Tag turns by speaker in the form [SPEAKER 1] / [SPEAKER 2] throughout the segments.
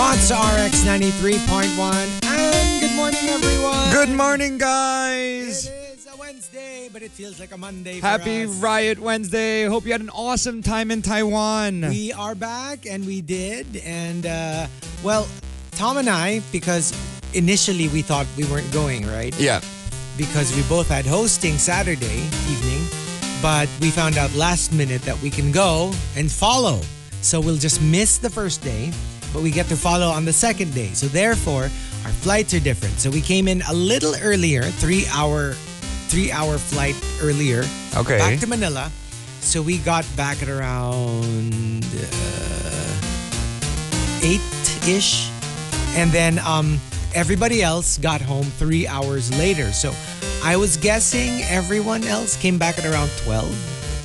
[SPEAKER 1] on sa RX 93.1. And good morning, everyone.
[SPEAKER 2] Good morning, guys!
[SPEAKER 1] It is a Wednesday, but it feels like a Monday for
[SPEAKER 2] Happy
[SPEAKER 1] us.
[SPEAKER 2] Riot Wednesday. Hope you had an awesome time in Taiwan.
[SPEAKER 1] We are back, and we did. And, uh, well, Tom and I, because initially we thought we weren't going, right?
[SPEAKER 2] Yeah.
[SPEAKER 1] Because we both had hosting Saturday evening, but we found out last minute that we can go and follow. So we'll just miss the first day, but we get to follow on the second day. So therefore, our flights are different. So we came in a little earlier, three hour, three hour flight earlier.
[SPEAKER 2] Okay.
[SPEAKER 1] Back to Manila. So we got back at around uh, eight ish, and then um, everybody else got home three hours later. So I was guessing everyone else came back at around twelve,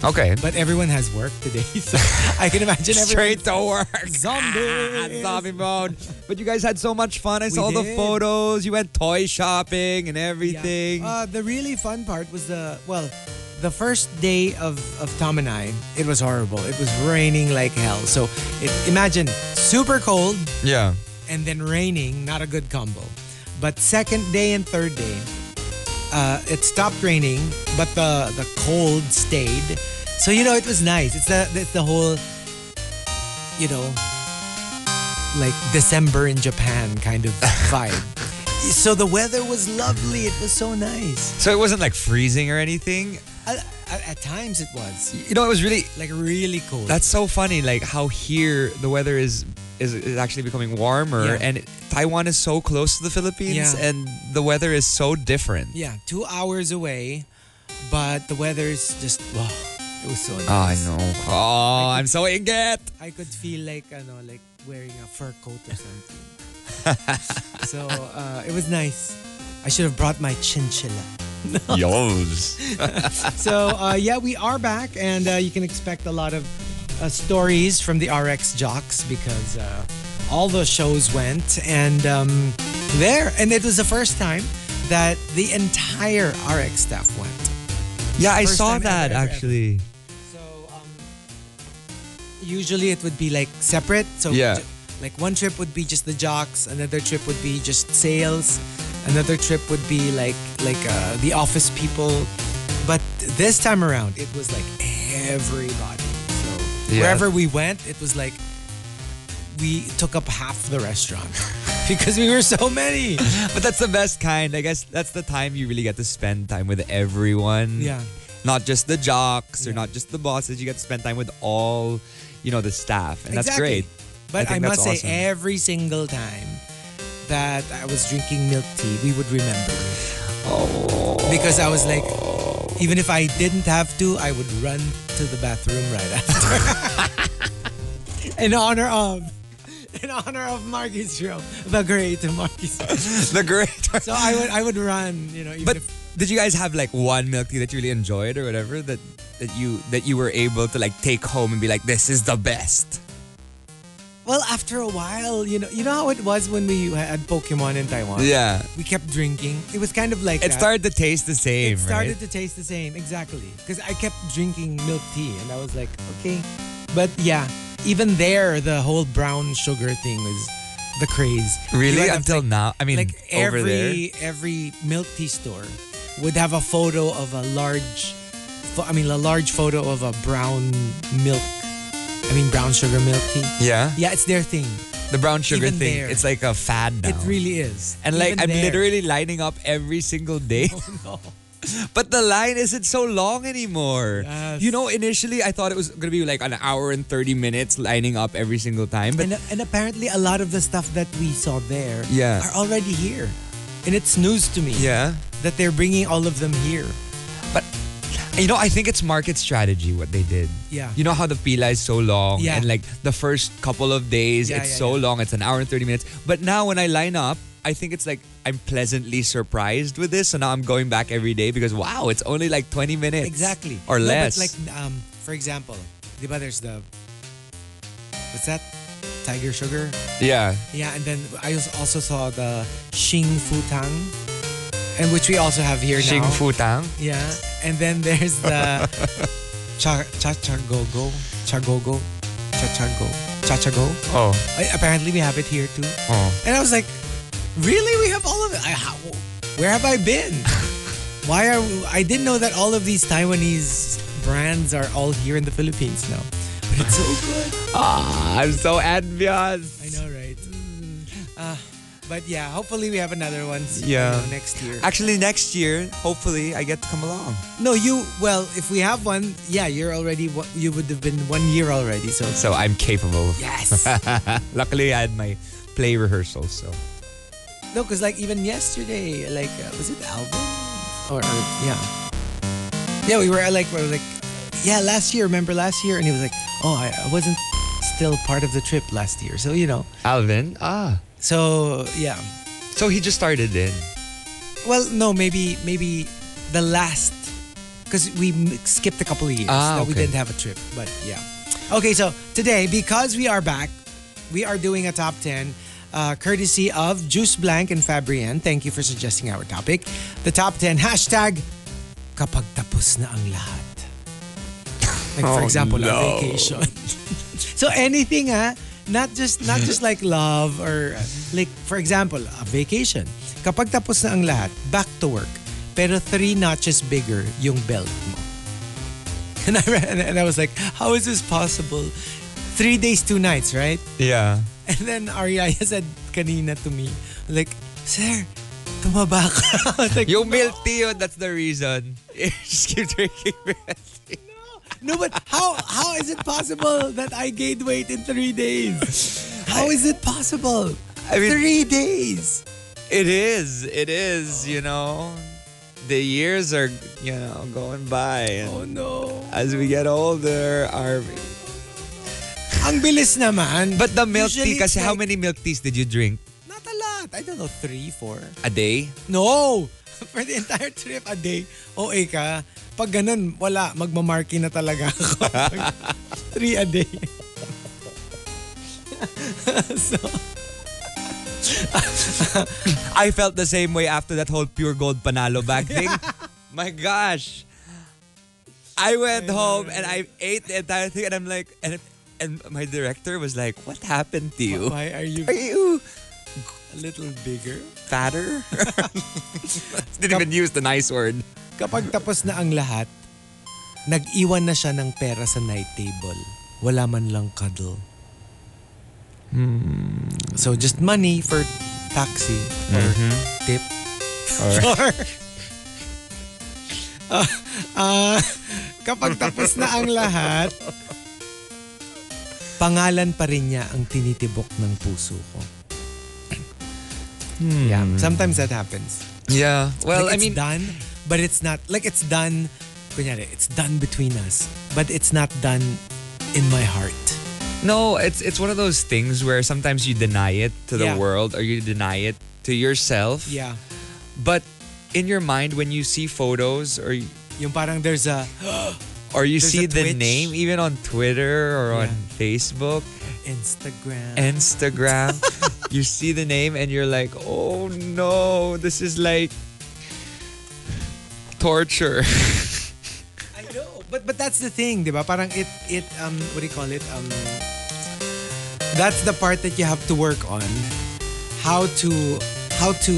[SPEAKER 2] Okay.
[SPEAKER 1] but everyone has work today, so I can imagine
[SPEAKER 2] Straight
[SPEAKER 1] everyone's
[SPEAKER 2] to work. Ah,
[SPEAKER 1] Zombies.
[SPEAKER 2] Zombie mode. But you guys had so much fun. I saw the
[SPEAKER 1] did.
[SPEAKER 2] photos. You went toy shopping and
[SPEAKER 1] Yeah.
[SPEAKER 2] everything.
[SPEAKER 1] Uh, the really fun part was the well, the first day of of Tom and I. It was horrible. It was raining like hell. So it, imagine super cold
[SPEAKER 2] yeah.
[SPEAKER 1] and then raining. Not a good combo. But second day and third day, uh, it stopped raining, but the the cold stayed. So you know it was nice. It's the it's the whole, you know, like December in Japan kind of vibe. so the weather was lovely. It was so nice.
[SPEAKER 2] So it wasn't like freezing or anything.
[SPEAKER 1] At, at, at times it was
[SPEAKER 2] You know, it was really
[SPEAKER 1] like really cold.
[SPEAKER 2] That's so funny, like how here the weather is is, is actually becoming warmer,
[SPEAKER 1] Yeah.
[SPEAKER 2] and Taiwan is so close to the Philippines,
[SPEAKER 1] Yeah.
[SPEAKER 2] and the weather is so different.
[SPEAKER 1] yeah, two hours away, but the weather's just wow. It was so nice.
[SPEAKER 2] Ah, I know. Oh, I'm so inget.
[SPEAKER 1] I could feel like ano, like wearing a fur coat or something. so uh, it was nice. I should have brought my chinchilla.
[SPEAKER 2] Yos.
[SPEAKER 1] So uh, yeah, we are back, and uh, you can expect a lot of uh, stories from the RX Jocks because uh, all the shows went, and um, there, and it was the first time that the entire RX staff went.
[SPEAKER 2] Yeah, I
[SPEAKER 1] First
[SPEAKER 2] saw
[SPEAKER 1] time
[SPEAKER 2] that
[SPEAKER 1] ever, ever, ever.
[SPEAKER 2] actually.
[SPEAKER 1] So um, usually it would be like separate. So
[SPEAKER 2] Yeah.
[SPEAKER 1] ju- like one trip would be just the jocks, another trip would be just sales, another trip would be like like uh, the office people. But this time around, it was like everybody. So
[SPEAKER 2] Yeah.
[SPEAKER 1] wherever we went, it was like we took up half the restaurant because we were so many.
[SPEAKER 2] But that's the best kind. I guess that's the time you really get to spend time with everyone.
[SPEAKER 1] Yeah.
[SPEAKER 2] Not just the jocks or
[SPEAKER 1] Yeah.
[SPEAKER 2] not just the bosses. You get to spend time with all, you know, the staff, and that's
[SPEAKER 1] Exactly.
[SPEAKER 2] great.
[SPEAKER 1] But I,
[SPEAKER 2] think
[SPEAKER 1] must
[SPEAKER 2] that's awesome.
[SPEAKER 1] say, every single time that I was drinking milk tea, we would remember. Because I was like, even if I didn't have to, I would run to the bathroom right after. in honor of, in honor of Marcus Rowe, the great Marcus. Rowe.
[SPEAKER 2] the great.
[SPEAKER 1] So I would, I would run, you know. Even
[SPEAKER 2] But
[SPEAKER 1] if,
[SPEAKER 2] did you guys have like one milk tea that you really enjoyed or whatever that that you that you were able to like take home and be like, this is the best?
[SPEAKER 1] well, after a while, you know, you know how it was when we had Pokemon in Taiwan.
[SPEAKER 2] Yeah.
[SPEAKER 1] We kept drinking. It was kind of like
[SPEAKER 2] It
[SPEAKER 1] that.
[SPEAKER 2] started to taste the same,
[SPEAKER 1] It started
[SPEAKER 2] right?
[SPEAKER 1] to taste the same, exactly. Because I kept drinking milk tea and I was like, okay. But yeah, even there, the whole brown sugar thing was the craze. You
[SPEAKER 2] Really?
[SPEAKER 1] had,
[SPEAKER 2] Until now? I mean,
[SPEAKER 1] like
[SPEAKER 2] over
[SPEAKER 1] every
[SPEAKER 2] there.
[SPEAKER 1] every milk tea store would have a photo of a large, pho- I mean, a large photo of a brown milk. I mean, brown sugar milk tea.
[SPEAKER 2] Yeah.
[SPEAKER 1] Yeah, it's their thing.
[SPEAKER 2] The brown sugar
[SPEAKER 1] Even
[SPEAKER 2] thing.
[SPEAKER 1] there.
[SPEAKER 2] It's like a fad now.
[SPEAKER 1] It really is.
[SPEAKER 2] and like
[SPEAKER 1] Even
[SPEAKER 2] I'm
[SPEAKER 1] there.
[SPEAKER 2] literally lining up every single day.
[SPEAKER 1] No.
[SPEAKER 2] But the line isn't so long anymore.
[SPEAKER 1] Yes.
[SPEAKER 2] You know, initially I thought it was gonna be like an hour and thirty minutes lining up every single time. But
[SPEAKER 1] and, and apparently a lot of the stuff that we saw there
[SPEAKER 2] Yeah.
[SPEAKER 1] are already here and it's news to me
[SPEAKER 2] yeah.
[SPEAKER 1] that they're bringing all of them here
[SPEAKER 2] But you know, I think it's market strategy what they did.
[SPEAKER 1] Yeah.
[SPEAKER 2] You know how the pila is so long
[SPEAKER 1] Yeah.
[SPEAKER 2] and like the first couple of days
[SPEAKER 1] Yeah,
[SPEAKER 2] it's
[SPEAKER 1] yeah,
[SPEAKER 2] so
[SPEAKER 1] yeah.
[SPEAKER 2] long, it's an hour and 30 minutes. But now when I line up, I think it's like I'm pleasantly surprised with this. So now I'm going back every day because wow, it's only like 20 minutes.
[SPEAKER 1] exactly
[SPEAKER 2] Or
[SPEAKER 1] No,
[SPEAKER 2] less.
[SPEAKER 1] but like um, for example the there's the what's that tiger sugar
[SPEAKER 2] yeah.
[SPEAKER 1] yeah and then i als- also saw the xing futang and which we also have here
[SPEAKER 2] Xing
[SPEAKER 1] now
[SPEAKER 2] Fu Tang.
[SPEAKER 1] yeah and then there's the cha cha cha go go cha go go Chachago. Chachago.
[SPEAKER 2] Oh,
[SPEAKER 1] I, apparently, we have it here too.
[SPEAKER 2] oh.
[SPEAKER 1] And I was like, really? We have all of it? I, how, where have I been? Why are I didn't know that all of these Taiwanese brands are all here in the Philippines now. But it's so good.
[SPEAKER 2] Ah, I'm so envious.
[SPEAKER 1] I know, right? Uh, but yeah, hopefully we have another one s-
[SPEAKER 2] Yeah.
[SPEAKER 1] you know, next year.
[SPEAKER 2] Actually, next year, hopefully, I get to come along.
[SPEAKER 1] No, you. Well, if we have one, yeah, you're already. one- You would have been one year already. So
[SPEAKER 2] So I'm capable.
[SPEAKER 1] yes.
[SPEAKER 2] Luckily, I had my play rehearsal, so.
[SPEAKER 1] no, because like even yesterday, like uh, was it Alvin or, or yeah, yeah, we were uh, like we were like yeah last year. Remember last year? And he was like, oh, I, I wasn't still part of the trip last year. So you know.
[SPEAKER 2] Alvin? Ah.
[SPEAKER 1] So yeah.
[SPEAKER 2] So he just started in.
[SPEAKER 1] Well, no, maybe maybe the last because we m- skipped a couple of years
[SPEAKER 2] Ah,
[SPEAKER 1] that we
[SPEAKER 2] okay.
[SPEAKER 1] didn't have a trip, but yeah. Okay, so today because we are back, we are doing a top ten. Uh, courtesy of Juice Blank and Fabrienne. Thank you for suggesting our topic. The top 10 hashtag kapag tapos na ang lahat. Like for
[SPEAKER 2] Oh,
[SPEAKER 1] example, a
[SPEAKER 2] no.
[SPEAKER 1] vacation. so anything ah, not just not just like love or uh, like for example, a vacation. Kapag tapos na ang lahat, back to work. Pero three notches bigger yung belt mo. And I, re- and I was like, how is this possible? Three days, two nights, right?
[SPEAKER 2] Yeah.
[SPEAKER 1] And then Ariaya said kanina to me, like, Sir, tumaba ka. I was like,
[SPEAKER 2] Yung milk tea, yun, that's the reason. just keep drinking milk tea.
[SPEAKER 1] No, but how how is it possible that I gained weight in three days? How is it possible?
[SPEAKER 2] I mean-
[SPEAKER 1] three days.
[SPEAKER 2] It is. It is, you know. The years are, you know, going by. And
[SPEAKER 1] Oh no.
[SPEAKER 2] As we get older, our...
[SPEAKER 1] Ang bilis naman.
[SPEAKER 2] But the milk
[SPEAKER 1] Usually
[SPEAKER 2] tea, kasi
[SPEAKER 1] it's
[SPEAKER 2] how
[SPEAKER 1] like-
[SPEAKER 2] many milk teas did you drink?
[SPEAKER 1] Not a lot. I don't know, three, four.
[SPEAKER 2] A day?
[SPEAKER 1] No! For the entire trip, a day. OA ka. Pag ganun, wala. Magmamarky na talaga ako. Three a day. so,
[SPEAKER 2] I felt the same way after that whole pure gold panalo bag thing. My gosh. I went home and I ate the entire thing and I'm like and and my director was like, "What happened to you?
[SPEAKER 1] why are you
[SPEAKER 2] Are you
[SPEAKER 1] a little bigger?
[SPEAKER 2] fatter?" Didn't even use the nice word.
[SPEAKER 1] Kapag tapos na ang lahat, nag-iwan na siya ng pera sa night table. Wala man lang cuddle. So just money for taxi or tip. Or, Ah, ah, kapag tapos na ang lahat, pangalan pa rin niya ang tinitibok ng puso ko. Yeah, sometimes that happens.
[SPEAKER 2] Yeah. Well,
[SPEAKER 1] Like,
[SPEAKER 2] I
[SPEAKER 1] it's
[SPEAKER 2] mean,
[SPEAKER 1] done, but it's not like it's done. Kunyari, it's done between us, but it's not done in my heart.
[SPEAKER 2] no, it's it's one of those things where sometimes you deny it to the
[SPEAKER 1] Yeah.
[SPEAKER 2] world or you deny it to yourself.
[SPEAKER 1] Yeah,
[SPEAKER 2] But in your mind when you see photos or you-
[SPEAKER 1] yung parang there's a
[SPEAKER 2] or you
[SPEAKER 1] There's
[SPEAKER 2] see
[SPEAKER 1] a
[SPEAKER 2] the
[SPEAKER 1] Twitch.
[SPEAKER 2] name even on Twitter or on Facebook,
[SPEAKER 1] Instagram.
[SPEAKER 2] Instagram. you see the name and you're like, oh no, this is like torture.
[SPEAKER 1] I know, but but that's the thing, di ba? Parang it it um what do you call it um that's the part that you have to work on how to how to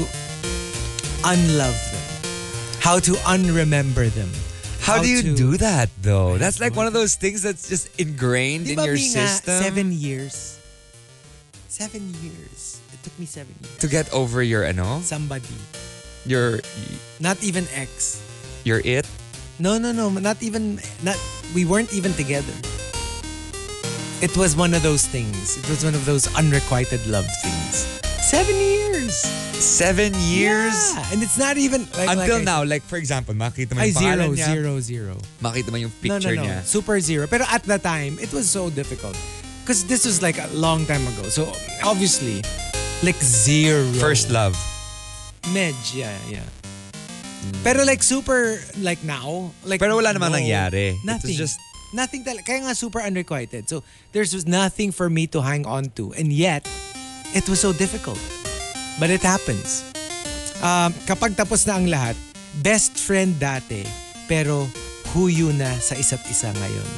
[SPEAKER 1] unlove them, how to unremember them.
[SPEAKER 2] How, do you
[SPEAKER 1] to-
[SPEAKER 2] do that though? That's like one of those things that's just ingrained
[SPEAKER 1] Di
[SPEAKER 2] in
[SPEAKER 1] ba
[SPEAKER 2] your
[SPEAKER 1] mi nga,
[SPEAKER 2] system
[SPEAKER 1] seven years. Seven years. It took me seven years.
[SPEAKER 2] to get over your ano,
[SPEAKER 1] Somebody.
[SPEAKER 2] your
[SPEAKER 1] Not even ex.
[SPEAKER 2] your it.
[SPEAKER 1] No, no, no. Not even, not, we weren't even together. It was one of those things. It was one of those unrequited love things. Seven years.
[SPEAKER 2] Seven years
[SPEAKER 1] Yeah. And it's not even, like, like
[SPEAKER 2] until
[SPEAKER 1] I-
[SPEAKER 2] now. Like for example, makita mo
[SPEAKER 1] Ay,
[SPEAKER 2] yung pangalan
[SPEAKER 1] zero, zero,
[SPEAKER 2] niya,
[SPEAKER 1] zero.
[SPEAKER 2] makita mo yung picture
[SPEAKER 1] no, no, no.
[SPEAKER 2] niya.
[SPEAKER 1] Super zero. Pero at the time, it was so difficult. Because this was like a long time ago. So obviously, like zero.
[SPEAKER 2] First love.
[SPEAKER 1] Med, yeah, yeah. Pero like super, like now, like
[SPEAKER 2] Pero wala namang
[SPEAKER 1] no,
[SPEAKER 2] nangyari. It was
[SPEAKER 1] Nothing.
[SPEAKER 2] just-
[SPEAKER 1] nothing talaga. Kaya nga super unrequited. So there's just nothing for me to hang on to. And yet, it was so difficult. But it happens. Um, kapag tapos na ang lahat, best friend dati, pero huyo na sa isa't isa ngayon.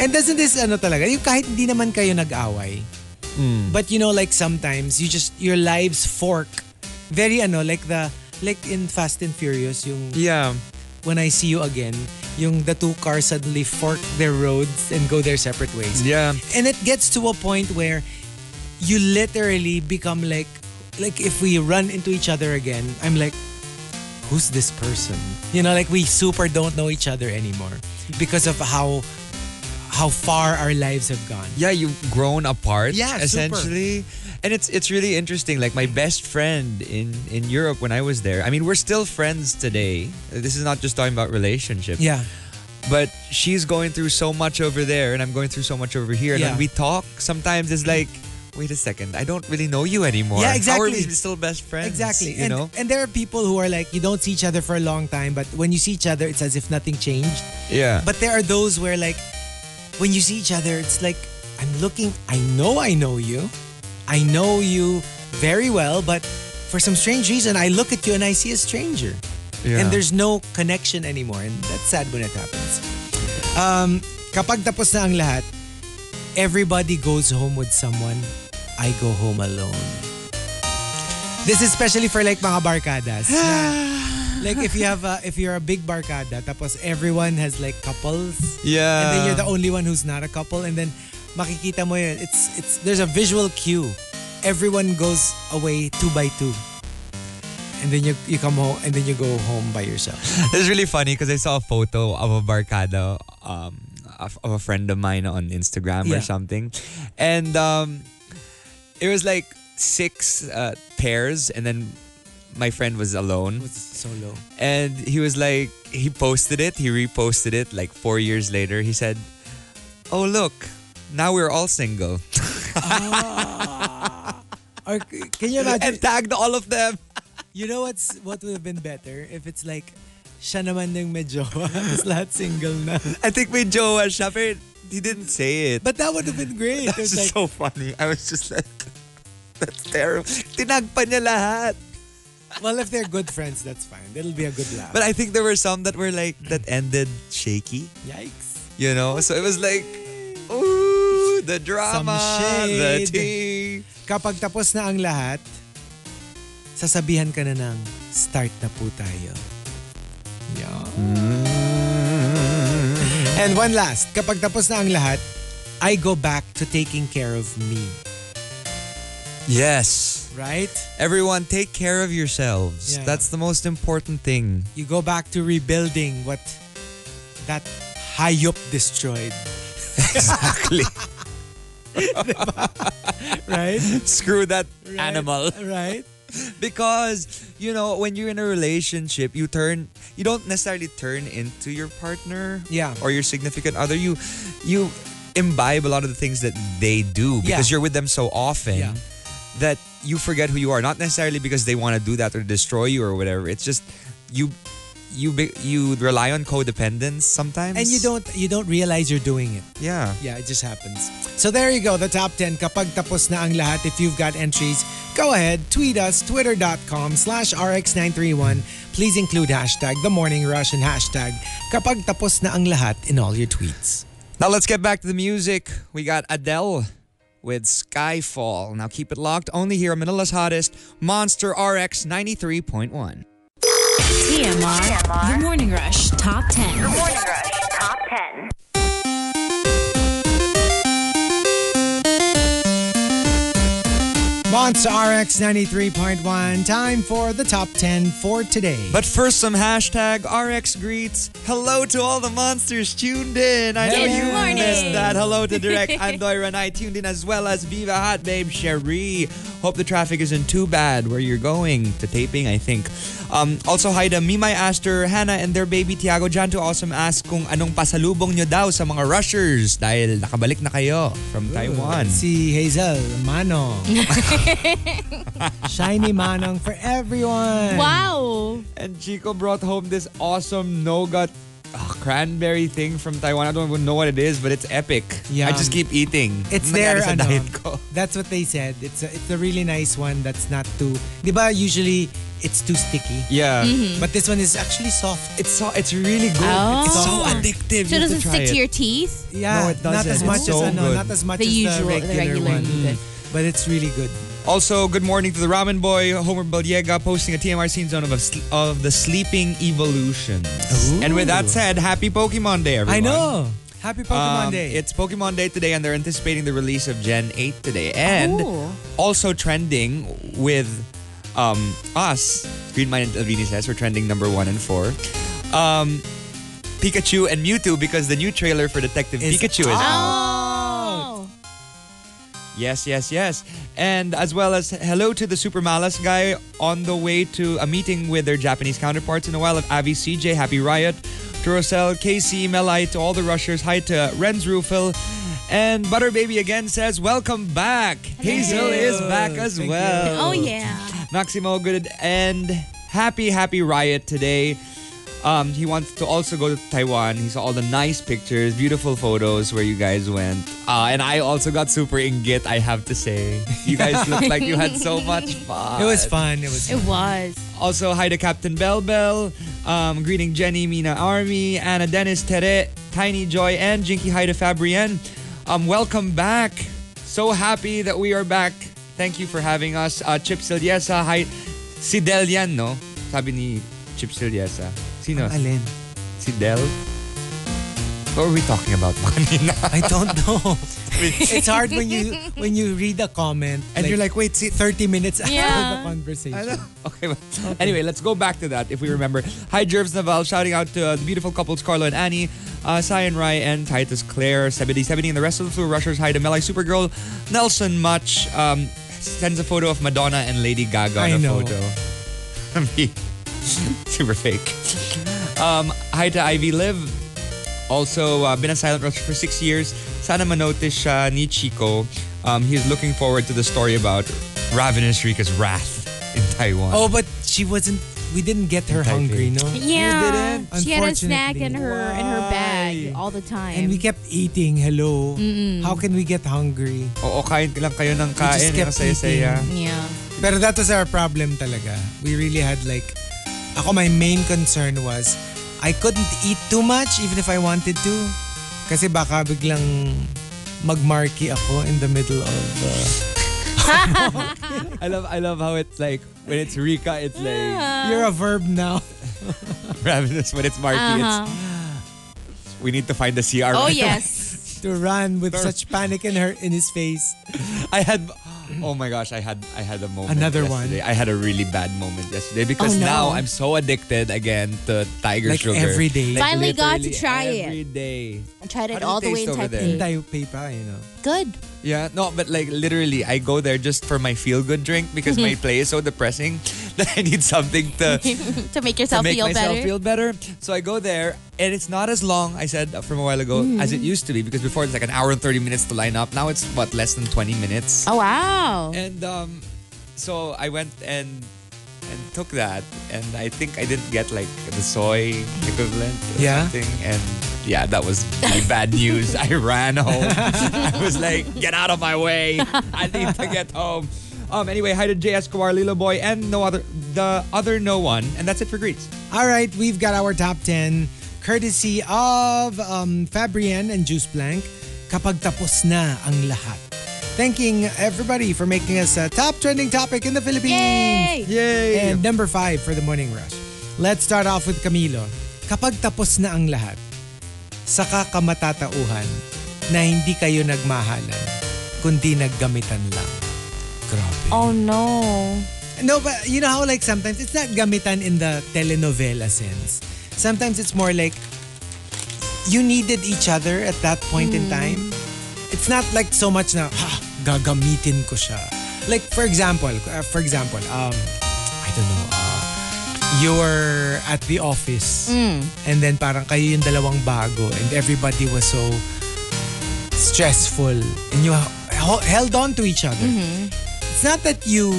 [SPEAKER 1] And doesn't this ano talaga, yung kahit hindi naman kayo nag-away, but you know like sometimes you just, your lives fork. Very ano, like the, like in Fast and Furious, yung
[SPEAKER 2] Yeah.
[SPEAKER 1] When I See You Again, yung the two cars suddenly fork their roads and go their separate ways.
[SPEAKER 2] Yeah.
[SPEAKER 1] And it gets to a point where you literally become like, like if we run into each other again, I'm like, who's this person? You know, like we super don't know each other anymore because of how how far our lives have gone.
[SPEAKER 2] yeah, you've grown apart.
[SPEAKER 1] Yeah, super.
[SPEAKER 2] essentially. And it's it's really interesting. Like my best friend in in Europe when I was there. I mean, we're still friends today. This is not just talking about relationships.
[SPEAKER 1] Yeah.
[SPEAKER 2] But she's going through so much over there, and I'm going through so much over here. And
[SPEAKER 1] Yeah.
[SPEAKER 2] when we talk, sometimes it's like, wait a second, I don't really know you anymore.
[SPEAKER 1] Yeah,
[SPEAKER 2] How are
[SPEAKER 1] exactly.
[SPEAKER 2] we still best friends?
[SPEAKER 1] Exactly.
[SPEAKER 2] You
[SPEAKER 1] and,
[SPEAKER 2] know.
[SPEAKER 1] and there are people who are like, you don't see each other for a long time, but when you see each other, it's as if nothing changed.
[SPEAKER 2] Yeah.
[SPEAKER 1] But there are those where like when you see each other, it's like I'm looking, I know I know you. I know you very well, but for some strange reason I look at you and I see a stranger.
[SPEAKER 2] Yeah.
[SPEAKER 1] And there's no connection anymore. And that's sad when it happens. Um, kapag tapos na ang lahat, everybody goes home with someone. I go home alone. This is especially for like mga barkadas. na- like if you have a, if you're a big barkada tapos everyone has like couples
[SPEAKER 2] yeah.
[SPEAKER 1] and then you're the
[SPEAKER 2] Ah.
[SPEAKER 1] only one who's not a couple and then makikita mo yun it's it's there's a visual cue everyone goes away two by two and then you you come home and then you go home by yourself
[SPEAKER 2] This is really funny because I saw a photo of a barcada um, of, of a friend of mine on Instagram
[SPEAKER 1] Yeah.
[SPEAKER 2] or something, and um, it was like six uh, pairs, and then my friend was alone,
[SPEAKER 1] was solo
[SPEAKER 2] and he was like, he posted it, he reposted it like four years later. He said, "Oh look, now we're all single,"
[SPEAKER 1] or c- can you imagine
[SPEAKER 2] Ah. and tagged all of them.
[SPEAKER 1] you know what's what would have been better if it's like siya naman yung may jowa tapos lahat single na
[SPEAKER 2] I think we Joe and Shepard. He didn't say it.
[SPEAKER 1] but that would have been great
[SPEAKER 2] That's
[SPEAKER 1] It's like,
[SPEAKER 2] just so funny. I was just like, that's terrible. Tinagpa niya lahat.
[SPEAKER 1] well if they're good friends that's fine that'll be a good laugh
[SPEAKER 2] But I think there were some that were like, that ended shaky,
[SPEAKER 1] yikes
[SPEAKER 2] you know? So it was like, ooh, the drama, the
[SPEAKER 1] shade.
[SPEAKER 2] tea.
[SPEAKER 1] kapag tapos na ang lahat, sasabihan ka na ng start na po tayo. Yeah. And one last, kapag tapos na ang lahat, I go back to taking care of me.
[SPEAKER 2] Yes.
[SPEAKER 1] Right?
[SPEAKER 2] Everyone, take care of yourselves.
[SPEAKER 1] Yeah.
[SPEAKER 2] That's the most important thing.
[SPEAKER 1] You go back to rebuilding what that hayop destroyed.
[SPEAKER 2] Exactly.
[SPEAKER 1] Right?
[SPEAKER 2] Screw that
[SPEAKER 1] Right?
[SPEAKER 2] animal.
[SPEAKER 1] Right?
[SPEAKER 2] Because, you know, when you're in a relationship, you turn, you don't necessarily turn into your partner.
[SPEAKER 1] Yeah.
[SPEAKER 2] or your significant other, you you imbibe a lot of the things that they do because
[SPEAKER 1] Yeah.
[SPEAKER 2] you're with them so often
[SPEAKER 1] Yeah.
[SPEAKER 2] that you forget who you are. Not necessarily because they want to do that or destroy you or whatever. It's just you you be- you rely on codependence sometimes.
[SPEAKER 1] And you don't you don't realize you're doing it.
[SPEAKER 2] Yeah.
[SPEAKER 1] Yeah, it just happens. So there you go, the top 10. Kapag tapos na ang lahat, if you've got entries, go ahead, tweet us, twitter.com slash rx931. Please include hashtag the morning rush and hashtag kapag tapos na ang lahat in all your tweets.
[SPEAKER 2] Now let's get back to the music. We got Adele with Skyfall. Now keep it locked only here on Manila's hottest Monster RX 93.1.
[SPEAKER 3] TMR,
[SPEAKER 4] E
[SPEAKER 3] The Morning Rush Top 10.
[SPEAKER 5] Morning Rush Top 10.
[SPEAKER 1] Monster RX 93.1, time for the top 10 for today.
[SPEAKER 2] But first, some hashtag RX greets. Hello to all the monsters tuned in. I know
[SPEAKER 3] Good
[SPEAKER 2] you
[SPEAKER 3] morning.
[SPEAKER 2] missed that. Hello to Direct Andoy Ranai tuned in as well as Viva Hot Babe Cherie. Hope the traffic isn't too bad where you're going to taping, I think. Um, also, hi to Mimay Aster, Hannah and their baby Tiago Jan to Awesome ask kung anong pasalubong nyo daw sa mga rushers dahil nakabalik na kayo from Taiwan.
[SPEAKER 1] Si Hazel Manong. Shiny Manong for everyone.
[SPEAKER 3] Wow.
[SPEAKER 2] And Chico brought home this awesome nougat ah, cranberry thing from Taiwan. I don't even know what it is, but it's epic. I
[SPEAKER 1] Yum.
[SPEAKER 2] just keep eating.
[SPEAKER 1] It's
[SPEAKER 2] Nangyari
[SPEAKER 1] there,
[SPEAKER 2] sa
[SPEAKER 1] ano,
[SPEAKER 2] diet ko.
[SPEAKER 1] That's what they said. It's a, it's a really nice one that's not too... Di ba usually it's too sticky?
[SPEAKER 2] Yeah.
[SPEAKER 1] But this one is actually soft.
[SPEAKER 2] It's so it's really good.
[SPEAKER 4] Oh.
[SPEAKER 2] It's so
[SPEAKER 4] So
[SPEAKER 2] addictive. You
[SPEAKER 4] So
[SPEAKER 2] have to
[SPEAKER 4] it doesn't
[SPEAKER 2] try
[SPEAKER 4] stick to
[SPEAKER 2] it.
[SPEAKER 4] your teeth?
[SPEAKER 1] Yeah,
[SPEAKER 2] No, it
[SPEAKER 1] Not as
[SPEAKER 2] doesn't.
[SPEAKER 1] much
[SPEAKER 2] It's so
[SPEAKER 1] as ano,
[SPEAKER 2] good.
[SPEAKER 1] not as much
[SPEAKER 4] The
[SPEAKER 1] as
[SPEAKER 4] usual, the
[SPEAKER 1] the regular,
[SPEAKER 4] regular
[SPEAKER 1] one.
[SPEAKER 4] one.
[SPEAKER 1] But it's really good.
[SPEAKER 2] Also, good morning to the ramen boy, Homer Baliega, posting a TMR scene zone of, a sl- of the sleeping evolutions.
[SPEAKER 1] Ooh.
[SPEAKER 2] And with that said, happy Pokemon Day, everyone.
[SPEAKER 1] I know. Happy Pokemon
[SPEAKER 2] Um,
[SPEAKER 1] Day.
[SPEAKER 2] It's Pokemon Day today, and they're anticipating the release of Gen 8 today. And
[SPEAKER 1] Oh.
[SPEAKER 4] Ooh.
[SPEAKER 2] also trending with um, us, Green Mind and Alvini says, we're trending number one and four. Um, Pikachu and Mewtwo, because the new trailer for Detective
[SPEAKER 1] Is
[SPEAKER 2] Pikachu is out.
[SPEAKER 4] Oh.
[SPEAKER 2] Yes, yes, yes. And as well as hello to the Super Malas guy on the way to a meeting with their Japanese counterparts in a while of Avi CJ, Happy Riot, to Rosel, KC, Melai, to all the rushers. Hi to Renz Rufel. And Butter Baby again says, Welcome back. Hazel is back as
[SPEAKER 1] Thank
[SPEAKER 2] well.
[SPEAKER 4] Oh, yeah.
[SPEAKER 2] Maximo good and happy happy riot today. Um, he wants to also go to Taiwan. He saw all the nice pictures, beautiful photos where you guys went. Uh, and I also got super ingit, I have to say. You guys looked like you had so much fun.
[SPEAKER 1] it was fun. It was
[SPEAKER 4] It was.
[SPEAKER 2] Also, hi to Captain Bell Bell. Um, greeting Jenny, Mina Army, Anna Dennis, Tere, Tiny Joy, and Jinky. Hi to Fabrienne. Um, welcome back. So happy that we are back. Thank you for having us. Uh, Chip Sildiesa, hi. Si Del yan, no? Sabi ni Chip Sildiesa. Sino?
[SPEAKER 1] Alin?
[SPEAKER 2] Si Del? What were we talking about kanina?
[SPEAKER 1] I don't know. it's hard when you when you read a comment
[SPEAKER 2] And you're like, wait, si
[SPEAKER 1] 30 minutes after the
[SPEAKER 4] Yeah.
[SPEAKER 1] conversation.
[SPEAKER 2] Okay, well, anyway, let's go back to that if we remember. Hi, Jervis Naval, shouting out to uh, the beautiful couples Carlo and Annie, uh, Sai and Rai, and Titus Claire, Sebedi Sebedi, and the rest of the Flu Rushers. Hi to Melai Supergirl, Nelson Much, um, sends a photo of Madonna and Lady Gaga on
[SPEAKER 1] I
[SPEAKER 2] a
[SPEAKER 1] know.
[SPEAKER 2] photo. I mean, super fake. Um, hi to Ivy Liv, also, uh, been a silent rusher for six years. Sana manotice siya ni Chico. Um, he's looking forward to the story about Ravenous Rika's wrath in Taiwan.
[SPEAKER 1] Oh, but she wasn't. We didn't get her
[SPEAKER 2] Type
[SPEAKER 1] hungry,
[SPEAKER 2] A.
[SPEAKER 1] no.
[SPEAKER 4] Yeah.
[SPEAKER 1] didn't?
[SPEAKER 4] She had a snack in
[SPEAKER 1] Unfortunately.
[SPEAKER 4] her in her bag
[SPEAKER 2] Why?
[SPEAKER 4] all the time.
[SPEAKER 1] And we kept eating. Hello. How can we get hungry?
[SPEAKER 2] Oo, kain lang kayo ng
[SPEAKER 1] just
[SPEAKER 2] kain.
[SPEAKER 1] kept
[SPEAKER 2] Ang saya-saya.
[SPEAKER 4] yeah.
[SPEAKER 1] Pero that was our problem talaga. We really had like, ako my main concern was, I couldn't eat too much even if I wanted to. Kasi baka biglang magmarky ako in the middle of uh,
[SPEAKER 2] I love, I love how it's like, when it's Rika, it's like
[SPEAKER 4] Ah.
[SPEAKER 1] you're a verb now.
[SPEAKER 2] ravenous. When it's Marky,
[SPEAKER 4] Uh-huh.
[SPEAKER 2] it's we need to find the CR.
[SPEAKER 4] Oh, yes.
[SPEAKER 1] To run with such panic in her in his face.
[SPEAKER 2] I had, oh my gosh, I had, I had a moment.
[SPEAKER 1] Another one.
[SPEAKER 2] yesterday. I had a really bad moment yesterday because
[SPEAKER 4] Oh, no.
[SPEAKER 2] now I'm so addicted again to Tiger
[SPEAKER 1] Like
[SPEAKER 2] Sugar.
[SPEAKER 1] every day.
[SPEAKER 4] Finally got to
[SPEAKER 2] literally
[SPEAKER 4] try it.
[SPEAKER 2] Every day.
[SPEAKER 4] I tried
[SPEAKER 2] How
[SPEAKER 4] it
[SPEAKER 2] does
[SPEAKER 4] all
[SPEAKER 2] it
[SPEAKER 4] the way in
[SPEAKER 2] taste over
[SPEAKER 4] Taipei.
[SPEAKER 2] there?
[SPEAKER 1] Tayo paper, you know.
[SPEAKER 4] Good.
[SPEAKER 2] Yeah, no, but like literally, I go there just for my feel good drink because my play is so depressing that I need something to,
[SPEAKER 4] to make
[SPEAKER 2] to
[SPEAKER 4] yourself
[SPEAKER 2] make
[SPEAKER 4] feel
[SPEAKER 2] myself
[SPEAKER 4] better.
[SPEAKER 2] feel better. So I go there, and it's not as long, I said uh, from a while ago, as
[SPEAKER 4] Mm.
[SPEAKER 2] it used to be because before it's like an hour and 30 minutes to line up. Now it's what, less than 20 minutes?
[SPEAKER 4] oh, wow.
[SPEAKER 2] And um, so I went and and took that, and I think I didn't get like the soy equivalent or
[SPEAKER 1] Yeah.
[SPEAKER 2] something. And yeah, that was really bad news. I ran home. I was like, "Get out of my way! I need to get home." Um. Anyway, hi to J Escobar, Lilo Boy, and no other, the other no one, and that's it for greets.
[SPEAKER 1] All right, we've got our top 10 courtesy of um, Fabrienne and Juice Blank. Kapag tapos na ang lahat. Thanking everybody for making us a top trending topic in the Philippines.
[SPEAKER 4] Yay!
[SPEAKER 2] Yay!
[SPEAKER 1] And number five for the morning rush. Let's start off with Camilo. Kapag tapos na ang lahat, saka ka matatauhan na hindi kayo nagmahalan, kundi naggamitan lang. Grabe.
[SPEAKER 4] Oh, no.
[SPEAKER 1] No, but you know how like sometimes it's not gamitan in the telenovela sense. Sometimes it's more like you needed each other at that point in time. It's not like so much na ha, gagamitin ko siya. Like for example, uh, for example, um I don't know, uh, you're at the office and then parang kayo yung dalawang bago and everybody was so stressful and you h- held on to each other it's not that you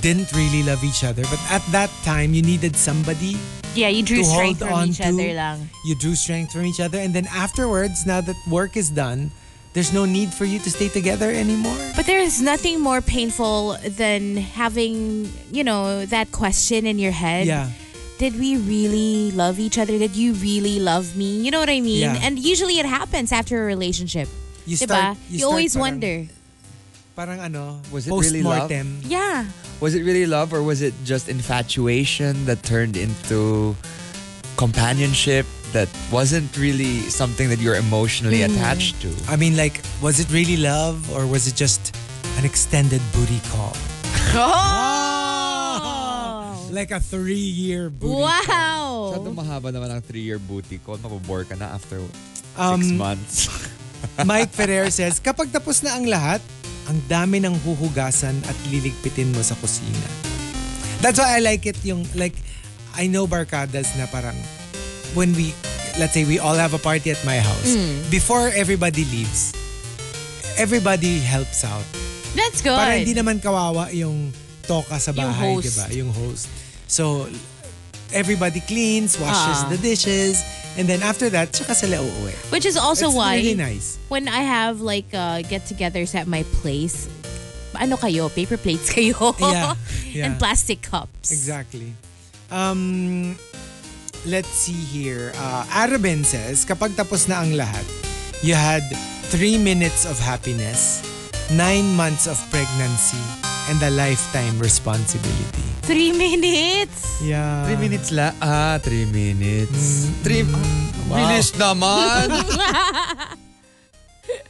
[SPEAKER 1] didn't really love each other, but at that time you needed somebody
[SPEAKER 4] yeah, you drew
[SPEAKER 1] to
[SPEAKER 4] strength
[SPEAKER 1] hold
[SPEAKER 4] from
[SPEAKER 1] on
[SPEAKER 4] each
[SPEAKER 1] to.
[SPEAKER 4] other lang.
[SPEAKER 1] You drew strength from each other, and then afterwards, now that work is done, there's no need for you to stay together anymore.
[SPEAKER 4] But there is nothing more painful than having, you know, that question in your head.
[SPEAKER 1] yeah,
[SPEAKER 4] Did we really love each other? Did you really love me? You know what I mean?
[SPEAKER 1] Yeah.
[SPEAKER 4] And usually it happens after a relationship.
[SPEAKER 1] you
[SPEAKER 4] Diba?
[SPEAKER 1] start.
[SPEAKER 4] You,
[SPEAKER 1] start
[SPEAKER 4] always
[SPEAKER 1] parang-
[SPEAKER 4] wonder.
[SPEAKER 1] Parang ano?
[SPEAKER 2] Was it really love?
[SPEAKER 1] post-mortem.
[SPEAKER 4] Yeah.
[SPEAKER 2] Was it really love or was it just infatuation that turned into companionship that wasn't really something that you're emotionally attached to?
[SPEAKER 1] I mean, like, was it really love or was it just an extended booty call?
[SPEAKER 4] Oh!
[SPEAKER 1] Like a three-year booty.
[SPEAKER 2] Masyado
[SPEAKER 4] Wow.
[SPEAKER 2] mahaba naman ang three-year booty ko. Mapabore ka na after six
[SPEAKER 1] Um,
[SPEAKER 2] months.
[SPEAKER 1] Mike Ferrer says, kapag tapos na ang lahat, ang dami ng huhugasan at liligpitin mo sa kusina. That's why I like it yung, like, I know barkadas na parang, when we, let's say we all have a party at my house,
[SPEAKER 4] Hmm.
[SPEAKER 1] before everybody leaves, everybody helps out.
[SPEAKER 4] That's good.
[SPEAKER 1] Para hindi naman kawawa yung toka sa
[SPEAKER 4] Yung
[SPEAKER 1] bahay,
[SPEAKER 4] host.
[SPEAKER 1] di ba? Yung host. So, everybody cleans, washes
[SPEAKER 4] Ah.
[SPEAKER 1] the dishes, and then after that, tsaka sila uuwi.
[SPEAKER 4] Which is also
[SPEAKER 1] It's
[SPEAKER 4] why
[SPEAKER 1] really nice.
[SPEAKER 4] when I have like uh, get-togethers at my place, ano kayo? Paper plates kayo.
[SPEAKER 1] Yeah, yeah.
[SPEAKER 4] And plastic cups.
[SPEAKER 1] Exactly. Um, let's see here. Uh, Arabin says, kapag tapos na ang lahat, you had three minutes of happiness, nine months of pregnancy, and a lifetime responsibility.
[SPEAKER 4] Three minutes.
[SPEAKER 1] Yeah.
[SPEAKER 2] Three minutes la. Ah, three minutes. Three
[SPEAKER 1] wow.
[SPEAKER 2] minutes naman.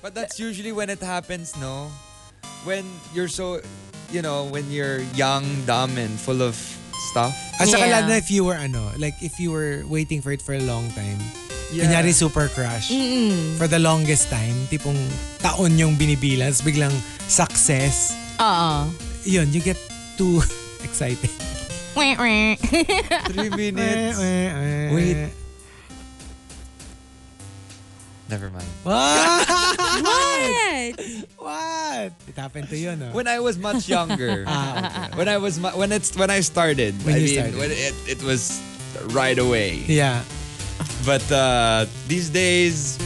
[SPEAKER 2] but that's usually when it happens, no? When you're so, you know, when you're young, dumb, and full of stuff.
[SPEAKER 1] At saka
[SPEAKER 4] Yeah.
[SPEAKER 1] lalo na if you were ano, like if you were waiting for it for a long time.
[SPEAKER 2] Yeah.
[SPEAKER 1] Kunyari super crush. For the longest time, tipong taon yung binibilas, biglang success.
[SPEAKER 4] Oo.
[SPEAKER 1] Yun, you get too excited.
[SPEAKER 4] Wah, wah.
[SPEAKER 2] Three
[SPEAKER 1] Eh,
[SPEAKER 2] minutes.
[SPEAKER 1] eh, eh.
[SPEAKER 2] Wait. Never mind.
[SPEAKER 1] What?
[SPEAKER 4] what?
[SPEAKER 1] What? It happened to you, no?
[SPEAKER 2] When I was much younger, when I was mu- when it's when I started,
[SPEAKER 1] Ah, When
[SPEAKER 2] I
[SPEAKER 1] you
[SPEAKER 2] mean,
[SPEAKER 1] started.
[SPEAKER 2] when it, it was right away.
[SPEAKER 1] Yeah.
[SPEAKER 2] But uh, these days,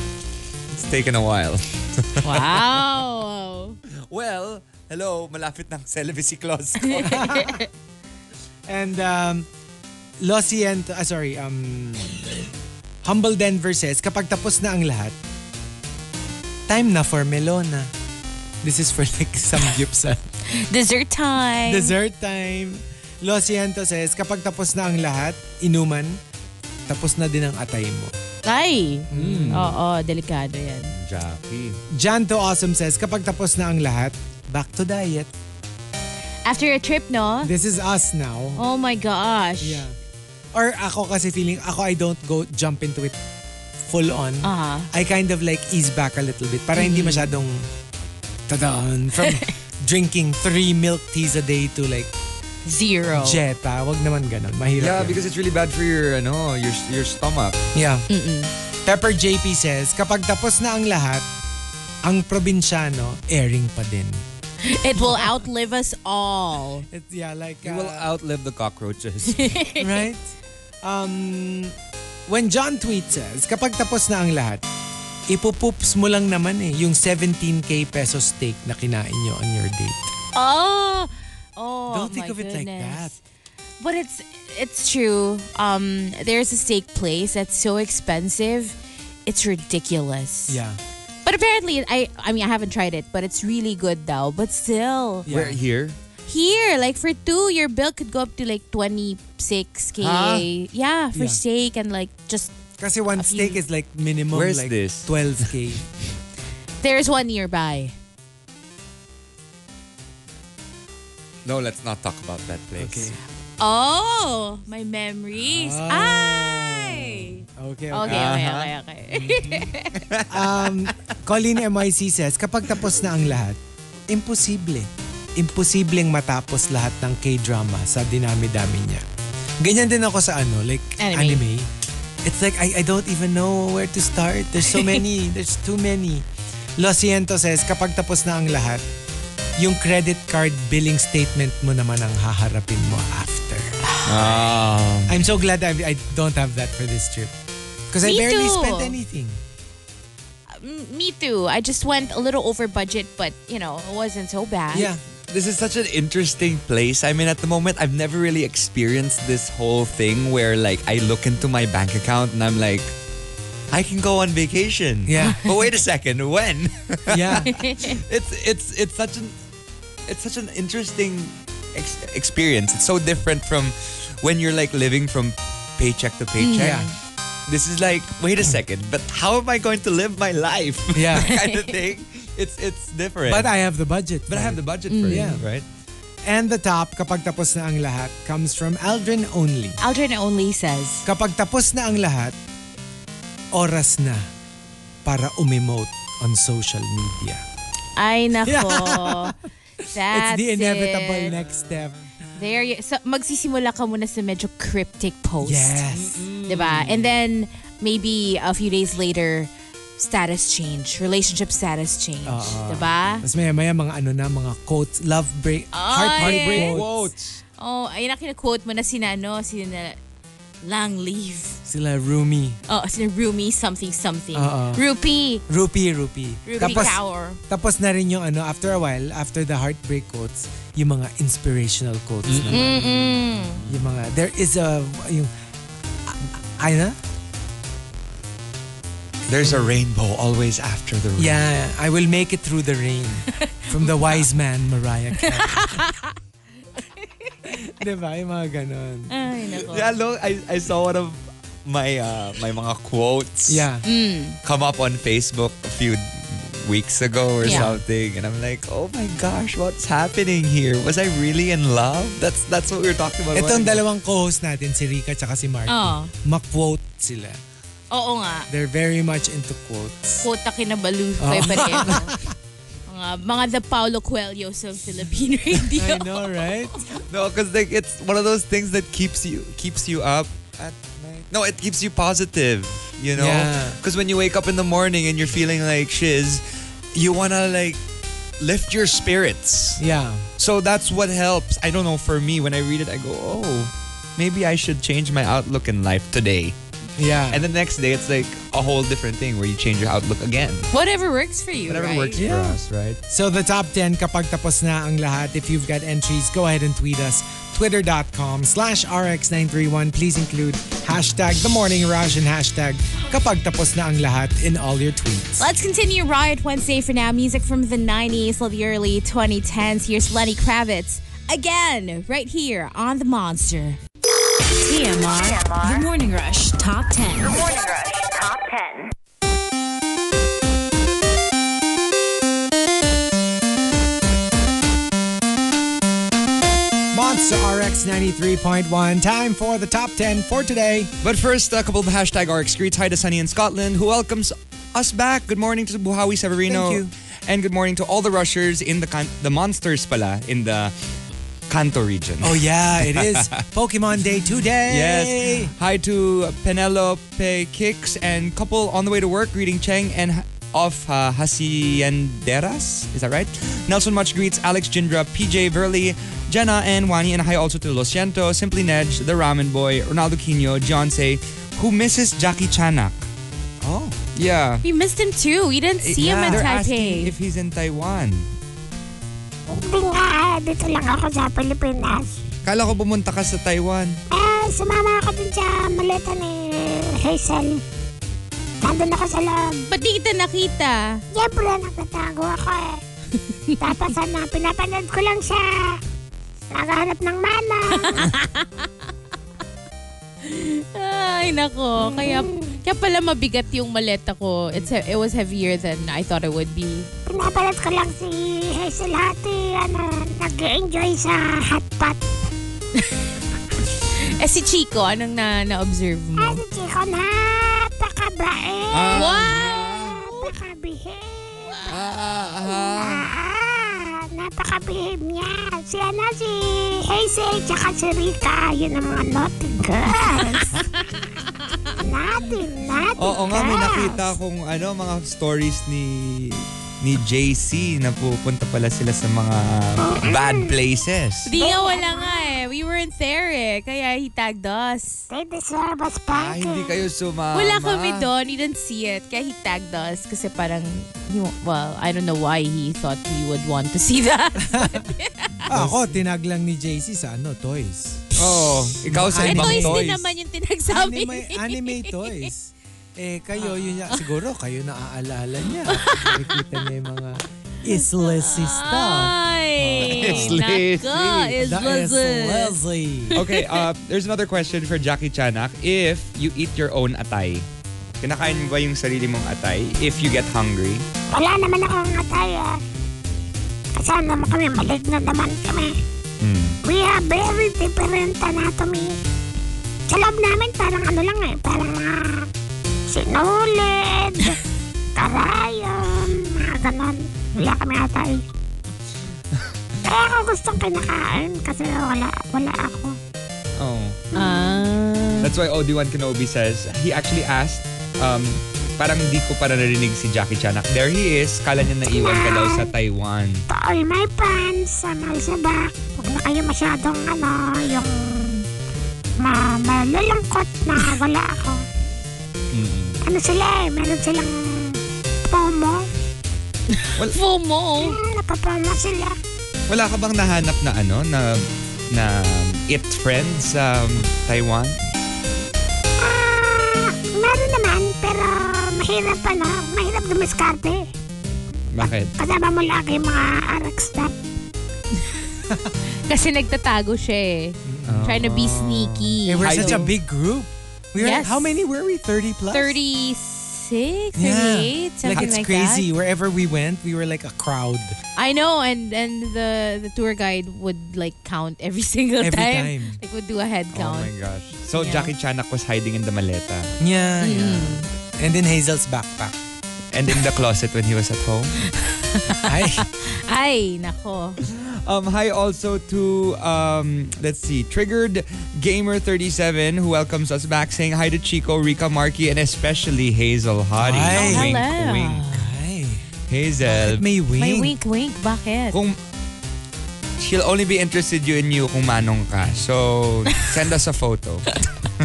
[SPEAKER 2] it's taken a while.
[SPEAKER 4] Wow.
[SPEAKER 2] Well, hello, malapit ng celibacy clause ko.
[SPEAKER 1] And um, Los Ciento, ah, sorry, um, Humble Denver says, kapag tapos na ang lahat, time na for Melona. This is for like some gypsum.
[SPEAKER 4] Dessert time.
[SPEAKER 1] Dessert time. Los Ciento says, kapag tapos na ang lahat, inuman, tapos na din ang atay mo.
[SPEAKER 4] Ay.
[SPEAKER 1] Hmm.
[SPEAKER 4] Oo, delikado yan.
[SPEAKER 2] Jackie.
[SPEAKER 1] Janto Awesome says, kapag tapos na ang lahat, back to diet.
[SPEAKER 4] After a trip, no?
[SPEAKER 1] This is us now.
[SPEAKER 4] Oh my gosh.
[SPEAKER 1] Yeah. Or ako kasi feeling, ako I don't go jump into it full on.
[SPEAKER 4] Ah.
[SPEAKER 1] I kind of like ease back a little bit para hindi masyadong tadaan from drinking three milk teas a day to like
[SPEAKER 4] Zero.
[SPEAKER 1] jeta. Wag naman ganun. Mahirap.
[SPEAKER 2] Yeah,
[SPEAKER 1] yun.
[SPEAKER 2] because it's really bad for your, ano, your, your stomach.
[SPEAKER 1] Yeah. Pepper JP says, kapag tapos na ang lahat, ang probinsyano, airing pa din.
[SPEAKER 4] It will outlive us all.
[SPEAKER 1] It's, yeah, like... uh,
[SPEAKER 2] You will outlive the cockroaches.
[SPEAKER 1] right? Um, when John tweets says, kapag tapos na ang lahat, ipupoops mo lang naman eh yung 17k peso steak na kinain nyo on your date.
[SPEAKER 4] Oh. Oh,
[SPEAKER 1] Don't think
[SPEAKER 4] my
[SPEAKER 1] of it like that.
[SPEAKER 4] goodness. But it's it's true. Um, there's a steak place that's so expensive. It's ridiculous.
[SPEAKER 1] Yeah.
[SPEAKER 4] But apparently, I I mean, I haven't tried it, but it's really good though. But still,
[SPEAKER 1] yeah.
[SPEAKER 2] We're here.
[SPEAKER 4] here, like for two, your bill could go up to like 26k.
[SPEAKER 2] Huh?
[SPEAKER 4] Yeah, for
[SPEAKER 1] Yeah.
[SPEAKER 4] steak and like just.
[SPEAKER 1] Kasi one
[SPEAKER 4] Have
[SPEAKER 1] steak
[SPEAKER 4] you-
[SPEAKER 1] is like minimum
[SPEAKER 2] Where's
[SPEAKER 1] like
[SPEAKER 2] this?
[SPEAKER 1] 12k.
[SPEAKER 4] There's one nearby.
[SPEAKER 2] No, let's not talk about that place.
[SPEAKER 1] okay.
[SPEAKER 4] Oh, my memories.
[SPEAKER 1] Oh.
[SPEAKER 4] Ay!
[SPEAKER 1] Okay, Uh-huh. okay.
[SPEAKER 4] Okay, okay, okay, okay.
[SPEAKER 1] Um, Colleen MIC says, kapag tapos na ang lahat, imposible. Imposibleng matapos lahat ng K-drama sa dinami-dami niya. Ganyan din ako sa ano, like anime.
[SPEAKER 4] Anime.
[SPEAKER 1] It's like, I, I don't even know where to start. There's so many. There's too many. Los Ciento says, kapag tapos na ang lahat, yung credit card billing statement mo naman ang haharapin mo after.
[SPEAKER 2] Um,
[SPEAKER 1] I'm so glad I, I don't have that for this trip. Because I
[SPEAKER 4] Me
[SPEAKER 1] barely
[SPEAKER 4] too.
[SPEAKER 1] spent anything.
[SPEAKER 4] Me too. I just went a little over budget, but you know, it wasn't so bad.
[SPEAKER 1] Yeah.
[SPEAKER 2] This is such an interesting place. I mean, at the moment, I've never really experienced this whole thing where, like, I look into my bank account and I'm like, I can go on vacation.
[SPEAKER 1] Yeah.
[SPEAKER 2] But wait a second, when?
[SPEAKER 1] Yeah.
[SPEAKER 2] it's it's it's such an it's such an interesting ex- experience. It's so different from when you're like living from paycheck to paycheck.
[SPEAKER 1] Yeah.
[SPEAKER 2] This is like wait a second, but how am I going to live my life?
[SPEAKER 1] Yeah.
[SPEAKER 2] kind of thing. It's it's different.
[SPEAKER 1] but I have the budget.
[SPEAKER 2] but I have the budget for it,
[SPEAKER 1] Yeah.
[SPEAKER 2] right?
[SPEAKER 1] And the top, kapag tapos na ang lahat, comes from Aldrin only.
[SPEAKER 4] Aldrin only says,
[SPEAKER 1] Kapag tapos na ang lahat, oras na para umemote on social media.
[SPEAKER 4] "Ay nako." That's
[SPEAKER 1] it's the inevitable
[SPEAKER 4] it.
[SPEAKER 1] next step.
[SPEAKER 4] There you, so magsisimula ka muna sa medyo cryptic post.
[SPEAKER 1] Yes.
[SPEAKER 4] Diba? And then maybe a few days later, status change, relationship status change. Diba?
[SPEAKER 1] Mas maya maya mga ano na, mga quotes, love break, heart
[SPEAKER 4] Ay.
[SPEAKER 1] heartbreak quotes.
[SPEAKER 4] Quotes. Oh, ayun na kinaquote mo na sina, ano, sina Lang Leave.
[SPEAKER 1] Sila Rumi.
[SPEAKER 4] Oh, sina Rumi something something.
[SPEAKER 1] Oo.
[SPEAKER 4] Rupi.
[SPEAKER 1] Rupi, Rupi.
[SPEAKER 4] Rupi Kaur.
[SPEAKER 1] Tapos na rin yung ano, after a while, after the heartbreak quotes, yung mga inspirational quotes naman. Yung mga, there is a, yung, ano? ay na?
[SPEAKER 2] There's a rainbow always after the rain.
[SPEAKER 1] Yeah, I will make it through the rain. From the wise man, Mariah Carey. diba? Yung mga ganon.
[SPEAKER 4] Ay, nako.
[SPEAKER 2] Yeah, look, I, I saw one of my uh, my mga quotes
[SPEAKER 1] Yeah.
[SPEAKER 2] come up on Facebook a few weeks ago or
[SPEAKER 4] Yeah.
[SPEAKER 2] something, and I'm like, oh my gosh, what's happening here? Was I really in love? That's that's what we were talking about. a
[SPEAKER 1] Itong
[SPEAKER 2] while ago.
[SPEAKER 1] dalawang co-host natin, si Rika at si Marky,
[SPEAKER 4] Oo.
[SPEAKER 1] mag-quote sila.
[SPEAKER 4] Oh, Oo nga.
[SPEAKER 1] They're very much into quotes.
[SPEAKER 4] Kota kinabalu oh. pa pareho. mga, mga the Paulo Coelhos of Philippine radio.
[SPEAKER 1] I know, right?
[SPEAKER 2] No, because like it's one of those things that keeps you keeps you up at night. No, it keeps you positive. You know,
[SPEAKER 1] Yeah.
[SPEAKER 2] because when you wake up in the morning and you're feeling like shiz, you wanna like lift your spirits.
[SPEAKER 1] Yeah.
[SPEAKER 2] So that's what helps. I don't know. For me, when I read it, I go, oh, maybe I should change my outlook in life today.
[SPEAKER 1] Yeah.
[SPEAKER 2] And the next day, it's like a whole different thing where you change your outlook again.
[SPEAKER 4] Whatever works for you,
[SPEAKER 2] Whatever
[SPEAKER 4] right?
[SPEAKER 2] works
[SPEAKER 1] Yeah.
[SPEAKER 2] for us, right?
[SPEAKER 1] So the top 10, kapag tapos na ang lahat, if you've got entries, go ahead and tweet us. Twitter.com slash RX931. Please include hashtag The Morning Rush and hashtag kapag tapos na ang lahat in all your tweets.
[SPEAKER 4] Let's continue Riot Wednesday for now. Music from the 90s, till the early 2010s. Here's Lenny Kravitz again, right here on The Monster. E
[SPEAKER 3] TMR, E The Morning Rush Top 10.
[SPEAKER 5] Morning Rush Top 10.
[SPEAKER 1] Monster RX 93.1. Time for the top 10 for today.
[SPEAKER 2] But first, a couple of hashtag RX greets. Hi to Sunny in Scotland, who welcomes us back. Good morning to Buhawi Severino.
[SPEAKER 1] Thank you.
[SPEAKER 2] And good morning to all the rushers in the can- the monsters pala in the Kanto region.
[SPEAKER 1] Oh, yeah, it is Pokemon Day today.
[SPEAKER 2] Yes. Hi to Penelope Kicks and couple on the way to work greeting Cheng and off uh, Hacienderas. Is that right? Nelson Much greets Alex Jindra, PJ Verley, Jenna, and Wani. And hi also to Los Ciento, Simply Nedge, The Ramen Boy, Ronaldo Quino, Jonse, who misses Jackie Chanak.
[SPEAKER 1] Oh,
[SPEAKER 2] Yeah.
[SPEAKER 4] We missed him too. We didn't see him in
[SPEAKER 2] They're asking
[SPEAKER 4] Taipei.
[SPEAKER 2] if he's in Taiwan.
[SPEAKER 6] Hindi nga, dito lang ako sa Pilipinas.
[SPEAKER 2] Kala ko pumunta ka sa Taiwan.
[SPEAKER 6] Eh, sumama ako dun sa maleta ni Hazel. Nandun ako sa loob.
[SPEAKER 4] Ba't di kita nakita?
[SPEAKER 6] Siyempre, nagtatago ako eh. Tapos ano, pinapanood ko lang siya. Naghanap ng mama.
[SPEAKER 4] Ay, nako. Kaya, kaya pala mabigat yung maleta ko. It's, he- it was heavier than I thought it would be.
[SPEAKER 6] Pinapanood ko lang si Hazel Hati. Ano, nag-enjoy sa hotpot.
[SPEAKER 4] Eh, si Chico, anong na, na-observe
[SPEAKER 6] Eh,
[SPEAKER 4] mo?
[SPEAKER 6] si Chico, napakabae.
[SPEAKER 4] Wow!
[SPEAKER 6] Napakabihim. Ah, napaka-behave niya. Si ano, si Hazel, tsaka si Rika, yun ang mga naughty girls. naughty, naughty
[SPEAKER 2] Oo nga, may
[SPEAKER 6] girls.
[SPEAKER 2] nakita akong ano, mga stories ni ni JC na pupunta pala sila sa mga bad places.
[SPEAKER 4] Mm. Di nga wala nga eh. We weren't there eh. Kaya he tagged us.
[SPEAKER 6] They deserve us
[SPEAKER 2] Ah,
[SPEAKER 6] back.
[SPEAKER 2] hindi kayo sumama.
[SPEAKER 4] Wala kami doon. He didn't see it. Kaya he tagged us. Kasi parang, he, well, I don't know why he thought we would want to see that.
[SPEAKER 1] Ah, ako, tinag lang ni JC sa ano, toys.
[SPEAKER 2] Oo, ikaw sa
[SPEAKER 1] Ay,
[SPEAKER 4] And
[SPEAKER 2] ibang
[SPEAKER 4] toys
[SPEAKER 2] toys.
[SPEAKER 4] din naman yung tinagsabi
[SPEAKER 1] Anime,
[SPEAKER 4] niya.
[SPEAKER 1] anime toys. Eh,
[SPEAKER 4] Ah.
[SPEAKER 1] kayo, yun niya. Siguro, kayo naaalala niya. Nakikita niya yung mga Isla
[SPEAKER 4] Ah,
[SPEAKER 1] stuff.
[SPEAKER 4] Ay,
[SPEAKER 2] It's lazy.
[SPEAKER 4] nako. It's
[SPEAKER 1] The
[SPEAKER 4] lazy.
[SPEAKER 1] Islesi.
[SPEAKER 2] okay, uh, there's another question for Jackie Chanak. If you eat your own atay, kinakain mo ba yung sarili mong atay if you get hungry?
[SPEAKER 6] Wala naman akong atay ah. Kasama mo kami, malik na naman kami. We have very different anatomy. Sa loob namin, parang ano lang eh, parang mga sinulid, karayon, mga ganon. Wala kami atay. Kaya ako gustong kinakain kasi wala, wala ako.
[SPEAKER 2] Oh.
[SPEAKER 4] Ah.
[SPEAKER 2] That's why Obi-Wan Kenobi says, he actually asked, um, parang di ko para narinig si Jackie Chanak. There he is, kala niya naiwan ka daw sa Taiwan.
[SPEAKER 6] to all my fans, I'm also back. Huwag na kayo masyadong ano, yung ma malulungkot na wala ako.
[SPEAKER 2] Mm.
[SPEAKER 6] Ano sila eh, meron silang pomo.
[SPEAKER 4] FOMO.
[SPEAKER 6] Hmm, napapomo sila.
[SPEAKER 2] Wala ka bang nahanap na ano, na, na it friend sa um, Taiwan?
[SPEAKER 6] Ah, meron naman, pero mahirap ano, mahirap dumiskarte.
[SPEAKER 2] Bakit?
[SPEAKER 6] Kasama mo lagi yung mga RX stop.
[SPEAKER 4] Kasi nagtatago siya eh. Trying to be sneaky.
[SPEAKER 1] Eh, we're
[SPEAKER 2] I
[SPEAKER 1] such Oh. a
[SPEAKER 2] know.
[SPEAKER 1] big group. We were,
[SPEAKER 4] Yes.
[SPEAKER 1] How many were we? 30 plus?
[SPEAKER 4] 36, 38,
[SPEAKER 1] Yeah.
[SPEAKER 4] something
[SPEAKER 1] like,
[SPEAKER 4] like,
[SPEAKER 1] it's
[SPEAKER 4] that.
[SPEAKER 1] crazy. Wherever we went, we were like a crowd.
[SPEAKER 4] I know, and and the the tour guide would like count every single
[SPEAKER 1] Every
[SPEAKER 4] time.
[SPEAKER 1] time.
[SPEAKER 4] Like would do a head
[SPEAKER 2] Oh my
[SPEAKER 4] count.
[SPEAKER 2] gosh. So
[SPEAKER 4] Yeah.
[SPEAKER 2] Jackie Chanak was hiding in the maleta
[SPEAKER 1] Yeah,
[SPEAKER 4] Mm-hmm.
[SPEAKER 1] yeah. And in Hazel's backpack.
[SPEAKER 2] and in the closet when he was at home.
[SPEAKER 1] Ay,
[SPEAKER 4] Ay, nako.
[SPEAKER 2] Um, hi also to um, let's see, Triggered Gamer 37 who welcomes us back, saying hi to Chico, Rika, Marky, and especially Hazel Hottie.
[SPEAKER 1] Hi.
[SPEAKER 2] Wink,
[SPEAKER 4] Hello.
[SPEAKER 2] wink.
[SPEAKER 1] ay.
[SPEAKER 2] Hazel,
[SPEAKER 1] May wing.
[SPEAKER 4] May wink wink, bakit?
[SPEAKER 2] kung she'll only be interested you in you kung manong ka. So, send us a photo.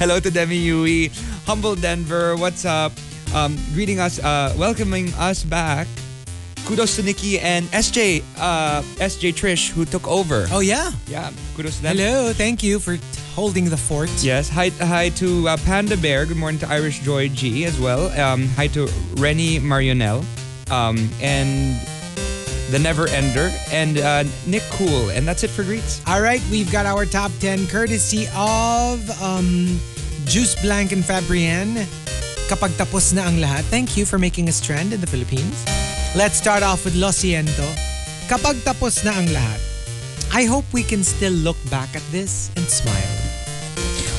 [SPEAKER 2] Hello to Demi Yui, Humble Denver, what's up? Um, greeting us, uh, welcoming us back. Kudos to Nikki and SJ, uh, SJ Trish who took over.
[SPEAKER 1] Oh, yeah.
[SPEAKER 2] Yeah, kudos to them.
[SPEAKER 1] Hello. Thank you for holding the fort.
[SPEAKER 2] Yes, hi, hi to uh, Panda Bear. Good morning to Irish Joy G as well. Um, hi to Rennie Marionel um, and The Never Ender and uh, Nick Cool. And that's it for greets.
[SPEAKER 1] All right, we've got our top 10 courtesy of um, Juice Blank and Fabrienne. Kapag tapos na ang lahat, thank you for making us trend in the Philippines. Let's start off with Lo Siento. Kapag tapos na ang lahat, I hope we can still look back at this and smile.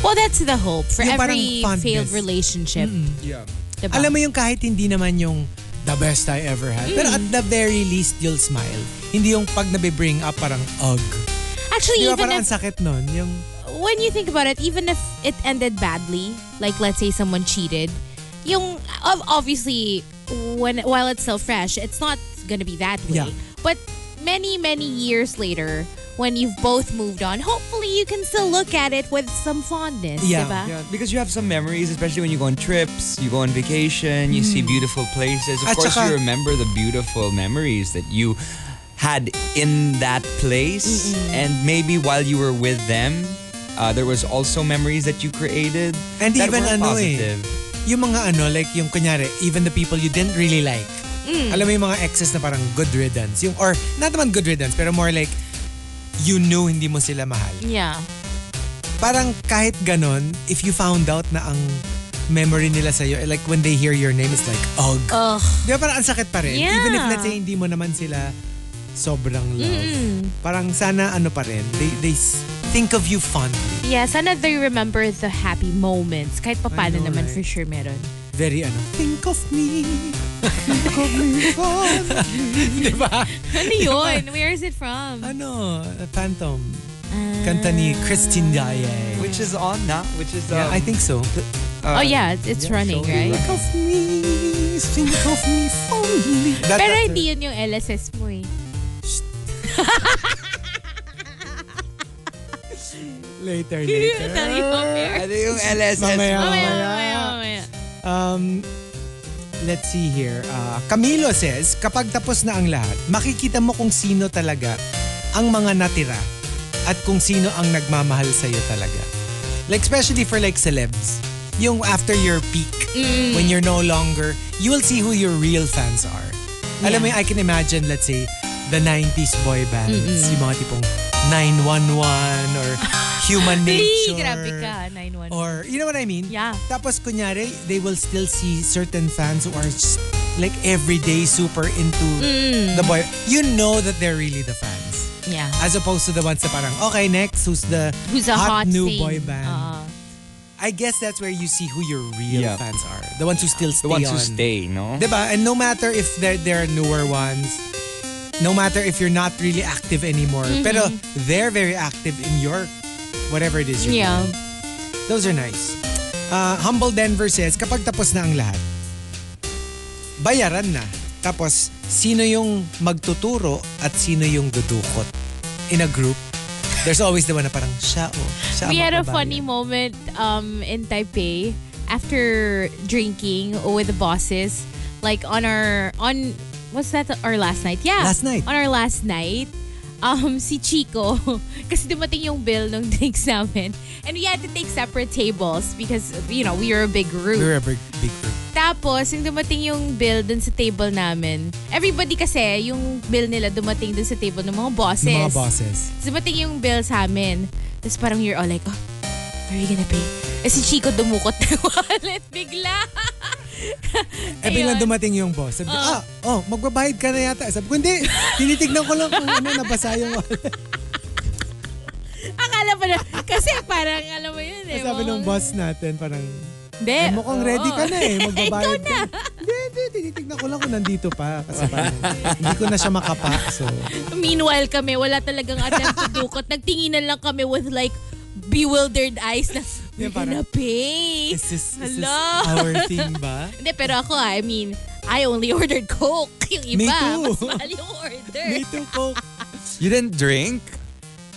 [SPEAKER 4] Well, that's the hope for
[SPEAKER 1] Yung parang
[SPEAKER 4] every
[SPEAKER 1] fondness. Mm.
[SPEAKER 4] failed relationship.
[SPEAKER 2] Yeah.
[SPEAKER 4] Diba?
[SPEAKER 1] Alam mo yung kahit hindi naman yung the best I ever had. Pero at the very least, you'll smile. Hindi yung pag nabe-bring up parang ugh.
[SPEAKER 4] Actually,
[SPEAKER 1] Di ba
[SPEAKER 4] even
[SPEAKER 1] parang ang
[SPEAKER 4] if,
[SPEAKER 1] sakit nun? Yung
[SPEAKER 4] when you think about it, even if it ended badly, like let's say someone cheated, yung ob- obviously when while it's still fresh, it's not gonna be that way.
[SPEAKER 1] Yeah.
[SPEAKER 4] But many many years later, when you've both moved on, hopefully you can still look at it with some fondness,
[SPEAKER 1] Yeah,
[SPEAKER 4] diba?
[SPEAKER 2] Yeah, Uh, because you have some memories, especially when you go on trips, you go on vacation, you
[SPEAKER 1] Mm.
[SPEAKER 2] see beautiful places. Of
[SPEAKER 1] At
[SPEAKER 2] course,
[SPEAKER 1] saka-
[SPEAKER 2] you remember the beautiful memories that you had in that place, and maybe while you were with them, uh, there was also memories that you created
[SPEAKER 1] And
[SPEAKER 2] that
[SPEAKER 1] even
[SPEAKER 2] were
[SPEAKER 1] ano eh,
[SPEAKER 2] positive.
[SPEAKER 1] yung mga ano, like yung kunyari, even the people you didn't really like. Alam mo yung mga exes na parang good riddance. Yung, or not naman good riddance, pero more like you knew hindi mo sila mahal.
[SPEAKER 4] Yeah.
[SPEAKER 1] Parang kahit ganon, if you found out na ang memory nila sa'yo, eh, like when they hear your name, it's like, ugh.
[SPEAKER 4] Ugh.
[SPEAKER 1] Di ba parang ang sakit pa rin?
[SPEAKER 4] Yeah.
[SPEAKER 1] Even if let's say hindi mo naman sila sobrang love. Parang sana ano pa rin, they, they s- think of you fondly.
[SPEAKER 4] Yeah, sana they remember the happy moments. Kahit papano
[SPEAKER 1] know,
[SPEAKER 4] naman
[SPEAKER 1] right?
[SPEAKER 4] for sure meron.
[SPEAKER 1] Very ano, think of me. Think of me fondly. Di ba?
[SPEAKER 4] Ano yun? Where is it from?
[SPEAKER 1] Ano, Phantom. Kanta ni Christine Daye.
[SPEAKER 2] Which is on now, which is um, uh,
[SPEAKER 1] Yeah, I think so.
[SPEAKER 4] oh yeah, it's, it's running, right?
[SPEAKER 1] Think of me, please think of me, if only. That-
[SPEAKER 4] Pero
[SPEAKER 1] that's-
[SPEAKER 4] hindi yun yung LSS mo eh.
[SPEAKER 1] Later, later.
[SPEAKER 4] Tell you off air.
[SPEAKER 2] Ano yung LSS?
[SPEAKER 1] Mamaya,
[SPEAKER 4] Mamaya,
[SPEAKER 1] mamaya.
[SPEAKER 4] mamaya, mamaya.
[SPEAKER 1] Um, let's see here. Uh, Camilo says, kapag tapos na ang lahat, makikita mo kung sino talaga ang mga natira at kung sino ang nagmamahal sa'yo talaga. Like especially for like celebs, yung after your peak, when you're no longer, you will see who your real fans are. Alam mo, yun, I can imagine, let's say, the 90s boy bands, yung mga tipong 911 or Human
[SPEAKER 4] Lee,
[SPEAKER 1] Nature.
[SPEAKER 4] grabe ka. 9-1.
[SPEAKER 1] Or, you know what I mean?
[SPEAKER 4] Yeah.
[SPEAKER 1] Tapos, kunyari, they will still see certain fans who are just, like everyday super into
[SPEAKER 4] Mm.
[SPEAKER 1] the boy. You know that they're really the fans.
[SPEAKER 4] yeah.
[SPEAKER 1] As opposed to the ones na parang, okay, next, who's the
[SPEAKER 4] Who's a hot,
[SPEAKER 1] new
[SPEAKER 4] thing. Uh-huh.
[SPEAKER 1] boy band?
[SPEAKER 4] Oo.
[SPEAKER 1] I guess that's where you see who your real
[SPEAKER 2] Yeah.
[SPEAKER 1] fans are. The ones who still stay
[SPEAKER 2] The ones
[SPEAKER 1] on.
[SPEAKER 2] who stay, no?
[SPEAKER 1] Diba? And no matter if they're, they're newer ones, no matter if you're not really active anymore,
[SPEAKER 4] Mm-hmm.
[SPEAKER 1] pero they're very active in your, whatever it is you're doing.
[SPEAKER 4] yeah.
[SPEAKER 1] Those are nice. Uh, Humble Denver says, kapag tapos na ang lahat, bayaran na. Tapos, sino yung magtuturo at sino yung dudukot? In a group, there's always the one na parang, siya o. Siya ang
[SPEAKER 4] we had a
[SPEAKER 1] magbabayad."
[SPEAKER 4] funny moment um, in Taipei after drinking with the bosses. Like on our on what's that our last night? Yeah.
[SPEAKER 1] Last night.
[SPEAKER 4] On our last night. Um, si Chico, kasi dumating yung bill ng drinks namin. And we had to take separate tables because, you know, we were a big group.
[SPEAKER 1] We were a big, big group.
[SPEAKER 4] Tapos, yung dumating yung bill dun sa table namin, everybody kasi, yung bill nila dumating dun sa table ng mga bosses.
[SPEAKER 1] Ng mga bosses.
[SPEAKER 4] Dumating yung bill sa amin. Tapos parang you're all like, oh, where are you gonna pay? Eh si Chico dumukot ng wallet bigla.
[SPEAKER 1] Eh, biglang
[SPEAKER 4] Ayun.
[SPEAKER 1] dumating yung boss. Sabi ko, ah, oh, magbabayad ka na yata. Sabi ko, hindi. Tinitignan ko lang kung ano nabasa yung
[SPEAKER 4] Akala pa na, kasi parang alam mo yun eh.
[SPEAKER 1] Sabi ng
[SPEAKER 4] mukhang-
[SPEAKER 1] boss natin, parang,
[SPEAKER 4] Hindi.
[SPEAKER 1] Eh, mukhang
[SPEAKER 4] oo.
[SPEAKER 1] ready ka na eh. Magbabayad
[SPEAKER 4] Oh. Ikaw na.
[SPEAKER 1] ka. Hindi, hindi. Tinitignan ko lang kung nandito pa. Kasi parang, hindi ko na siya makapa. So,
[SPEAKER 4] Meanwhile kami, wala talagang attempt to dukot. Nagtinginan lang kami with like bewildered eyes na,
[SPEAKER 1] Yeah,
[SPEAKER 4] we're
[SPEAKER 1] parang,
[SPEAKER 4] gonna pay.
[SPEAKER 1] is this, is this
[SPEAKER 4] Hello?
[SPEAKER 1] our thing ba?
[SPEAKER 4] Hindi, pero ako, I mean, I only ordered Coke. Yung
[SPEAKER 1] Me
[SPEAKER 4] iba,
[SPEAKER 1] too.
[SPEAKER 4] mas mahal yung order.
[SPEAKER 1] Me too, Coke.
[SPEAKER 2] You didn't drink?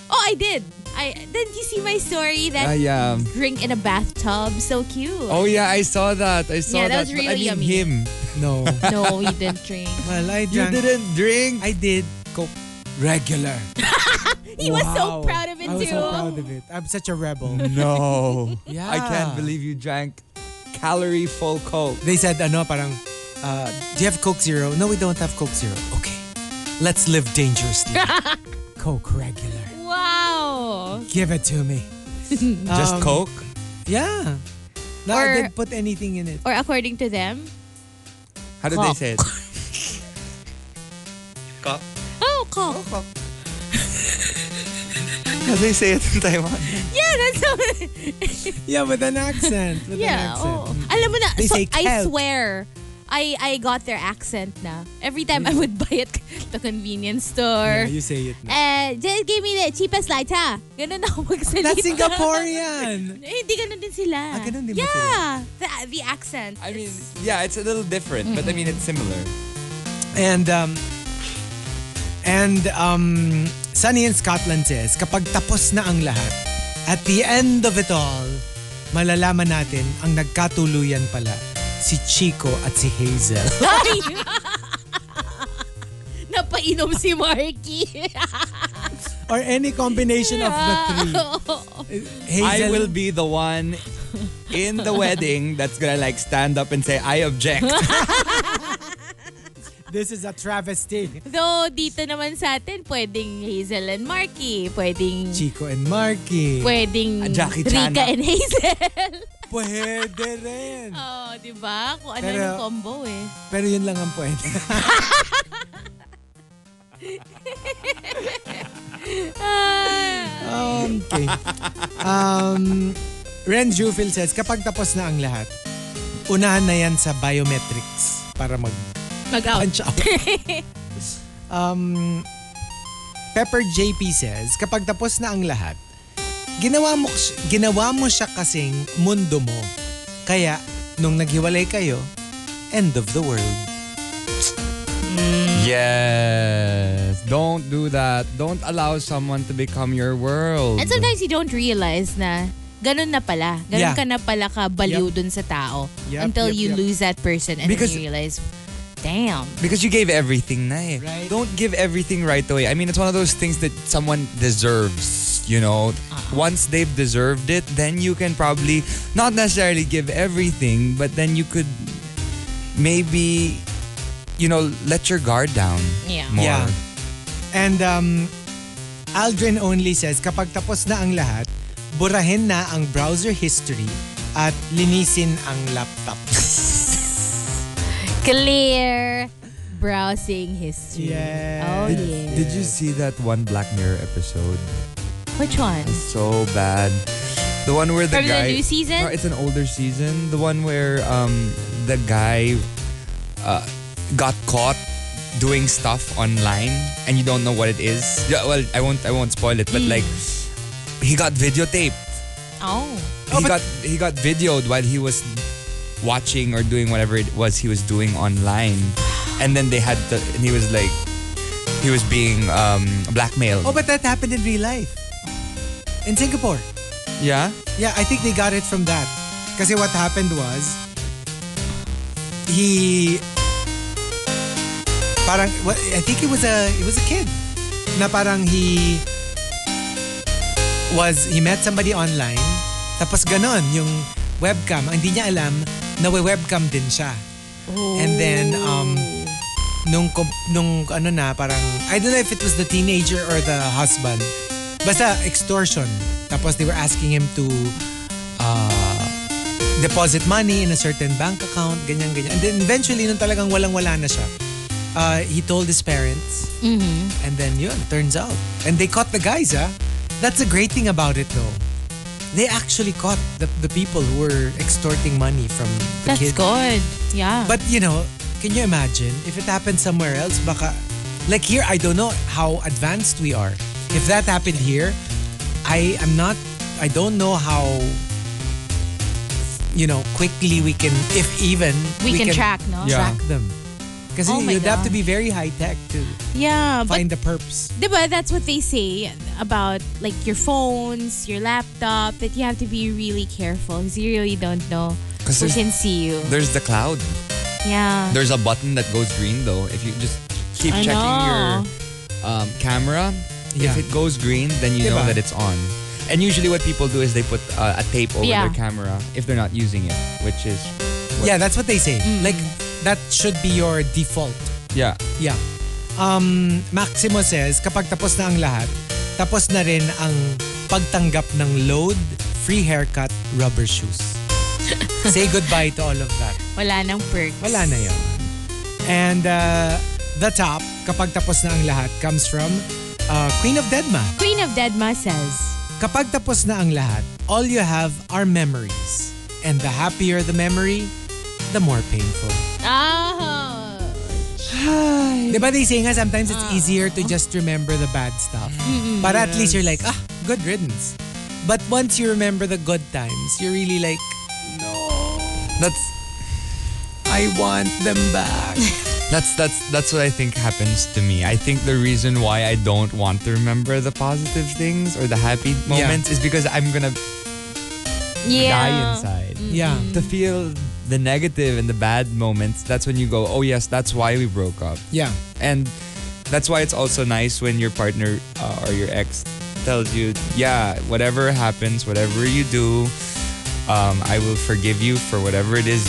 [SPEAKER 4] Oh, I did. I Did you see my story that
[SPEAKER 2] I um.
[SPEAKER 4] drink in a bathtub? So cute.
[SPEAKER 2] Oh yeah, I saw that. I saw
[SPEAKER 4] Yeah, that was
[SPEAKER 2] But
[SPEAKER 4] really
[SPEAKER 2] I mean
[SPEAKER 4] yummy.
[SPEAKER 2] him.
[SPEAKER 1] No.
[SPEAKER 4] No, you didn't drink.
[SPEAKER 1] Well, I
[SPEAKER 2] You
[SPEAKER 1] drank.
[SPEAKER 2] didn't drink
[SPEAKER 1] I did Coke.
[SPEAKER 2] regular.
[SPEAKER 4] He was so proud of it
[SPEAKER 1] I was
[SPEAKER 4] too.
[SPEAKER 1] so proud of it. I'm such a rebel.
[SPEAKER 2] Oh, No. Ah.
[SPEAKER 1] Yeah.
[SPEAKER 2] I can't believe you drank calorie full coke.
[SPEAKER 1] They said, ano, parang, uh, do you have Coke Zero? No, we don't have Coke Zero. Okay. Let's live dangerously. Coke regular.
[SPEAKER 4] Wow.
[SPEAKER 1] Give it to me.
[SPEAKER 2] Just
[SPEAKER 1] Um,
[SPEAKER 2] coke?
[SPEAKER 1] Yeah. No, I
[SPEAKER 4] Or-
[SPEAKER 1] didn't put anything in it.
[SPEAKER 4] Or according to them,
[SPEAKER 2] How did
[SPEAKER 4] coke.
[SPEAKER 2] they say it? coke.
[SPEAKER 4] oh, Coke.
[SPEAKER 2] How do they say it in Taiwan?
[SPEAKER 4] Yeah, that's how.
[SPEAKER 1] Yeah, with an accent. With an
[SPEAKER 4] yeah.
[SPEAKER 1] accent. Mm.
[SPEAKER 4] Oh. Alam mo na,
[SPEAKER 1] They
[SPEAKER 4] so,
[SPEAKER 1] say
[SPEAKER 4] I
[SPEAKER 1] Coke.
[SPEAKER 4] swear, I I got their accent na. Every time I would buy it at the convenience
[SPEAKER 1] Yeah,
[SPEAKER 4] store.
[SPEAKER 1] you say it now.
[SPEAKER 4] Eh, just give me the cheapest light, ha? Ganun ako magsalita.
[SPEAKER 1] That's Singaporean.
[SPEAKER 4] Eh, hindi ganun din
[SPEAKER 1] Ah,
[SPEAKER 4] sila.
[SPEAKER 1] ganun din ba
[SPEAKER 4] yeah,
[SPEAKER 1] sila?
[SPEAKER 4] The, the accent.
[SPEAKER 2] I mean,
[SPEAKER 4] is-
[SPEAKER 2] yeah, it's a little different, but I mean it's similar.
[SPEAKER 1] And um and um Sunny in Scotland says, kapag tapos na ang lahat, at the end of it all, malalaman natin ang nagkatuluyan pala si Chico at si Hazel.
[SPEAKER 4] Ay! Napainom si Marky.
[SPEAKER 1] Or any combination of the three. Hazel,
[SPEAKER 2] I will be the one in the wedding that's gonna like stand up and say, I object.
[SPEAKER 1] this is a travesty.
[SPEAKER 4] Though dito naman sa atin, pwedeng Hazel and Marky. Pwedeng,
[SPEAKER 1] Chico and Marky.
[SPEAKER 2] Ah,
[SPEAKER 4] pwedeng
[SPEAKER 2] Jackie Chan.
[SPEAKER 4] Rika and Hazel.
[SPEAKER 1] Pwede rin.
[SPEAKER 4] oh, di ba? Kung ano
[SPEAKER 1] Pero-
[SPEAKER 4] yung combo eh.
[SPEAKER 1] Pero yun lang ang pwede.
[SPEAKER 4] Ah.
[SPEAKER 1] okay. Um, Ren Jufil says, kapag tapos na ang lahat, unahan na yan sa biometrics para mag-punch
[SPEAKER 4] Mag-out.
[SPEAKER 1] out. um, Pepper JP says, kapag tapos na ang lahat, ginawa mo, ginawa mo siya kasing mundo mo. Kaya, nung naghiwalay kayo, end of the world.
[SPEAKER 2] Yes. Don't do that. Don't allow someone to become your world.
[SPEAKER 4] And sometimes you don't realize na ganun na pala. Ganun
[SPEAKER 1] Yeah.
[SPEAKER 4] ka na pala kabaliw dun sa tao.
[SPEAKER 1] Yep,
[SPEAKER 4] until
[SPEAKER 1] yep,
[SPEAKER 4] you
[SPEAKER 1] yep.
[SPEAKER 4] lose that person and
[SPEAKER 2] Because-
[SPEAKER 4] then you realize, damn.
[SPEAKER 2] Because you gave everything na eh.
[SPEAKER 1] Right.
[SPEAKER 2] Don't give everything right away. I mean, it's one of those things that someone deserves, you know. Once they've deserved it, then you can probably not necessarily give everything, but then you could maybe you know, let your guard down.
[SPEAKER 4] Yeah.
[SPEAKER 2] More.
[SPEAKER 1] Yeah. And um, Aldrin only says, kapag tapos na ang lahat, burahin na ang browser history at linisin ang laptop.
[SPEAKER 4] Clear browsing history.
[SPEAKER 1] Yes.
[SPEAKER 4] Oh, yeah.
[SPEAKER 2] Did you see that one Black Mirror episode?
[SPEAKER 4] Which one?
[SPEAKER 2] so bad. The one where the
[SPEAKER 4] From the
[SPEAKER 2] guy
[SPEAKER 4] new season?
[SPEAKER 2] No, it's an older season. The one where um the guy uh, got caught doing stuff online and you don't know what it is. Yeah, well, I won't I won't spoil it, but
[SPEAKER 4] Hmm.
[SPEAKER 2] like he got videotaped.
[SPEAKER 4] Oh.
[SPEAKER 1] Oh,
[SPEAKER 2] he
[SPEAKER 1] but-
[SPEAKER 2] got he got videoed while he was watching or doing whatever it was he was doing online. And then they had to, and he was like he was being um blackmailed.
[SPEAKER 1] oh, but that happened in real life. In Singapore.
[SPEAKER 2] yeah.
[SPEAKER 1] Yeah, I think they got it from that. Kasi what happened was, he, parang, what, I think it was a, it was a kid. Na parang he, was, he met somebody online, tapos ganon, yung webcam, ang hindi niya alam, na webcam din siya. And then, um, nung, kom- nung ano na, parang, I don't know if it was the teenager or the husband. Basta extortion. Tapos they were asking him to uh, deposit money in a certain bank account, ganyan, ganyan. And then eventually, nung talagang walang-wala na siya, uh, he told his parents.
[SPEAKER 4] Mm-hmm.
[SPEAKER 1] And then yun, turns out. And they caught the guys, ah. That's the great thing about it though. They actually caught the, the people who were extorting money from the
[SPEAKER 4] That's
[SPEAKER 1] kids.
[SPEAKER 4] good. Yeah.
[SPEAKER 1] But you know, can you imagine if it happened somewhere else? Baka, like here, I don't know how advanced we are. If that happened here, I am not. I don't know how. You know, quickly we can, if even
[SPEAKER 4] We can track, no?
[SPEAKER 2] Yeah.
[SPEAKER 1] Track them. Because
[SPEAKER 4] Oh my
[SPEAKER 1] you'd have to
[SPEAKER 4] gosh.
[SPEAKER 1] be very high tech to
[SPEAKER 4] yeah. But
[SPEAKER 1] find the perps.
[SPEAKER 4] Diba, that's what they say about like your phones, your laptop, that you have to be really careful because you really don't know
[SPEAKER 2] Kasi-
[SPEAKER 4] who can see you.
[SPEAKER 2] There's the cloud.
[SPEAKER 4] Yeah.
[SPEAKER 2] There's a button that goes green though. If you just keep
[SPEAKER 4] I
[SPEAKER 2] checking
[SPEAKER 4] know.
[SPEAKER 2] your um, camera,
[SPEAKER 1] Yeah.
[SPEAKER 2] if it goes green, then you know
[SPEAKER 1] Diba?
[SPEAKER 2] that it's on. And usually, what people do is they put uh, a tape over
[SPEAKER 4] Yeah.
[SPEAKER 2] their camera if they're not using it, which is what-
[SPEAKER 1] Yeah, that's what they say.
[SPEAKER 4] Mm.
[SPEAKER 1] Like that should be your default.
[SPEAKER 2] yeah.
[SPEAKER 1] Yeah. Um, Maximo says, kapag tapos na ang lahat, tapos na rin ang pagtanggap ng load, free haircut, rubber shoes. Say goodbye to all of that.
[SPEAKER 4] Wala nang perks.
[SPEAKER 1] Wala na yun. And uh, the top, kapag tapos na ang lahat, comes from uh, Queen of Deadma.
[SPEAKER 4] Queen of Deadma says,
[SPEAKER 1] Kapag tapos na ang lahat, all you have are memories. And the happier the memory, the more painful.
[SPEAKER 4] Oh,
[SPEAKER 1] Diba they say nga sometimes it's easier to just remember the bad stuff. But at least you're like, ah, good riddance. But once you remember the good times, you're really like, no.
[SPEAKER 2] That's
[SPEAKER 1] I want them back.
[SPEAKER 2] that's that's that's what I think happens to me. I think the reason why I don't want to remember the positive things or the happy moments is because I'm gonna die
[SPEAKER 4] yeah.
[SPEAKER 2] inside.
[SPEAKER 1] yeah.
[SPEAKER 2] To feel the negative and the bad moments, that's when you go, oh yes, that's why we broke up.
[SPEAKER 1] Yeah.
[SPEAKER 2] And that's why it's also nice when your partner uh, or your ex tells you, yeah, whatever happens, whatever you do, um, I will forgive you for whatever it is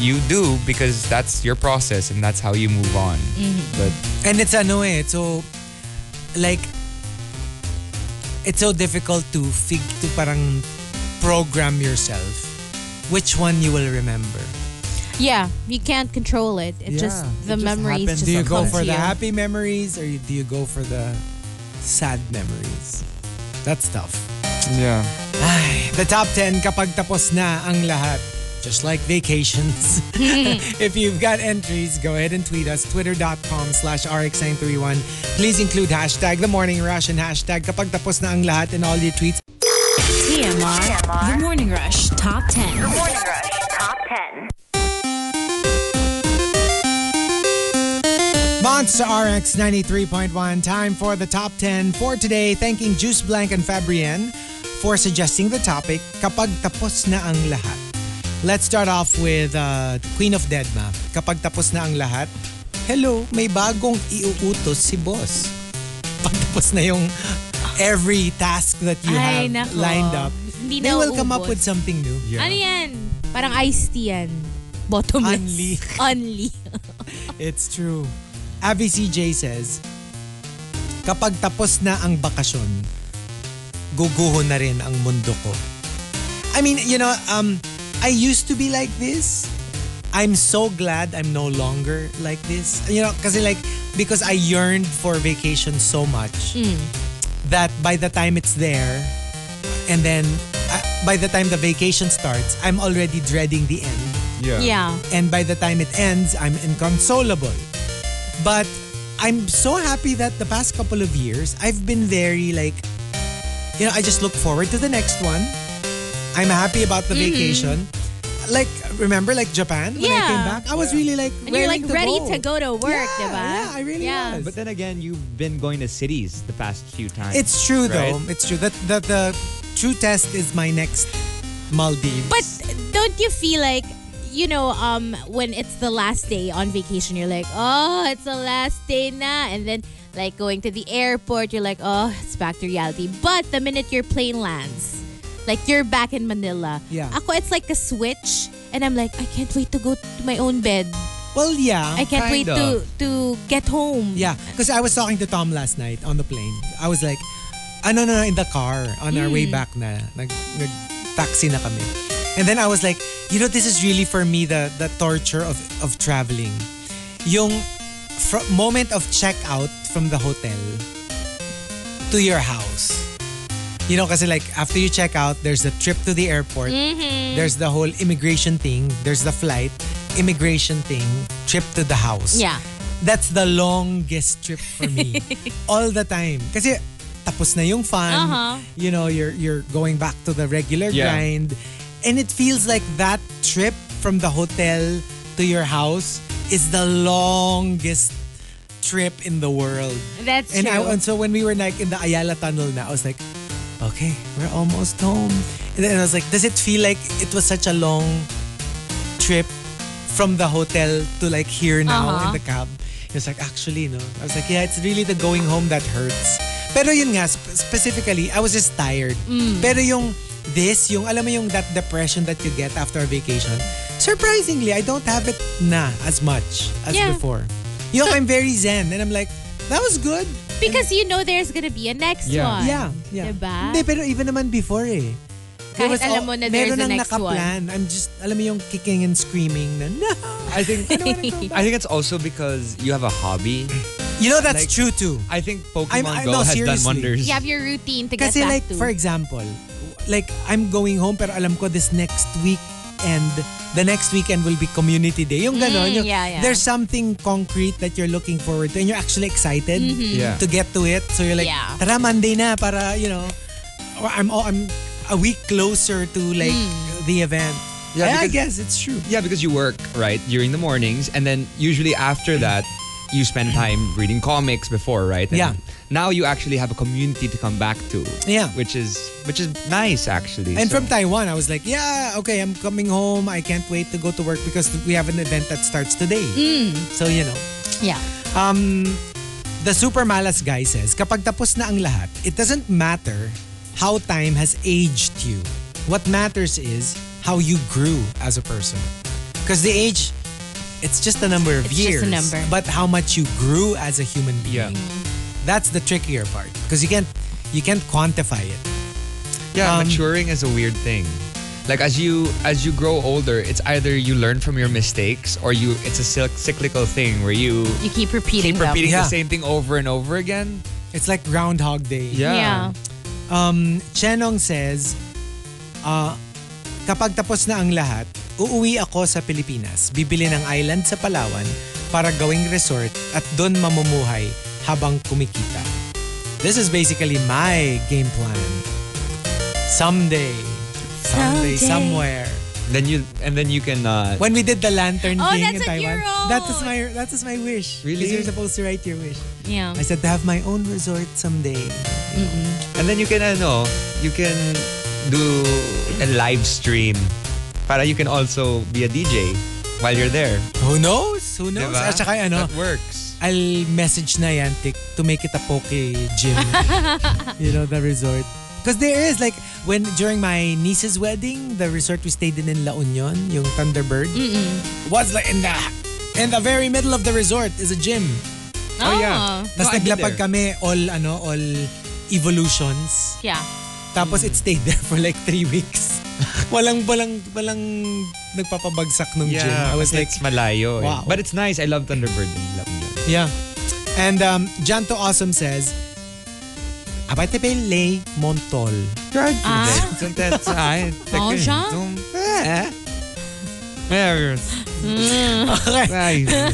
[SPEAKER 2] you do because that's your process and that's how you move on. But
[SPEAKER 1] And it's ano eh, it's so, like, it's so difficult to fig to parang program yourself which one you will remember.
[SPEAKER 4] Yeah, you can't control it. It
[SPEAKER 2] Yeah,
[SPEAKER 4] just the
[SPEAKER 2] it just
[SPEAKER 4] memories
[SPEAKER 2] happens.
[SPEAKER 4] just
[SPEAKER 1] Do you go
[SPEAKER 4] come
[SPEAKER 1] for
[SPEAKER 4] to
[SPEAKER 1] the
[SPEAKER 4] you.
[SPEAKER 1] happy memories or do you go for the sad memories? That's tough.
[SPEAKER 2] yeah.
[SPEAKER 1] Ay, the top 10 kapag tapos na ang lahat. Just like vacations. if you've got entries, go ahead and tweet us. Twitter.com slash RX931. Please include hashtag The Morning Rush and hashtag kapag tapos na ang lahat in all your tweets.
[SPEAKER 3] TMR. The Morning Rush Top 10.
[SPEAKER 5] Morning Rush Top 10.
[SPEAKER 1] response to RX 93.1. Time for the top 10 for today. Thanking Juice Blank and Fabrienne for suggesting the topic, Kapag Tapos Na Ang Lahat. Let's start off with uh, Queen of Deadma. Kapag tapos na ang lahat, hello, may bagong iuutos si boss. Pag tapos na yung every task that you
[SPEAKER 4] Ay,
[SPEAKER 1] have
[SPEAKER 4] nako.
[SPEAKER 1] lined up,
[SPEAKER 4] Hindi
[SPEAKER 1] they
[SPEAKER 4] na
[SPEAKER 1] will come up
[SPEAKER 4] uubos.
[SPEAKER 1] with something new.
[SPEAKER 4] Ano yan? Parang iced tea yan. Bottomless.
[SPEAKER 1] Unli.
[SPEAKER 4] Unli.
[SPEAKER 1] It's true. Abby CJ says, kapag tapos na ang bakasyon, guguho na rin ang mundo ko. I mean, you know, um, I used to be like this. I'm so glad I'm no longer like this. You know, kasi like, because I yearned for vacation so much that by the time it's there, and then uh, by the time the vacation starts, I'm already dreading the end
[SPEAKER 4] yeah.
[SPEAKER 1] and by the time it ends, I'm inconsolable. But I'm so happy that the past couple of years, I've been very like, you know, I just look forward to the next one. I'm happy about the
[SPEAKER 4] Mm-hmm.
[SPEAKER 1] vacation. Like, remember, like Japan when I came
[SPEAKER 4] Yeah.
[SPEAKER 1] back, I was really like,
[SPEAKER 4] And you're like
[SPEAKER 1] raring
[SPEAKER 4] ready
[SPEAKER 1] go.
[SPEAKER 4] to go to work,
[SPEAKER 1] yeah,
[SPEAKER 4] diba?
[SPEAKER 1] Yeah, I really
[SPEAKER 4] Yeah.
[SPEAKER 1] was.
[SPEAKER 7] But then again, you've been going to cities the past few times.
[SPEAKER 1] it's true
[SPEAKER 7] Right.
[SPEAKER 1] though. It's true that the, the true test is my next Maldives.
[SPEAKER 4] But don't you feel like, you know, um, when it's the last day on vacation, you're like, oh, it's the last day na. And then, like, going to the airport, you're like, oh, it's back to reality. But the minute your plane lands, like, you're back in Manila.
[SPEAKER 1] Yeah.
[SPEAKER 4] Ako, it's like a switch. And I'm like, I can't wait to go to my own bed.
[SPEAKER 1] well, yeah.
[SPEAKER 4] I can't wait to,
[SPEAKER 7] kinda.
[SPEAKER 4] to get home.
[SPEAKER 1] Mm-hmm. Yeah, because I was talking to Tom last night on the plane. I was like, ano na, in the car, on our way back na, nag, nag-taxi na kami. And then I was like, you know, this is really for me the, the torture of, of traveling. Yung fr- moment of checkout from the hotel to your house. You know, kasi like after you check out, there's the trip to the airport, there's the whole immigration thing, there's the flight, immigration thing, trip to the house.
[SPEAKER 4] Yeah.
[SPEAKER 1] That's the longest trip for me. All the time. Kasi tapos na yung fun.
[SPEAKER 4] Uh-huh.
[SPEAKER 1] You know, you're you're going back to the regular
[SPEAKER 7] Yeah.
[SPEAKER 1] grind. And it feels like that trip from the hotel to your house is the longest trip in the world.
[SPEAKER 4] That's
[SPEAKER 1] and I,
[SPEAKER 4] true.
[SPEAKER 1] and so when we were like in the Ayala Tunnel now, I was like, okay, we're almost home. And then I was like, does it feel like it was such a long trip from the hotel to like here now
[SPEAKER 4] Uh-huh.
[SPEAKER 1] in the cab? He was like, actually, no. I was like, yeah, it's really the going home that hurts. Pero yun nga, sp- specifically, I was just tired.
[SPEAKER 4] Mm.
[SPEAKER 1] Pero yung this, yung alam mo yung that depression that you get after a vacation, surprisingly, I don't have it na as much as
[SPEAKER 4] Yeah.
[SPEAKER 1] before. You know, I'm very zen and I'm like, that was good.
[SPEAKER 4] Because you know there's gonna be a next
[SPEAKER 7] Yeah.
[SPEAKER 4] one.
[SPEAKER 1] Yeah, yeah.
[SPEAKER 4] Diba?
[SPEAKER 1] Hindi, pero even naman before eh. There was
[SPEAKER 4] Kahit
[SPEAKER 1] al-
[SPEAKER 4] alam mo na there's
[SPEAKER 1] meron
[SPEAKER 4] a
[SPEAKER 1] ng
[SPEAKER 4] next one.
[SPEAKER 1] nakaplan. I'm just, alam mo yung kicking and screaming na, no,
[SPEAKER 7] I think
[SPEAKER 1] I don't wanna go back."
[SPEAKER 7] I think it's also because you have a hobby.
[SPEAKER 1] You know, that's
[SPEAKER 7] Like-
[SPEAKER 1] true too.
[SPEAKER 7] I think Pokemon
[SPEAKER 1] I'm- I-
[SPEAKER 7] Go
[SPEAKER 1] no,
[SPEAKER 7] has
[SPEAKER 1] seriously.
[SPEAKER 7] done wonders.
[SPEAKER 4] You have your routine to get
[SPEAKER 1] Kasi
[SPEAKER 4] back
[SPEAKER 1] like,
[SPEAKER 4] to.
[SPEAKER 1] for example, like I'm going home pero alam ko this next week and the next weekend will be community day. Yung gano'n.
[SPEAKER 4] Mm,
[SPEAKER 1] yung-
[SPEAKER 4] yeah, yeah.
[SPEAKER 1] There's something concrete that you're looking forward to and you're actually excited
[SPEAKER 7] Yeah.
[SPEAKER 1] to get to it. So you're like,
[SPEAKER 4] Mm-hmm. Yeah.
[SPEAKER 1] tara Monday na para, you know, or I'm, oh, I'm a week closer to like
[SPEAKER 4] Mm.
[SPEAKER 1] the event.
[SPEAKER 7] Yeah,
[SPEAKER 1] Yeah, I
[SPEAKER 7] because-
[SPEAKER 1] guess it's true.
[SPEAKER 7] Yeah, because you work, right, during the mornings. And then usually after that, you spend time reading comics before, right? And
[SPEAKER 1] Yeah.
[SPEAKER 7] Now you actually have a community to come back to.
[SPEAKER 1] Yeah.
[SPEAKER 7] Which is which is nice actually.
[SPEAKER 1] And
[SPEAKER 7] So-
[SPEAKER 1] from Taiwan, I was like, yeah, okay, I'm coming home. I can't wait to go to work because we have an event that starts today.
[SPEAKER 4] Mm.
[SPEAKER 1] So, you know.
[SPEAKER 4] yeah.
[SPEAKER 1] The super malas guy says, kapag tapos na ang lahat, it doesn't matter how time has aged you. What matters is how you grew as a person. Because the age, it's just a number of
[SPEAKER 4] It's
[SPEAKER 1] years.
[SPEAKER 4] just a number.
[SPEAKER 1] But how much you grew as a human being. That's the trickier part. Because you can't you can't quantify it.
[SPEAKER 7] Yeah,
[SPEAKER 1] Um,
[SPEAKER 7] maturing is a weird thing. Like as you as you grow older, it's either you learn from your mistakes or you it's a cyc- cyclical thing where you
[SPEAKER 4] You keep repeating
[SPEAKER 7] keep repeating
[SPEAKER 1] Yeah.
[SPEAKER 7] the same thing over and over again.
[SPEAKER 1] It's like Groundhog Day.
[SPEAKER 4] them.
[SPEAKER 7] Yeah.
[SPEAKER 4] Yeah.
[SPEAKER 1] Chenong says, ah, kapag tapos na ang lahat, uuwi ako sa Pilipinas, bibili ng island sa Palawan para gawing resort at doon mamumuhay habang kumikita. This is basically my game plan. Someday, someday,
[SPEAKER 4] Someday.
[SPEAKER 1] somewhere,
[SPEAKER 2] Then you and then you can uh,
[SPEAKER 1] When we did the lantern
[SPEAKER 4] Oh,
[SPEAKER 1] thing in
[SPEAKER 4] that's what you
[SPEAKER 1] Taiwan,
[SPEAKER 4] wrote.
[SPEAKER 1] that was my that was my wish. 'Cause
[SPEAKER 2] Really?
[SPEAKER 1] You're supposed to write your wish.
[SPEAKER 4] Yeah.
[SPEAKER 1] I said to have my own resort someday.
[SPEAKER 2] and then you can ano, you can do a live stream. Para you can also be a DJ while you're there.
[SPEAKER 1] Who knows? Who knows?
[SPEAKER 2] Diba?
[SPEAKER 1] At saka ano,
[SPEAKER 2] That works.
[SPEAKER 1] I'll message na Yantik to make it a poke gym. you know, the resort. Because there is like when during my niece's wedding, the resort we stayed in in La Union, yung Thunderbird, was like in the in the very middle of the resort is a gym.
[SPEAKER 4] Oh,
[SPEAKER 2] yeah.
[SPEAKER 1] Tapos
[SPEAKER 2] No, I've been
[SPEAKER 1] naglapag
[SPEAKER 2] there.
[SPEAKER 1] kami all ano, all evolutions.
[SPEAKER 4] Yeah.
[SPEAKER 1] Tapos
[SPEAKER 2] Mm.
[SPEAKER 1] it stayed there for like three weeks. walang walang walang nagpapabagsak nung gym. I was like
[SPEAKER 2] it's malayo. eh.
[SPEAKER 1] wow.
[SPEAKER 2] But it's nice. I love Thunderbird. I love it.
[SPEAKER 1] Yeah. And um, Janto Awesome says, Abatepele lay Montol.
[SPEAKER 2] Drive
[SPEAKER 4] Ah.
[SPEAKER 2] Sometimes ah, I
[SPEAKER 4] Oh, siya?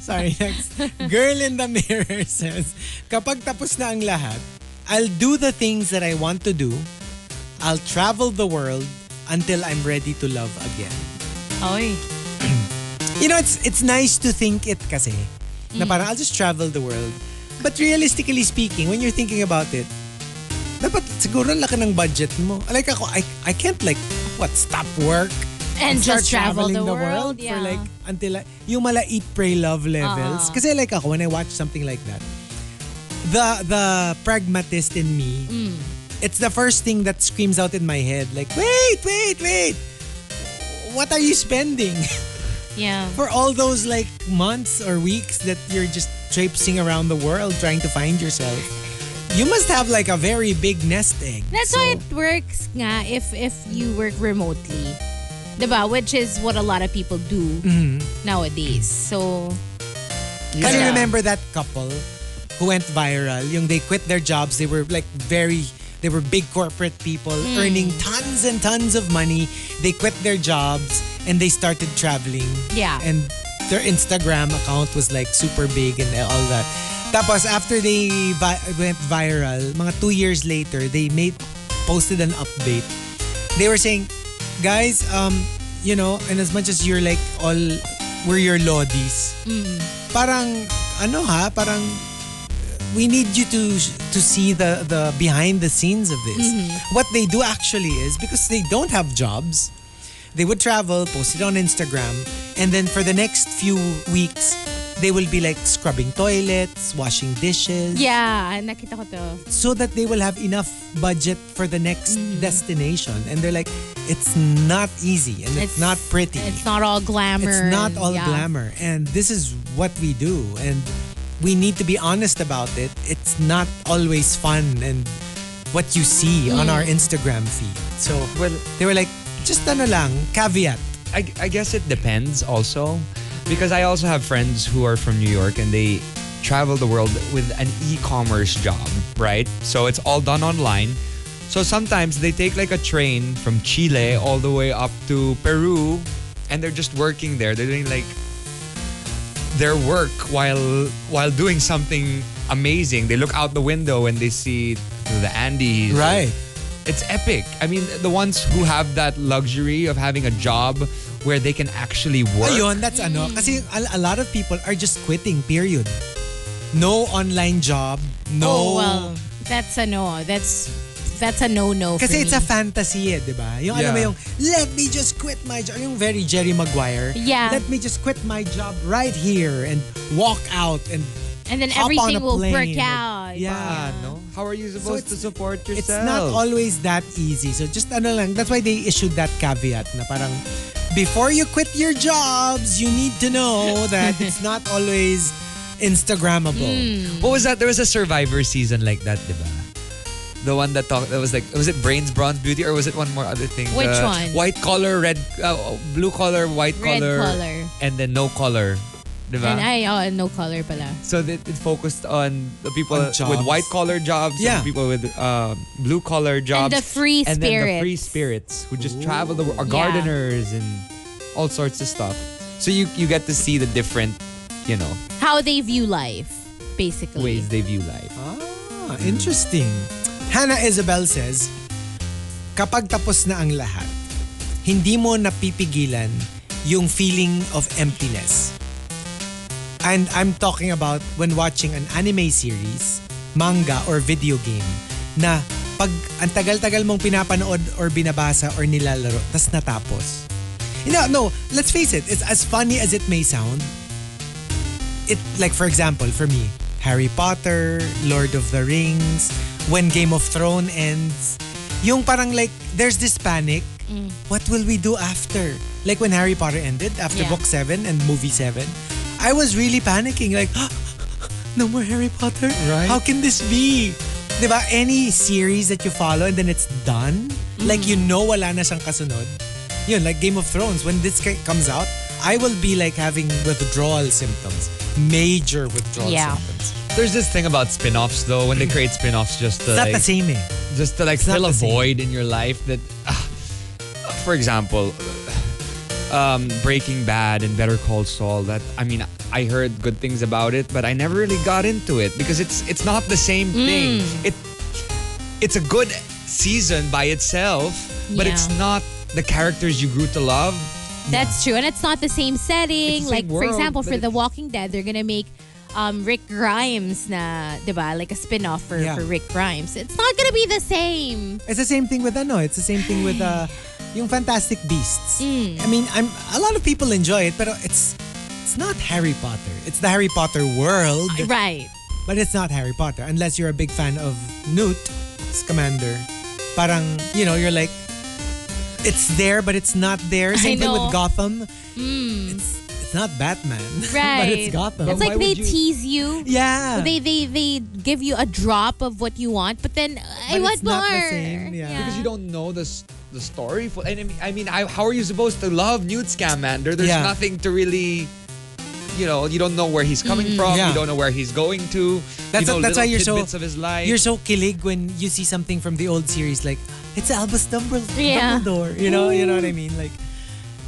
[SPEAKER 1] Sorry, next. Girl in the Mirror says, Kapag tapos na ang lahat, I'll do the things that I want to do. I'll travel the world until I'm ready to love again.
[SPEAKER 4] Oy.
[SPEAKER 1] You know, it's it's nice to think it kasi. Na
[SPEAKER 4] Mm.
[SPEAKER 1] parang, I'll just travel the world. But realistically speaking, when you're thinking about it, dapat siguro ang laki ng budget mo. Like ako, I, I can't like, what, stop work?
[SPEAKER 4] And
[SPEAKER 1] start
[SPEAKER 4] just travel
[SPEAKER 1] traveling
[SPEAKER 4] the,
[SPEAKER 1] world,
[SPEAKER 4] world. Yeah. Uh-huh.
[SPEAKER 1] for like, until I, yung mala eat, pray, love levels. Kasi like ako, when I watch something like that, the the pragmatist in me,
[SPEAKER 4] Mm.
[SPEAKER 1] it's the first thing that screams out in my head. Like, wait, wait, wait. What are you spending?
[SPEAKER 4] yeah.
[SPEAKER 1] for all those like months or weeks that you're just traipsing around the world trying to find yourself, you must have like a very big nest egg.
[SPEAKER 4] That's
[SPEAKER 1] So,
[SPEAKER 4] why it works nga if if you work remotely. Diba? Which is what a lot of people do
[SPEAKER 1] Mm-hmm.
[SPEAKER 4] nowadays. So,
[SPEAKER 1] Can you
[SPEAKER 4] Yeah.
[SPEAKER 1] remember that couple who went viral? Yung they quit their jobs. They were like very, they were big corporate people
[SPEAKER 4] Hmm.
[SPEAKER 1] earning tons and tons of money. They quit their jobs and they started traveling.
[SPEAKER 4] Yeah.
[SPEAKER 1] And their Instagram account was like super big and all that. Tapos after they vi- went viral, mga two years later, they made posted an update they were saying, guys, um, you know, and as much as you're like all, we're your lodis. Parang, ano ha, parang, we need you to to see the the behind the scenes of this.
[SPEAKER 4] Mm-hmm.
[SPEAKER 1] What they do actually is because they don't have jobs, they would travel, post it on Instagram, and then for the next few weeks, they will be like scrubbing toilets, washing dishes,
[SPEAKER 4] yeah. Nakita ko to.
[SPEAKER 1] so that they will have enough budget for the next
[SPEAKER 4] Mm-hmm.
[SPEAKER 1] destination. And they're like, it's not easy and it's, not pretty.
[SPEAKER 4] It's not all glamour.
[SPEAKER 1] It's not
[SPEAKER 4] and-
[SPEAKER 1] all
[SPEAKER 4] yeah.
[SPEAKER 1] glamour. And this is what we do. And we need to be honest about it. It's not always fun and what you see
[SPEAKER 4] Mm-hmm.
[SPEAKER 1] on our Instagram feed. So
[SPEAKER 2] Well,
[SPEAKER 1] they were like, just ano lang, caveat.
[SPEAKER 2] I, I guess it depends also because I also have friends who are from New York and they travel the world with an e-commerce job, right? So it's all done online. So sometimes they take like a train from Chile all the way up to Peru and they're just working there. They're doing like their work while while doing something amazing. They look out the window and they see the Andes.
[SPEAKER 1] Right.
[SPEAKER 2] It's epic. I mean, the ones who have that luxury of having a job where they can actually work.
[SPEAKER 1] Ayun, that's
[SPEAKER 4] Mm-hmm.
[SPEAKER 1] ano. Kasi a, a lot of people are just quitting, period. No online job, no...
[SPEAKER 4] Oh, well. That's a no. That's that's a no-no for
[SPEAKER 1] Kasi it's a
[SPEAKER 4] me.
[SPEAKER 1] fantasy eh, di ba? Yung alam mo
[SPEAKER 2] Yeah.
[SPEAKER 1] yung, let me just quit my job. Yung very Jerry Maguire.
[SPEAKER 4] Yeah.
[SPEAKER 1] Let me just quit my job right here and walk out and
[SPEAKER 4] and then
[SPEAKER 1] hop on a
[SPEAKER 4] everything will work
[SPEAKER 1] plane.
[SPEAKER 4] out.
[SPEAKER 1] Yeah. no?
[SPEAKER 2] How are you supposed to
[SPEAKER 1] it's-
[SPEAKER 2] support yourself?
[SPEAKER 1] It's not always that easy. So just ano lang, that's why they issued that caveat na parang, before you quit your jobs, you need to know that it's not always Instagrammable.
[SPEAKER 4] Hmm.
[SPEAKER 2] What was that? There was a Survivor season like that, diba? The one that talked that was like was it brains, bronze, beauty, or was it one more other thing?
[SPEAKER 4] Which
[SPEAKER 2] The
[SPEAKER 4] one?
[SPEAKER 2] White collar, red, uh, blue collar, white
[SPEAKER 4] Red
[SPEAKER 2] collar,
[SPEAKER 4] collar.
[SPEAKER 2] and then no collar, diba?
[SPEAKER 4] And I, oh, no color pala.
[SPEAKER 2] So it, it focused on the people
[SPEAKER 1] On jobs.
[SPEAKER 2] with white collar jobs,
[SPEAKER 1] Yeah.
[SPEAKER 2] and people with um, blue collar jobs,
[SPEAKER 4] the free
[SPEAKER 2] and then the free
[SPEAKER 4] spirits.
[SPEAKER 2] spirits who just travel the world, gardeners and all sorts of stuff. So you you get to see the different, you know,
[SPEAKER 4] How they view life, basically.
[SPEAKER 2] ways they view life.
[SPEAKER 1] Ah, interesting. Hannah Isabel says, kapag tapos na ang lahat, hindi mo napipigilan yung feeling of emptiness. And I'm talking about when watching an anime series, manga, or video game na pag ang tagal-tagal mong pinapanood or binabasa or nilalaro, tas natapos. No, no, let's face it, it's as funny as it may sound, it like for example for me Harry Potter Lord of the Rings when Game of Thrones ends yung parang like there's this panic what will we do after like when Harry Potter ended after
[SPEAKER 4] Yeah.
[SPEAKER 1] book 7 and movie 7 I was really panicking like no more Harry Potter
[SPEAKER 7] Right.
[SPEAKER 1] how can this be diba any series that you follow and then it's done like you know wala na siyang kasunod yun, like Game of Thrones, when this ki- comes out, I will be like having withdrawal symptoms, major withdrawal
[SPEAKER 4] Yeah.
[SPEAKER 1] symptoms.
[SPEAKER 7] There's this thing about spin-offs though, when they create spin-offs just to
[SPEAKER 1] It's not
[SPEAKER 7] like,
[SPEAKER 1] the same eh.
[SPEAKER 7] just to like
[SPEAKER 1] not
[SPEAKER 7] fill a
[SPEAKER 1] the same.
[SPEAKER 7] void in your life that ah, for example um, breaking bad and better call saul that i mean i heard good things about it but i never really got into it because it's it's not the same
[SPEAKER 1] Mm.
[SPEAKER 7] thing it it's a good season by itself but
[SPEAKER 4] Yeah.
[SPEAKER 7] it's not the characters you grew to love
[SPEAKER 4] That's true. And it's not the same
[SPEAKER 7] It's
[SPEAKER 4] setting.
[SPEAKER 7] the same
[SPEAKER 4] like, for
[SPEAKER 7] world,
[SPEAKER 4] example,
[SPEAKER 7] but
[SPEAKER 4] for The
[SPEAKER 7] it's-
[SPEAKER 4] Walking Dead, they're gonna make um, Rick Grimes na, di ba? Like a spin-off for,
[SPEAKER 1] Yeah.
[SPEAKER 4] for Rick Grimes. It's not gonna be the same.
[SPEAKER 1] It's the same thing with ano, it's the same thing with uh, yung Fantastic Beasts.
[SPEAKER 4] Mm.
[SPEAKER 1] I mean, I'm a lot of people enjoy it, but it's it's not Harry Potter. It's the Harry Potter world,
[SPEAKER 4] Right.
[SPEAKER 1] but it's not Harry Potter unless you're a big fan of Newt Scamander. Parang, you know, you're like it's there but it's not there.
[SPEAKER 4] I
[SPEAKER 1] Same thing
[SPEAKER 4] know.
[SPEAKER 1] with
[SPEAKER 4] Mm.
[SPEAKER 1] Gotham. It's it's not Batman, but
[SPEAKER 4] Right.
[SPEAKER 1] it's Gotham.
[SPEAKER 4] It's
[SPEAKER 7] why
[SPEAKER 4] like they
[SPEAKER 7] would you-
[SPEAKER 4] tease you.
[SPEAKER 1] Yeah.
[SPEAKER 4] They, they they give you a drop of what you want, but then uh, I
[SPEAKER 1] But
[SPEAKER 4] want
[SPEAKER 1] it's not the
[SPEAKER 4] more.
[SPEAKER 1] same, yeah.
[SPEAKER 7] because you don't know the s- the story for and I mean, I mean I, how are you supposed to love Newt Scamander there's
[SPEAKER 1] Yeah.
[SPEAKER 7] nothing to really you know you don't know where he's coming
[SPEAKER 2] Mm-hmm.
[SPEAKER 7] from
[SPEAKER 1] Yeah.
[SPEAKER 7] you don't know where he's going to
[SPEAKER 1] that's
[SPEAKER 7] you know,
[SPEAKER 1] that's why
[SPEAKER 7] little
[SPEAKER 1] you're so
[SPEAKER 7] tidbits of his life
[SPEAKER 1] you're so kilig when you see something from the old series like it's Albus Dumbledore.
[SPEAKER 4] Yeah.
[SPEAKER 1] Dumbledore. You know, you know what I mean? Like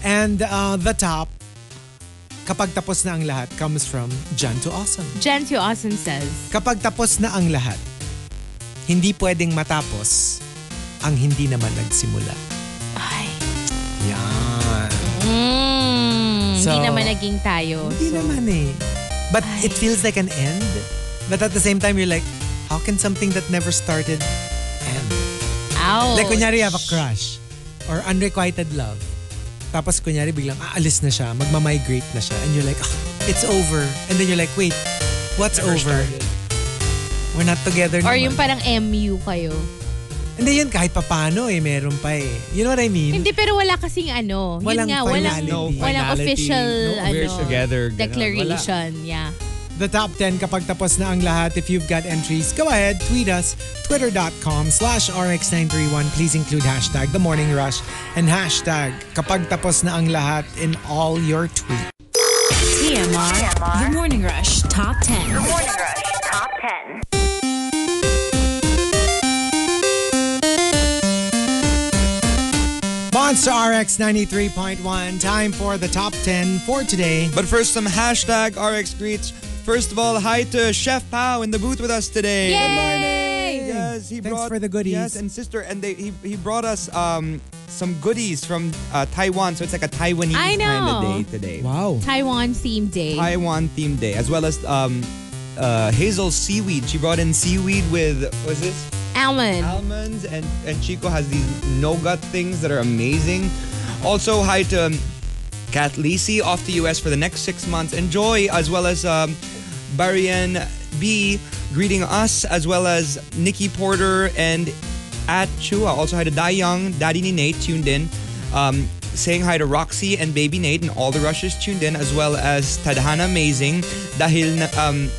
[SPEAKER 1] and uh, the top kapag tapos na ang lahat comes from John to Awesome.
[SPEAKER 4] Jen to Awesome says,
[SPEAKER 1] Kapag tapos na ang lahat, hindi pwedeng matapos ang hindi naman nagsimula.
[SPEAKER 4] Ay,
[SPEAKER 1] Yan.
[SPEAKER 4] mm,
[SPEAKER 1] So-
[SPEAKER 4] hindi naman naging tayo.
[SPEAKER 1] Hindi naman eh. But it feels like an end. But at the same time, you're like, how can something that never started end?
[SPEAKER 4] Ouch.
[SPEAKER 1] Like, kunyari, you have a crush or unrequited love. Tapos, kunyari, biglang aalis na siya, magmamigrate na siya, and you're like, "Ah, it's over. And then you're like, wait, what's over? We're not together
[SPEAKER 4] Or
[SPEAKER 1] naman.
[SPEAKER 4] yung parang MU kayo.
[SPEAKER 1] Mm-hmm. Hindi yun, kahit papano eh, meron pa eh. You know what I mean?
[SPEAKER 4] Hindi, pero wala kasing ano.
[SPEAKER 1] Walang
[SPEAKER 4] Yun nga, walang,
[SPEAKER 1] finality. No
[SPEAKER 4] walang
[SPEAKER 7] finality,
[SPEAKER 4] official
[SPEAKER 7] no,
[SPEAKER 4] ano,
[SPEAKER 7] we're together, ganun.
[SPEAKER 4] declaration. Yeah.
[SPEAKER 1] The top 10 kapag tapos na ang lahat. If you've got entries, go ahead, tweet us, twitter.com slash rx931. Please include hashtag the morning rush and hashtag kapag tapos na ang lahat in all your tweets.
[SPEAKER 3] TMR. E The Morning Rush Top 10.
[SPEAKER 5] Morning Rush Top 10.
[SPEAKER 1] Monster RX 93.1, time for the top 10 for today.
[SPEAKER 2] But first, some hashtag RX greets. First of all, hi to Chef Pao in the booth with us today.
[SPEAKER 4] Yay!
[SPEAKER 2] Yes, he
[SPEAKER 1] Thanks
[SPEAKER 2] brought
[SPEAKER 1] for the goodies.
[SPEAKER 2] Yes, and sister, and they he, he brought us um some goodies from uh, Taiwan, so it's like a Taiwanese
[SPEAKER 4] I
[SPEAKER 2] kind of
[SPEAKER 4] know.
[SPEAKER 2] day today.
[SPEAKER 1] Wow.
[SPEAKER 4] Taiwan theme day.
[SPEAKER 2] Taiwan theme day, as well as um uh, Hazel seaweed. She brought in seaweed with was this
[SPEAKER 4] Almond.
[SPEAKER 2] almonds, and and Chico has these nougat things that are amazing. Also, hi to um, Kat Lisi off the US for the next six months. Enjoy, as well as um, Barian B greeting us, as well as Nikki Porter and at Chua. Also, hi to Dai Young, Daddy ni Nate tuned in. Um, saying hi to Roxy and Baby Nate and all the rushes tuned in, as well as Tadhana Amazing dahil na, um,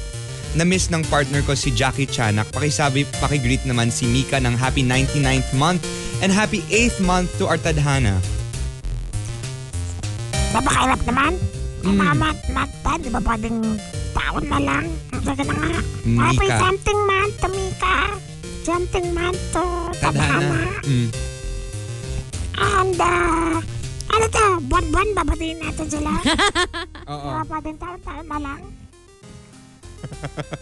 [SPEAKER 2] na-miss ng partner ko si Jackie Chanak. Pakisabi, pakigreet naman si Mika ng happy 99th month and happy 8th month to our Tadhana.
[SPEAKER 6] Napakahirap naman. Ang mga month, month pa, di ba pwedeng taon na lang? Ang saga na nga. Happy
[SPEAKER 2] Mika.
[SPEAKER 6] something month to Mika. Something month to Tadhana.
[SPEAKER 2] Tadhana. Mm.
[SPEAKER 6] And, uh, ano to, buwan-buwan babatiin natin sila. Oo. Pwedeng taon-taon na lang.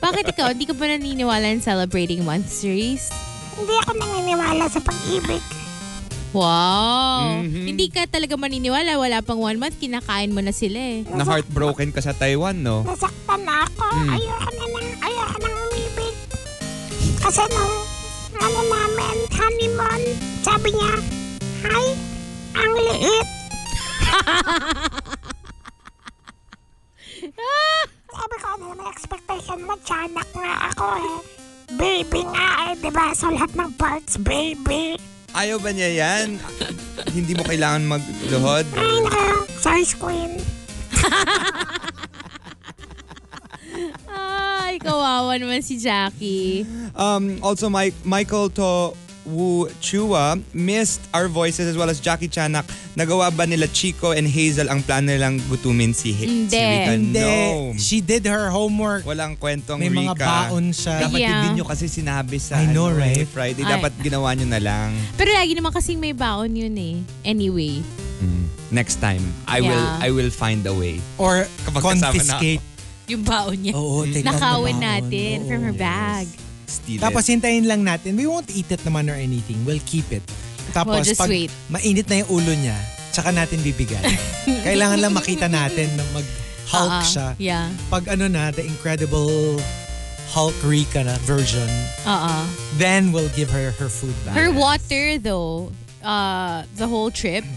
[SPEAKER 4] Bakit ikaw? Hindi ka ba naniniwala in celebrating month series?
[SPEAKER 6] Hindi ako naniniwala sa pag-ibig.
[SPEAKER 4] Wow.
[SPEAKER 7] Mm-hmm.
[SPEAKER 4] Hindi ka talaga maniniwala. Wala pang one month, kinakain mo na sila eh.
[SPEAKER 7] Na heartbroken ka sa Taiwan, no?
[SPEAKER 6] Nasaktan na ako. Ayoko na lang, ayoko nang umibig. Kasi nung ano namin, honeymoon, sabi niya, Hi, ang liit. sabi ko, ano naman expectation mo? Tiyanak nga ako eh. Baby nga eh, di ba? So lahat ng parts, baby.
[SPEAKER 2] Ayaw ba niya yan? Hindi mo kailangan magluhod?
[SPEAKER 6] Ay, naka, size queen.
[SPEAKER 4] Ay, kawawa naman si Jackie.
[SPEAKER 2] Um, also, Mike, Michael To Wu Chua missed our voices as well as Jackie Chanak. Nagawa ba nila Chico and Hazel ang plano nilang gutumin si, Hi- si
[SPEAKER 4] Hindi.
[SPEAKER 2] Rika?
[SPEAKER 1] Hindi.
[SPEAKER 2] No.
[SPEAKER 1] She did her homework.
[SPEAKER 2] Walang kwentong
[SPEAKER 1] May mga
[SPEAKER 2] Rika.
[SPEAKER 1] baon siya.
[SPEAKER 2] Dapat
[SPEAKER 4] Yeah.
[SPEAKER 2] hindi nyo kasi sinabi sa
[SPEAKER 1] I know,
[SPEAKER 2] ano, eh,
[SPEAKER 1] right?
[SPEAKER 2] Friday.
[SPEAKER 4] Ay.
[SPEAKER 2] Dapat ginawa nyo na lang.
[SPEAKER 4] Pero lagi naman kasing may baon yun eh. Anyway.
[SPEAKER 2] Next time, I will
[SPEAKER 4] Yeah.
[SPEAKER 2] I will find a way.
[SPEAKER 1] Or
[SPEAKER 2] Kapag kasama na
[SPEAKER 1] confiscate.
[SPEAKER 4] Yung baon niya.
[SPEAKER 1] Oo, take out the
[SPEAKER 4] Nakawin
[SPEAKER 1] baon.
[SPEAKER 4] natin
[SPEAKER 1] Oo.
[SPEAKER 4] from her bag.
[SPEAKER 2] Steal
[SPEAKER 1] Tapos
[SPEAKER 2] it.
[SPEAKER 1] hintayin lang natin. We won't eat it naman or anything. We'll keep it. Tapos
[SPEAKER 4] We'll just
[SPEAKER 1] pag
[SPEAKER 4] wait.
[SPEAKER 1] mainit na yung ulo niya, tsaka natin bibigyan. Kailangan lang makita natin na mag-Hulk
[SPEAKER 4] Ah,
[SPEAKER 1] siya.
[SPEAKER 4] Yeah.
[SPEAKER 1] Pag ano na, the incredible Hulk Rika na version,
[SPEAKER 4] Oo.
[SPEAKER 1] then we'll give her her food back.
[SPEAKER 4] Uh-uh. Her water though, uh, the whole trip,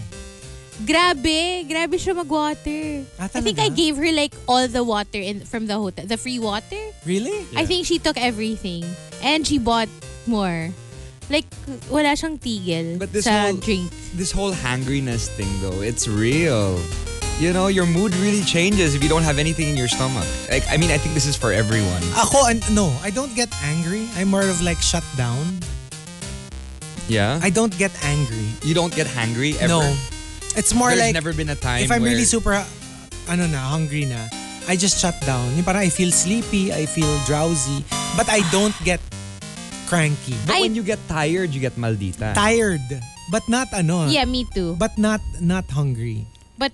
[SPEAKER 4] grabe, grabe siya mag-water.
[SPEAKER 1] Ah,
[SPEAKER 4] I think
[SPEAKER 1] talaga?
[SPEAKER 4] I gave her like all the water in from the hotel, the free water.
[SPEAKER 1] Really?
[SPEAKER 4] I think she took everything and she bought more. Like, wala siyang tigil
[SPEAKER 2] But this
[SPEAKER 4] sa
[SPEAKER 2] whole-
[SPEAKER 4] drink.
[SPEAKER 2] This whole hangriness thing though, it's real. You know, your mood really changes if you don't have anything in your stomach. Like, I mean, I think this is for everyone.
[SPEAKER 1] Ako, an- no, I don't get angry. I'm more of like shut down.
[SPEAKER 2] Yeah?
[SPEAKER 1] I don't get angry.
[SPEAKER 2] you don't get hangry ever.
[SPEAKER 1] No. It's more
[SPEAKER 2] There's
[SPEAKER 1] like
[SPEAKER 2] never been a time
[SPEAKER 1] if I'm
[SPEAKER 2] where
[SPEAKER 1] really super uh, ano na, hungry na, I just shut down. Yung parang I feel sleepy, I feel drowsy, but I don't get cranky.
[SPEAKER 2] But
[SPEAKER 4] I-
[SPEAKER 2] when you get tired, you get maldita.
[SPEAKER 1] Tired, but not ano.
[SPEAKER 4] Yeah, me too. But,
[SPEAKER 1] But not not hungry.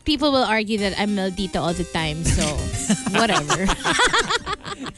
[SPEAKER 4] people will argue that I'm Maldita all the time, so whatever.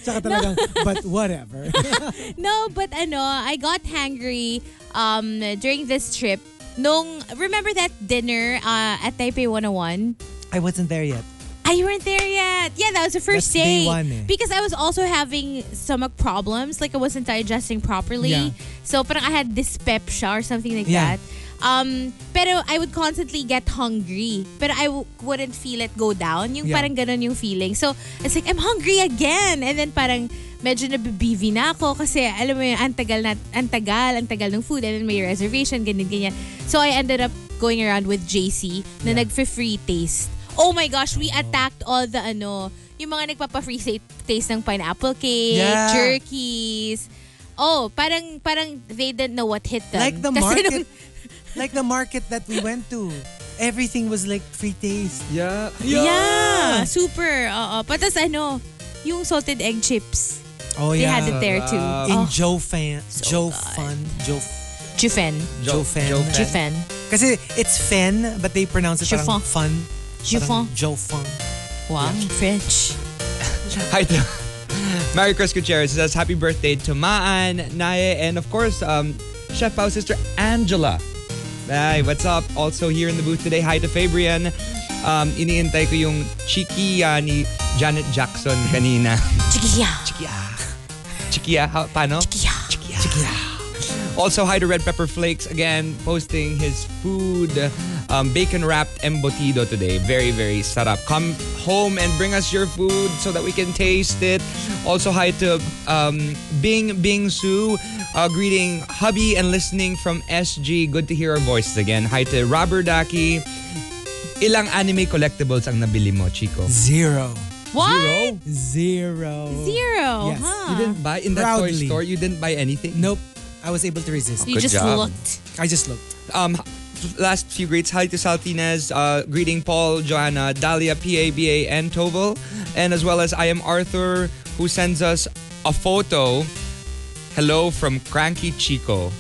[SPEAKER 1] Tsaka talagang, but whatever.
[SPEAKER 4] No, but ano, I got hangry um during this trip. Nung, remember that dinner uh, at Taipei 101?
[SPEAKER 1] I wasn't there yet.
[SPEAKER 4] I weren't there yet. Yeah, that was the first
[SPEAKER 1] That's day
[SPEAKER 4] day.
[SPEAKER 1] one eh.
[SPEAKER 4] Because I was also having stomach problems. Like I wasn't digesting properly.
[SPEAKER 1] Yeah.
[SPEAKER 4] So parang I had dyspepsia or something like
[SPEAKER 1] Yeah.
[SPEAKER 4] that. Um, pero I would constantly get hungry. Pero I w- wouldn't feel it go down. Yung
[SPEAKER 1] Yeah.
[SPEAKER 4] parang ganun yung feeling. So it's like, I'm hungry again. And then parang medyo nabibivi na ako kasi alam mo yun, antagal na, antagal, antagal ng food. And then may reservation, ganyan, ganyan. So I ended up going around with JC na nagfe-free taste. Oh my gosh, we attacked all the ano, yung mga nagpapa-free sa- taste ng pineapple cake,
[SPEAKER 1] Yeah.
[SPEAKER 4] jerkies. Oh, parang parang they didn't know what hit them.
[SPEAKER 1] Like the
[SPEAKER 4] Kasi
[SPEAKER 1] market,
[SPEAKER 4] nung-
[SPEAKER 1] like the market that we went to. Everything was like free taste.
[SPEAKER 2] Yeah.
[SPEAKER 4] yeah, super. Oo, patas ano, yung salted egg chips.
[SPEAKER 1] Oh
[SPEAKER 4] They
[SPEAKER 1] yeah.
[SPEAKER 4] had it there too.
[SPEAKER 1] In
[SPEAKER 4] Oh,
[SPEAKER 1] Joe Fan, Joe
[SPEAKER 4] good.
[SPEAKER 1] Fun, Joe,
[SPEAKER 4] Jufen.
[SPEAKER 1] Joe, Fan.
[SPEAKER 2] Joe Fan.
[SPEAKER 4] Jufen.
[SPEAKER 1] Kasi it's Fen, but they pronounce it parang
[SPEAKER 4] Chiffon.
[SPEAKER 1] fun.
[SPEAKER 4] Chiffon.
[SPEAKER 1] Parang Joe Fun.
[SPEAKER 4] Wow, French.
[SPEAKER 2] Hi to Mary Chris Gutierrez says happy birthday to Maan, Naye, and of course, um, Chef Pao sister Angela. Hi, what's up? Also here in the booth today, hi to Fabrian. Um, iniintay ko yung chikiya ni Janet Jackson kanina.
[SPEAKER 4] Chikiya.
[SPEAKER 2] Chikiya. Chikiya? How, paano?
[SPEAKER 4] Chikiya.
[SPEAKER 2] Also, hi to Red Pepper Flakes again, posting his food, um, bacon wrapped embotido today. Very, very sarap. Come home and bring us your food so that we can taste it. Also, hi to um, Bing Bing Su, uh, greeting hubby and listening from SG. Good to hear our voices again. Hi to Robert Daki. Ilang anime collectibles ang nabili mo, Chico?
[SPEAKER 1] Zero.
[SPEAKER 4] What?
[SPEAKER 1] Zero.
[SPEAKER 4] Zero,
[SPEAKER 1] Yes.
[SPEAKER 4] huh?
[SPEAKER 2] You didn't buy in that
[SPEAKER 1] Proudly.
[SPEAKER 2] toy store. You didn't buy anything.
[SPEAKER 1] Nope. I was able to resist.
[SPEAKER 4] You
[SPEAKER 2] Good
[SPEAKER 4] just
[SPEAKER 2] job.
[SPEAKER 4] looked.
[SPEAKER 1] I just looked.
[SPEAKER 2] um f- last few greets hi to Saltines uh, greeting Paul Joanna Dahlia PABA and Toval and as well as I am Arthur who sends us a photo hello from Cranky Chico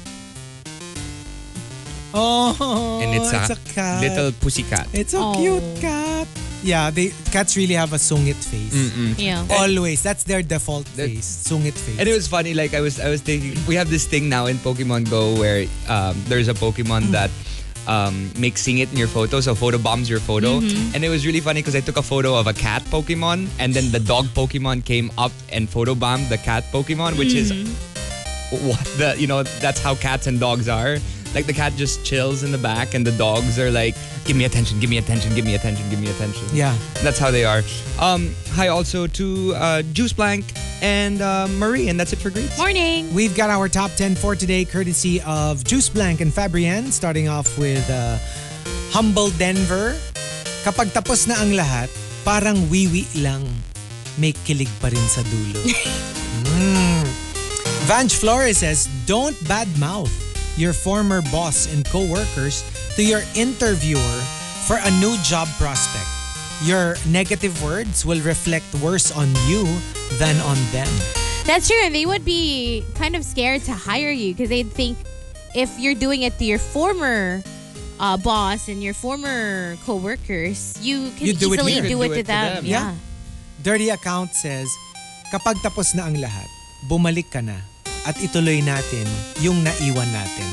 [SPEAKER 1] Oh,
[SPEAKER 2] and it's,
[SPEAKER 1] it's
[SPEAKER 2] a,
[SPEAKER 1] a cat.
[SPEAKER 2] little pussycat
[SPEAKER 1] It's a
[SPEAKER 4] Oh.
[SPEAKER 1] cute cat. Yeah, they cats really have a sungit face.
[SPEAKER 4] Yeah.
[SPEAKER 1] Always. That's their default
[SPEAKER 2] That-
[SPEAKER 1] face. Sungit face.
[SPEAKER 2] and it was funny like I was I was thinking we have this thing now in Pokemon Go where um, there's a Pokemon that um, mixing it in your photo. So photo bombs your photo. And it was really funny because I took a photo of a cat Pokemon and then the dog Pokemon came up and photo bombed the cat Pokemon, which is what the you know that's how cats and dogs are like the cat just chills in the back and the dogs are like give me attention give me attention give me attention give me attention
[SPEAKER 1] Yeah.
[SPEAKER 2] that's how they are um hi also to uh, juice blank and uh, marie and that's it for greets
[SPEAKER 4] Morning.
[SPEAKER 1] We've got our top 10 for today, courtesy of Juice Blank and Fabrienne, starting off with uh, Humble Denver. Kapag tapos na ang lahat, parang wiwi lang. May kilig pa rin sa dulo. Mm. Vange Flores says, Don't badmouth your former boss and co-workers to your interviewer for a new job prospect. Your negative words will reflect worse on you than on them.
[SPEAKER 4] That's true. And they would be kind of scared to hire you because they'd think if you're doing it to your former uh, boss and your former coworkers, you can
[SPEAKER 1] You do it
[SPEAKER 4] easily
[SPEAKER 1] here.
[SPEAKER 4] do,
[SPEAKER 2] You
[SPEAKER 4] it,
[SPEAKER 2] can
[SPEAKER 4] to them. Yeah.
[SPEAKER 1] Yeah. Dirty Account says, kapag tapos na ang lahat, bumalik ka na at ituloy natin yung naiwan natin.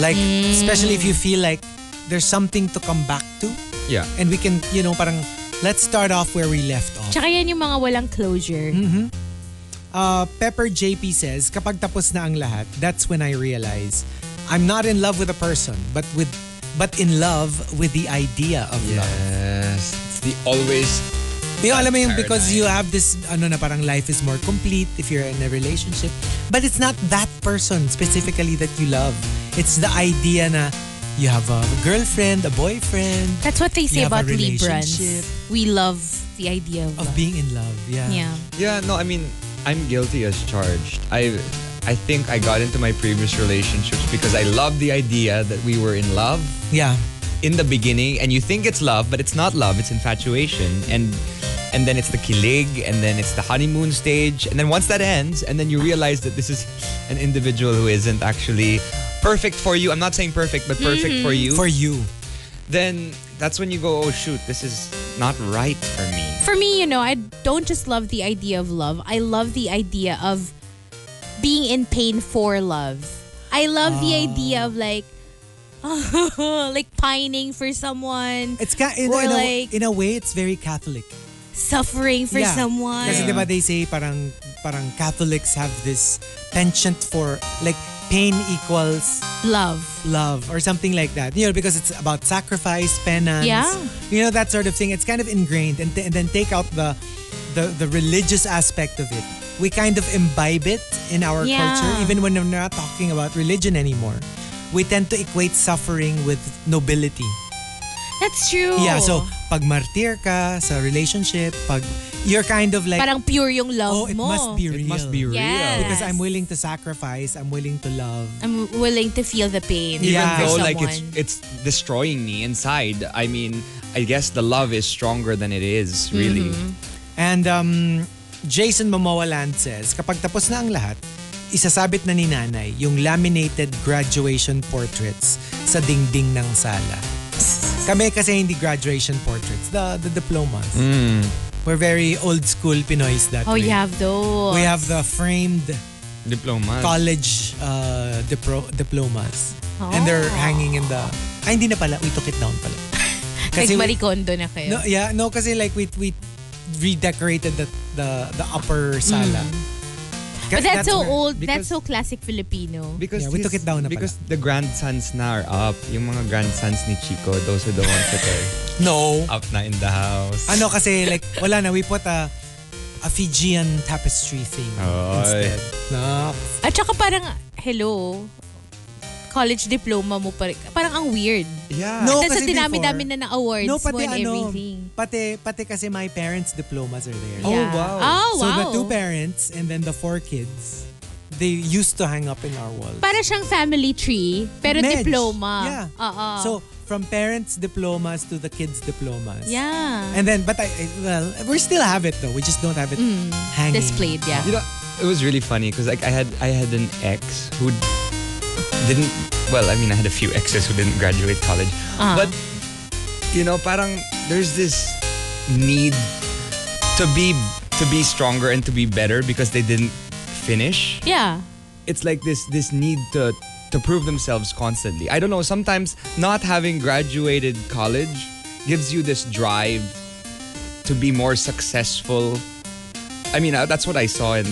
[SPEAKER 1] Like, especially if you feel like there's something to come back to
[SPEAKER 2] yeah
[SPEAKER 1] and we can, you know, parang let's start off where we left off.
[SPEAKER 4] Tsaka yan yung mga walang closure.
[SPEAKER 1] Uh, Pepper JP says, kapag tapos na ang lahat, that's when I realize I'm not in love with a person, but with but in love with the idea of love.
[SPEAKER 2] yes it's the always
[SPEAKER 1] Yung alam mo yung
[SPEAKER 2] Paradigm.
[SPEAKER 1] because you have this ano na parang life is more complete if you're in a relationship. But it's not that person specifically that you love. It's the idea na you have a girlfriend, a boyfriend
[SPEAKER 4] That's what they say
[SPEAKER 1] You have a
[SPEAKER 4] about Librans.
[SPEAKER 1] relationship.
[SPEAKER 4] We love the idea of,
[SPEAKER 1] of
[SPEAKER 4] love.
[SPEAKER 1] being in love. Yeah.
[SPEAKER 4] Yeah.
[SPEAKER 2] Yeah, no, I mean, I'm guilty as charged. I I think I got into my previous relationships because I loved the idea that we were in love
[SPEAKER 1] Yeah.
[SPEAKER 2] in the beginning and you think it's love, but it's not love, it's infatuation and and then it's the kilig and then it's the honeymoon stage and then once that ends and then you realize that this is an individual who isn't actually perfect for you. I'm not saying perfect, but perfect for you.
[SPEAKER 1] Mm-hmm. For you.
[SPEAKER 2] then that's when you go, "Oh shoot, this is not right for me."
[SPEAKER 4] For me, you know, I don't just love the idea of love. I love the idea of being in pain for love. I love the idea
[SPEAKER 1] Ah.
[SPEAKER 4] of like like pining for someone,
[SPEAKER 1] It's ka- in,
[SPEAKER 4] Or
[SPEAKER 1] in, a,
[SPEAKER 4] like-
[SPEAKER 1] in a way it's very Catholic.
[SPEAKER 4] suffering for
[SPEAKER 1] Yeah.
[SPEAKER 4] someone.
[SPEAKER 1] Kasi 'di ba they say parang parang Catholics have this penchant for like pain equals
[SPEAKER 4] Love.
[SPEAKER 1] love or something like that. You know, because it's about sacrifice, penance.
[SPEAKER 4] Yeah.
[SPEAKER 1] You know, that sort of thing. It's kind of ingrained. And, th- and then take out the, the the religious aspect of it. We kind of imbibe it in our
[SPEAKER 4] Yeah.
[SPEAKER 1] culture, even when we're not talking about religion anymore. We tend to equate suffering with nobility.
[SPEAKER 4] That's true.
[SPEAKER 1] Yeah, so pag martyr ka sa relationship, pag you're kind of like,
[SPEAKER 4] parang pure yung
[SPEAKER 1] oh,
[SPEAKER 4] love
[SPEAKER 1] it
[SPEAKER 4] mo.
[SPEAKER 1] must be real.
[SPEAKER 2] It must be real.
[SPEAKER 4] Yes.
[SPEAKER 1] Because I'm willing to sacrifice, I'm willing to love.
[SPEAKER 4] I'm willing to feel the pain.
[SPEAKER 1] Even
[SPEAKER 4] for
[SPEAKER 1] Yeah.
[SPEAKER 2] though Oh,
[SPEAKER 4] someone.
[SPEAKER 2] like it's it's destroying me inside. I mean, I guess the love is stronger than it is really.
[SPEAKER 4] Mm-hmm.
[SPEAKER 1] And um, Jason Momoa Land says, kapag tapos na ang lahat, isasabit na ni nanay yung laminated graduation portraits sa dingding ng sala. Kami kasi hindi graduation portraits, the, the diplomas. We're very old school Pinoys that
[SPEAKER 4] oh,
[SPEAKER 1] way.
[SPEAKER 4] you have those.
[SPEAKER 1] We have the framed
[SPEAKER 2] Diploma.
[SPEAKER 1] college uh, dipro- diplomas. And they're
[SPEAKER 4] Oh.
[SPEAKER 1] hanging in the... Ay, hindi na pala. We took it down pala. we-
[SPEAKER 4] Kasi Maricondo na kayo.
[SPEAKER 1] No, yeah, no, kasi like we we redecorated the the the upper sala.
[SPEAKER 4] Mm. But
[SPEAKER 1] Kasi
[SPEAKER 4] that's, so
[SPEAKER 1] where-
[SPEAKER 4] old.
[SPEAKER 2] because-
[SPEAKER 4] that's so classic Filipino.
[SPEAKER 2] Because
[SPEAKER 1] Yeah, we
[SPEAKER 2] his-
[SPEAKER 1] took it down na pala.
[SPEAKER 2] Because the grandsons na are up. Yung mga grandsons ni Chico, those are the ones that are
[SPEAKER 1] No.
[SPEAKER 2] up na in the house.
[SPEAKER 1] Ano kasi like wala na we put a a Fijian tapestry thing
[SPEAKER 2] Oy.
[SPEAKER 1] instead. No.
[SPEAKER 4] At saka parang, hello, college diploma mo pa rin. Parang ang weird.
[SPEAKER 2] Yeah.
[SPEAKER 1] No,
[SPEAKER 4] Tapos
[SPEAKER 1] kasi
[SPEAKER 4] dinami-dami
[SPEAKER 1] before-
[SPEAKER 4] na na awards
[SPEAKER 1] No,
[SPEAKER 4] mo
[SPEAKER 1] pati
[SPEAKER 4] and
[SPEAKER 1] ano,
[SPEAKER 4] everything.
[SPEAKER 1] pati, pati kasi my parents' diplomas are there.
[SPEAKER 2] Oh,
[SPEAKER 4] Yeah.
[SPEAKER 2] wow.
[SPEAKER 4] Oh,
[SPEAKER 1] So
[SPEAKER 4] wow.
[SPEAKER 1] the two parents and then the four kids, they used to hang up in our walls.
[SPEAKER 4] Para siyang family tree, pero
[SPEAKER 1] Medj.
[SPEAKER 4] diploma. Uh-uh.
[SPEAKER 1] Yeah.
[SPEAKER 4] Oo.
[SPEAKER 1] So from parents' diplomas to the kids' diplomas.
[SPEAKER 4] yeah.
[SPEAKER 1] And then, but I, I well, we still have it though. We just don't have it hanging.
[SPEAKER 4] Mm, Displayed, yeah.
[SPEAKER 2] You know, it was really funny because like I had I had an ex who didn't. Well, I mean, I had a few exes who didn't graduate college, but you know, parang there's this need to be to be stronger and to be better because they didn't finish.
[SPEAKER 4] Yeah.
[SPEAKER 2] It's like this this need to to prove themselves constantly. I don't know, sometimes not having graduated college gives you this drive to be more successful. I mean, uh, that's what I saw in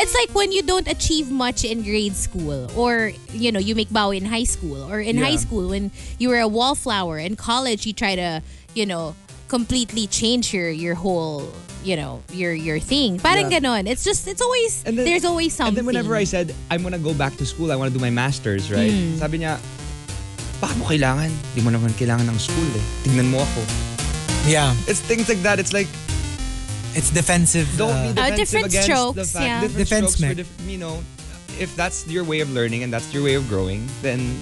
[SPEAKER 4] It's like when you don't achieve much in grade school or, you know, you make bawi in high school or in high
[SPEAKER 2] Yeah.
[SPEAKER 4] school when you were a wallflower. In college, you try to, you know, completely change your, your whole, you know, your your thing. Parang
[SPEAKER 2] Yeah.
[SPEAKER 4] ganon. It's just, it's always,
[SPEAKER 2] And then-
[SPEAKER 4] there's always something. Hmm.
[SPEAKER 2] And then whenever I said, I'm gonna go back to school, I wanna do my master's, right? Sabi niya, bakit mo kailangan? Di mo naman kailangan ng school eh. Tingnan mo ako.
[SPEAKER 1] Yeah,
[SPEAKER 2] It's things like that. It's like,
[SPEAKER 1] it's defensive.
[SPEAKER 2] don't
[SPEAKER 1] uh,
[SPEAKER 2] be defensive
[SPEAKER 4] different
[SPEAKER 2] against the
[SPEAKER 4] strokes,
[SPEAKER 2] fact.
[SPEAKER 4] yeah.
[SPEAKER 2] Different
[SPEAKER 1] Defense
[SPEAKER 2] strokes for
[SPEAKER 1] mech.
[SPEAKER 2] diff- you know, if that's your way of learning and that's your way of growing, then,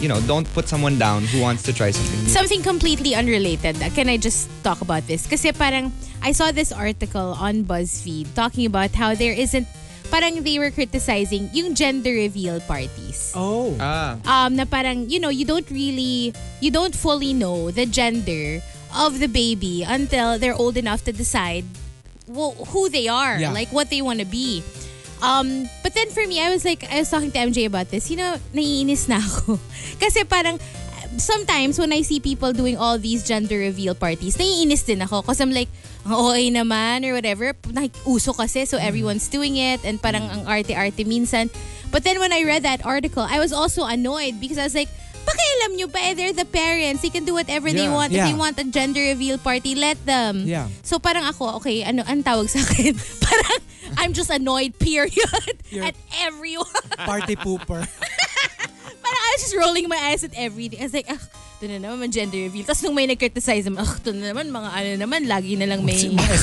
[SPEAKER 2] you know, don't put someone down who wants to try something new.
[SPEAKER 4] Something completely unrelated. Can I just talk about this? Kasi parang I saw this article on BuzzFeed talking about how there isn't parang they were criticizing yung gender reveal parties.
[SPEAKER 1] oh.
[SPEAKER 2] ah,
[SPEAKER 4] Um na parang you know, you don't really you don't fully know the gender of the baby until they're old enough to decide well, who they are,
[SPEAKER 1] Yeah.
[SPEAKER 4] like what they want to be. Um, but then for me, I was like, I was talking to MJ about this. You know, naiinis na ako. Kasi parang, sometimes when I see people doing all these gender reveal parties, naiinis din ako. Because I'm like, ang OA naman or whatever. Like, uso kasi,
[SPEAKER 1] Mm-hmm.
[SPEAKER 4] so everyone's doing it. And parang ang arte-arte minsan. But then when I read that article, I was also annoyed because I was like, pakialam nyo ba? Eh, they're the parents. They can do whatever they
[SPEAKER 2] Yeah.
[SPEAKER 4] want. If
[SPEAKER 1] Yeah.
[SPEAKER 4] they want a gender reveal party, let them.
[SPEAKER 1] Yeah.
[SPEAKER 4] So parang ako, okay, ano ang tawag sa akin? parang I'm just annoyed, period.
[SPEAKER 1] You're-
[SPEAKER 4] at everyone.
[SPEAKER 1] Party pooper.
[SPEAKER 4] parang I was just rolling my eyes at everything. I was like, ah, doon na naman gender reveal. Tapos nung may nag-criticize naman, ah, doon na naman, mga ano naman, lagi na lang may...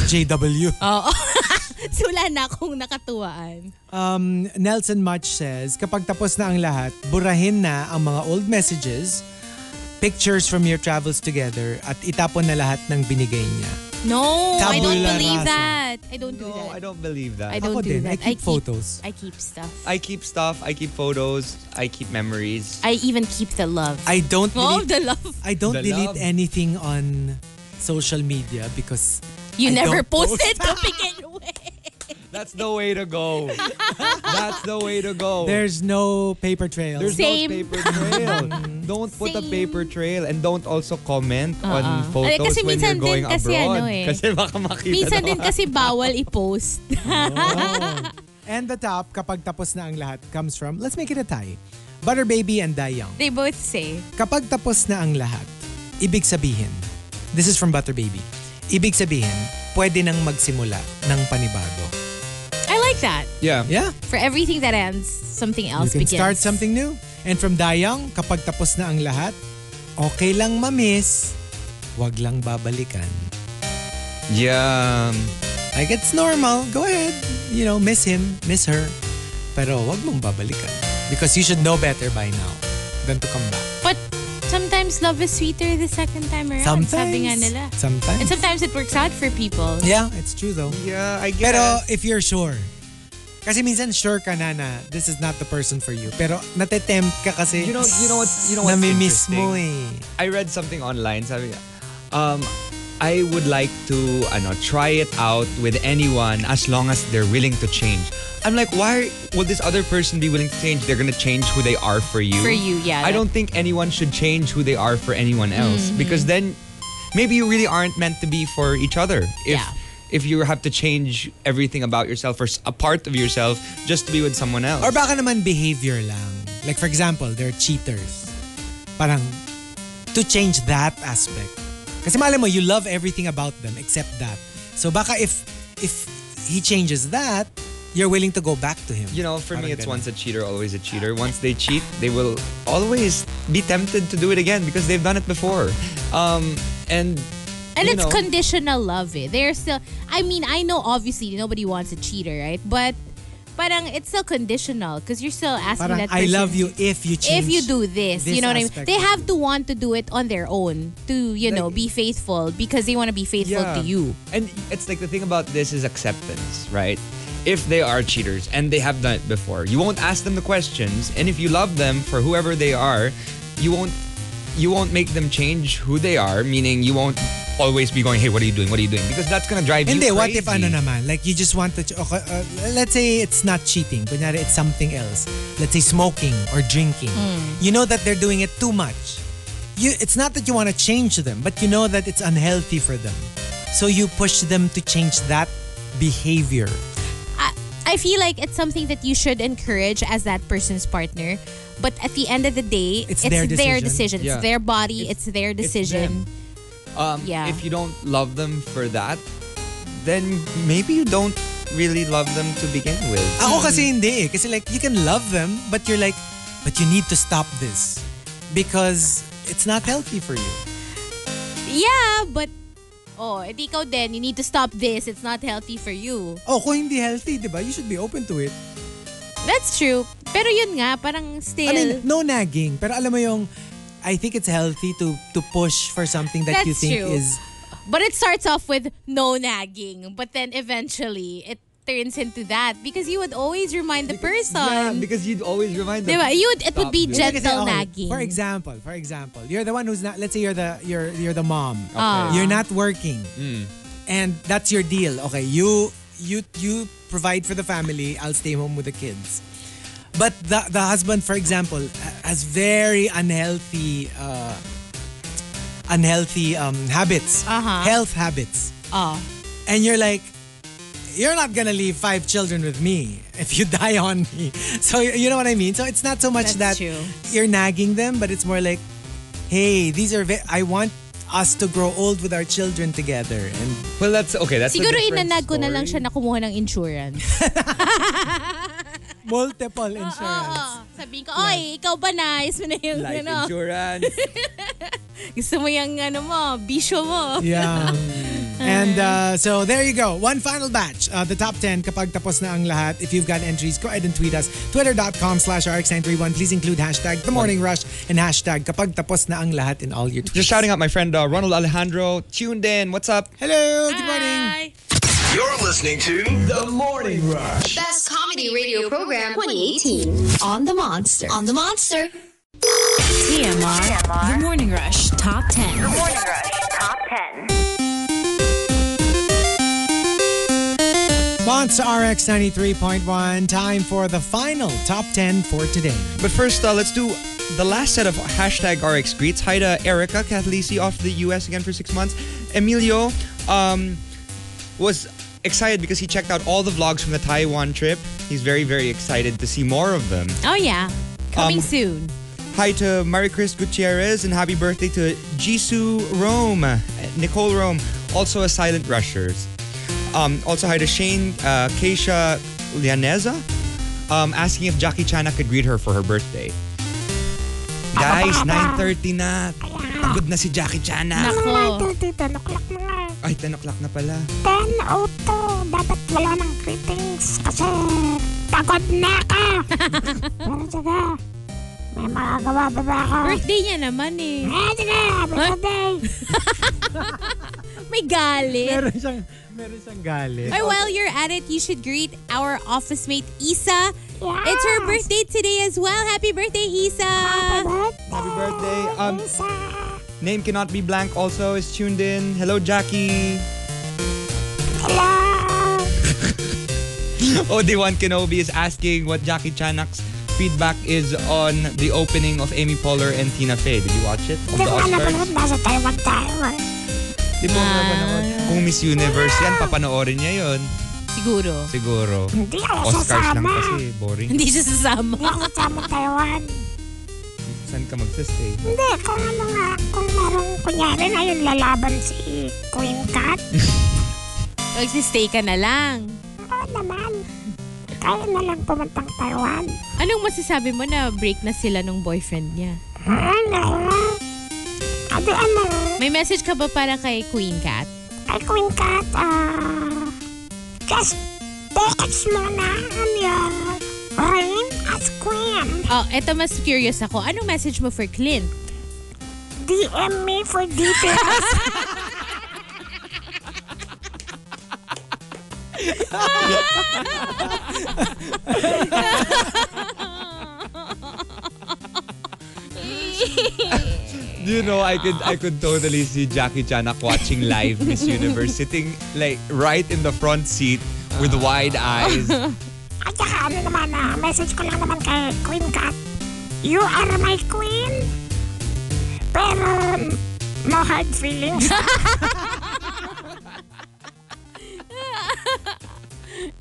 [SPEAKER 1] SJW.
[SPEAKER 4] Oo. so wala na akong nakatuwaan.
[SPEAKER 1] Um, Nelson Much says, kapag tapos na ang lahat, burahin na ang mga old messages, pictures from your travels together, at itapon na lahat ng binigay niya.
[SPEAKER 4] No, I don't
[SPEAKER 1] Tabula
[SPEAKER 4] believe
[SPEAKER 1] rasa.
[SPEAKER 4] that. I don't do
[SPEAKER 2] no,
[SPEAKER 4] that.
[SPEAKER 2] I don't believe that.
[SPEAKER 4] I don't
[SPEAKER 1] Ako
[SPEAKER 4] do
[SPEAKER 1] din.
[SPEAKER 4] that.
[SPEAKER 1] I keep photos.
[SPEAKER 4] I keep stuff.
[SPEAKER 2] I keep stuff. I keep photos. I keep memories.
[SPEAKER 4] I even keep the love.
[SPEAKER 1] I don't
[SPEAKER 4] oh,
[SPEAKER 1] delete,
[SPEAKER 4] the love.
[SPEAKER 1] I don't
[SPEAKER 2] The
[SPEAKER 1] delete
[SPEAKER 2] love.
[SPEAKER 1] anything on social media because
[SPEAKER 4] You
[SPEAKER 1] I
[SPEAKER 4] never
[SPEAKER 1] don't post.
[SPEAKER 4] post it to begin with.
[SPEAKER 2] That's the way to go. That's the way to go.
[SPEAKER 1] there's no paper trail.
[SPEAKER 2] Oh. There's
[SPEAKER 4] Same.
[SPEAKER 2] no paper trail. don't put a
[SPEAKER 4] Same.
[SPEAKER 2] paper trail and don't also comment on
[SPEAKER 4] Uh-uh.
[SPEAKER 2] photos
[SPEAKER 4] Ay, kasi
[SPEAKER 2] when
[SPEAKER 4] minsan
[SPEAKER 2] you're going
[SPEAKER 4] din kasi
[SPEAKER 2] abroad.
[SPEAKER 4] ano eh.
[SPEAKER 2] Kasi baka makita
[SPEAKER 4] Minsan
[SPEAKER 2] daw.
[SPEAKER 4] din kasi bawal i-post.
[SPEAKER 1] And the top, kapag tapos na ang lahat, comes from, let's make it a tie, Butter Baby and Die Young.
[SPEAKER 4] They both say.
[SPEAKER 1] Kapag tapos na ang lahat, ibig sabihin, this is from Butter Baby, ibig sabihin, pwede nang magsimula ng panibago.
[SPEAKER 4] I like that.
[SPEAKER 2] Yeah.
[SPEAKER 1] Yeah,
[SPEAKER 4] For everything that ends, something
[SPEAKER 1] you
[SPEAKER 4] else
[SPEAKER 1] can
[SPEAKER 4] begins.
[SPEAKER 1] start something new. And from Dayang, kapag tapos na ang lahat, okay lang mamiss, wag lang babalikan.
[SPEAKER 2] Yeah.
[SPEAKER 1] Like it's normal, go ahead. You know, miss him, miss her. Pero wag mong babalikan. Because you should know better by now than to come back.
[SPEAKER 4] But sometimes love is sweeter the second time around. Sabi nga
[SPEAKER 1] Sometimes.
[SPEAKER 4] nila. And
[SPEAKER 1] Sometimes.
[SPEAKER 4] sometimes it works out for people.
[SPEAKER 1] Yeah, it's true though.
[SPEAKER 2] Yeah, I guess.
[SPEAKER 1] Pero if you're sure. Kasi minsan sure ka na na this is not the person for you. Pero natetempt ka kasi
[SPEAKER 2] You know- you know what- you know what's
[SPEAKER 1] namimiss mo eh.
[SPEAKER 2] I read something online. Sabi, um, I would like to ano, try it out with anyone as long as they're willing to change. I'm like, why would this other person be willing to change? They're gonna change who they are for you.
[SPEAKER 4] For you, yeah. Mm-hmm.
[SPEAKER 2] I don't think anyone should change who they are for anyone else because then maybe you really aren't meant to be for each other. If
[SPEAKER 4] Yeah.
[SPEAKER 2] if you have to change everything about yourself or s- a part of yourself just to be with someone else.
[SPEAKER 1] Or baka naman behavior lang. Like for example, they're cheaters. Parang to change that aspect. Kasi malay mo, you love everything about them except that. So baka if if he changes that, you're willing to go back to him.
[SPEAKER 2] you know, for
[SPEAKER 1] Parang
[SPEAKER 2] me, it's
[SPEAKER 1] ganun.
[SPEAKER 2] once a cheater, always a cheater. Once they cheat, they will always be tempted to do it again because they've done it before. Um, and
[SPEAKER 4] And
[SPEAKER 2] you
[SPEAKER 4] it's
[SPEAKER 2] know,
[SPEAKER 4] conditional love. Eh. They're still, I mean, I know obviously nobody wants a cheater, right? But parang it's still conditional because you're still asking
[SPEAKER 1] Parang
[SPEAKER 4] that
[SPEAKER 1] I
[SPEAKER 4] person
[SPEAKER 1] love you if you change.
[SPEAKER 4] if you do this,
[SPEAKER 1] this
[SPEAKER 4] you know what I mean?
[SPEAKER 1] aspect
[SPEAKER 4] They
[SPEAKER 1] of
[SPEAKER 4] have to want to do it on their own to, you know,
[SPEAKER 2] Like-
[SPEAKER 4] be faithful because they want to be faithful
[SPEAKER 2] Yeah.
[SPEAKER 4] to you.
[SPEAKER 2] And it's like the thing about this is acceptance, right? If they are cheaters and they have done it before, you won't ask them the questions. And if you love them for whoever they are, you won't you won't make them change who they are. Meaning you won't always be going, hey, what are you doing? What are you doing? Because that's gonna drive
[SPEAKER 1] Hindi,
[SPEAKER 2] you
[SPEAKER 1] what
[SPEAKER 2] crazy.
[SPEAKER 1] if ano naman? Like you just want to, okay, uh, let's say it's not cheating. Kunyari, it's something else. Let's say smoking or drinking. You know that they're doing it too much. You, it's not that you want to change them, but you know that it's unhealthy for them. So you push them to change that behavior.
[SPEAKER 4] I, I feel like it's something that you should encourage as that person's partner. But at the end of the day,
[SPEAKER 1] It's their decision.
[SPEAKER 4] decision.
[SPEAKER 2] Yeah.
[SPEAKER 4] It's their body. It's, their
[SPEAKER 2] it's
[SPEAKER 4] decision.
[SPEAKER 2] Um,
[SPEAKER 4] Yeah.
[SPEAKER 2] If you don't love them for that, then maybe you don't really love them to begin with.
[SPEAKER 1] Ako kasi hindi eh. Kasi like, you can love them, but you're like, but you need to stop this. Because it's not healthy for you.
[SPEAKER 4] yeah, but oh, eh, di ikaw din. You need to stop this. It's not healthy for you.
[SPEAKER 1] Oh, kung hindi healthy, di ba? You should be open to it.
[SPEAKER 4] That's true. Pero yun nga, parang still.
[SPEAKER 1] I mean, no nagging. Pero alam mo yung, I think it's healthy to to push for something that you
[SPEAKER 4] That's
[SPEAKER 1] think
[SPEAKER 4] true.
[SPEAKER 1] is...
[SPEAKER 4] But it starts off with no nagging, but then eventually it turns into that because you would always remind the
[SPEAKER 2] Yeah,
[SPEAKER 4] person.
[SPEAKER 2] because you'd always remind them.
[SPEAKER 4] Um, Diba? You would, it would
[SPEAKER 2] Stop
[SPEAKER 4] be
[SPEAKER 2] doing
[SPEAKER 1] Kasi,
[SPEAKER 4] gentle
[SPEAKER 1] okay,
[SPEAKER 4] nagging.
[SPEAKER 1] oh, For example, for example, you're the one who's not... Let's say you're the you're you're the mom.
[SPEAKER 4] Ah.
[SPEAKER 1] You're not working. And that's your deal. Okay, you you you provide for the family. I'll stay home with the kids. But the the husband, for example, ha- has very unhealthy uh, unhealthy um, habits,
[SPEAKER 4] Uh-huh.
[SPEAKER 1] health habits.
[SPEAKER 4] Ah.
[SPEAKER 1] and you're like, you're not gonna leave five children with me if you die on me. So you know what I mean. So it's not so much
[SPEAKER 4] That's
[SPEAKER 1] that
[SPEAKER 4] true.
[SPEAKER 1] you're nagging them, but it's more like, hey, these are. Ve- I want us to grow old with our children together, and
[SPEAKER 2] Well, that's okay. That's a
[SPEAKER 4] Siguro
[SPEAKER 2] different
[SPEAKER 4] inanag ko na
[SPEAKER 2] story.
[SPEAKER 4] lang siya na kumuha ng insurance.
[SPEAKER 1] multiple
[SPEAKER 4] Ah,
[SPEAKER 1] insurance.
[SPEAKER 4] Oo. Sabihin ko, oy, ikaw ba na? Is mo na yung,
[SPEAKER 2] Life
[SPEAKER 4] ano,
[SPEAKER 2] insurance.
[SPEAKER 4] gusto mo yung, ano mo, bisyo mo.
[SPEAKER 1] Yeah. And uh, so there you go. One final batch. Uh, the top 10 kapag tapos na ang lahat. If you've got entries, go ahead and tweet us. Twitter.com slash RX931. Please include hashtag The Morning Rush and hashtag kapag tapos na ang lahat in all your tweets.
[SPEAKER 2] Just shouting out my friend uh, Ronald Alejandro. Tuned in. What's up?
[SPEAKER 1] Hello, good morning.
[SPEAKER 4] Hi.
[SPEAKER 8] You're listening to The Morning Rush.
[SPEAKER 9] Best Comedy Radio Program 2018 on The Monster. On The Monster.
[SPEAKER 10] TMR, E The Morning Rush Top 10.
[SPEAKER 11] Morning Rush Top 10.
[SPEAKER 2] Ah.
[SPEAKER 1] Monster RX 93.1. Time for the final top 10 for today.
[SPEAKER 2] But first, uh, let's do the last set of hashtag RX greets. Hi to Erica Catlisi off the US again for six months. Emilio um, was excited because he checked out all the vlogs from the Taiwan trip. He's very, very excited to see more of them.
[SPEAKER 4] Oh, yeah. Coming
[SPEAKER 2] Um,
[SPEAKER 4] soon.
[SPEAKER 2] Hi to Mary Chris Gutierrez and happy birthday to Jisoo Rome, uh, Nicole Rome, also a silent rushers. Um, also hi to Shane uh, Keisha Lianeza, um, asking if Jackie Chana could greet her for her birthday. Guys, 9.30 na. Pagod na si Jackie Chana.
[SPEAKER 4] Nako.
[SPEAKER 6] Mga 10 o'clock na nga.
[SPEAKER 2] Ay, 10 o'clock na pala.
[SPEAKER 6] 10.02. Dapat wala ng greetings kasi pagod na ka. Pero sige, may magagawa ba ba ako?
[SPEAKER 4] Birthday niya naman eh.
[SPEAKER 6] Eh, sige, happy birthday.
[SPEAKER 4] May galit.
[SPEAKER 1] siyang, meron siyang galit.
[SPEAKER 4] Or while you're at it, you should greet our office mate, Isa.
[SPEAKER 6] Ya.
[SPEAKER 4] It's her
[SPEAKER 6] Yes.
[SPEAKER 4] birthday today as well. Happy birthday, Isa.
[SPEAKER 2] Happy birthday. Um,
[SPEAKER 6] Isa.
[SPEAKER 2] name cannot be blank also is tuned in. Hello, Jackie.
[SPEAKER 6] Hello.
[SPEAKER 2] OD1 Kenobi is asking what Jackie Chanak's feedback is on the opening of Amy Poehler and Tina Fey. Did you watch it? Of
[SPEAKER 6] Hindi
[SPEAKER 2] the
[SPEAKER 6] ko alam
[SPEAKER 2] Oscars?
[SPEAKER 6] kung nasa Taiwan tayo eh.
[SPEAKER 2] Di ba nga napanood?
[SPEAKER 6] Ah.
[SPEAKER 2] Kung Miss Universe yan, papanoorin niya yun.
[SPEAKER 4] Siguro.
[SPEAKER 2] Siguro.
[SPEAKER 6] Hindi ako
[SPEAKER 2] Oscars lang
[SPEAKER 6] sasama.
[SPEAKER 2] kasi. Boring.
[SPEAKER 4] Hindi siya sasama.
[SPEAKER 6] Hindi ako sama Taiwan.
[SPEAKER 2] Saan ka magsistay?
[SPEAKER 6] Hindi, kung ano nga, kung merong kunyari na yung lalaban si Queen Cat,
[SPEAKER 4] Magsistay ka na lang.
[SPEAKER 6] Oo naman. Kaya na lang pumuntang Taiwan.
[SPEAKER 4] Anong masasabi mo na break na sila nung boyfriend niya?
[SPEAKER 6] Ah, Ano? Sabi ano,
[SPEAKER 4] May message ka ba para kay Queen Cat?
[SPEAKER 6] kay Queen Cat, ah, just focus muna on your reign as queen.
[SPEAKER 4] Oh, eto mas curious ako. Anong message mo for Clint?
[SPEAKER 6] DM me for details.
[SPEAKER 2] Do You know, I could I could totally see Jackie Chanak watching live Miss Universe, sitting like right in the front seat with wide eyes.
[SPEAKER 6] At saka ano naman, ah, message ko lang naman kay Queen Cat. You are my queen. Pero no hard feelings.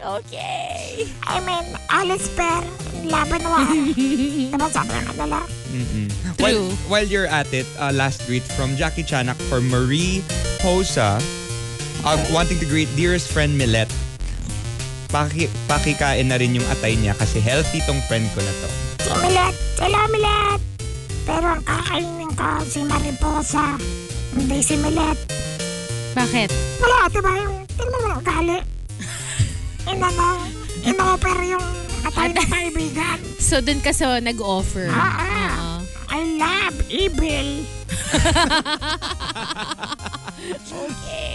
[SPEAKER 4] Okay.
[SPEAKER 6] I mean, alles fair in love and war. diba sabi ang kanila?
[SPEAKER 2] While,
[SPEAKER 4] True.
[SPEAKER 2] while you're at it, uh, last greet from Jackie Chanak for Marie Posa, uh, wanting to greet dearest friend Millet. Paki, pakikain na rin yung atay niya kasi healthy tong friend ko na to.
[SPEAKER 6] Si Milet, hello Milet. Pero ang kakainin ko si Mariposa. Hindi si Milet.
[SPEAKER 4] Bakit?
[SPEAKER 6] Wala, diba yung, tingnan mo yung ugali. Inano, inoper yung atay ng kaibigan.
[SPEAKER 4] So, dun ka sa nag-offer.
[SPEAKER 6] Ah, I love evil.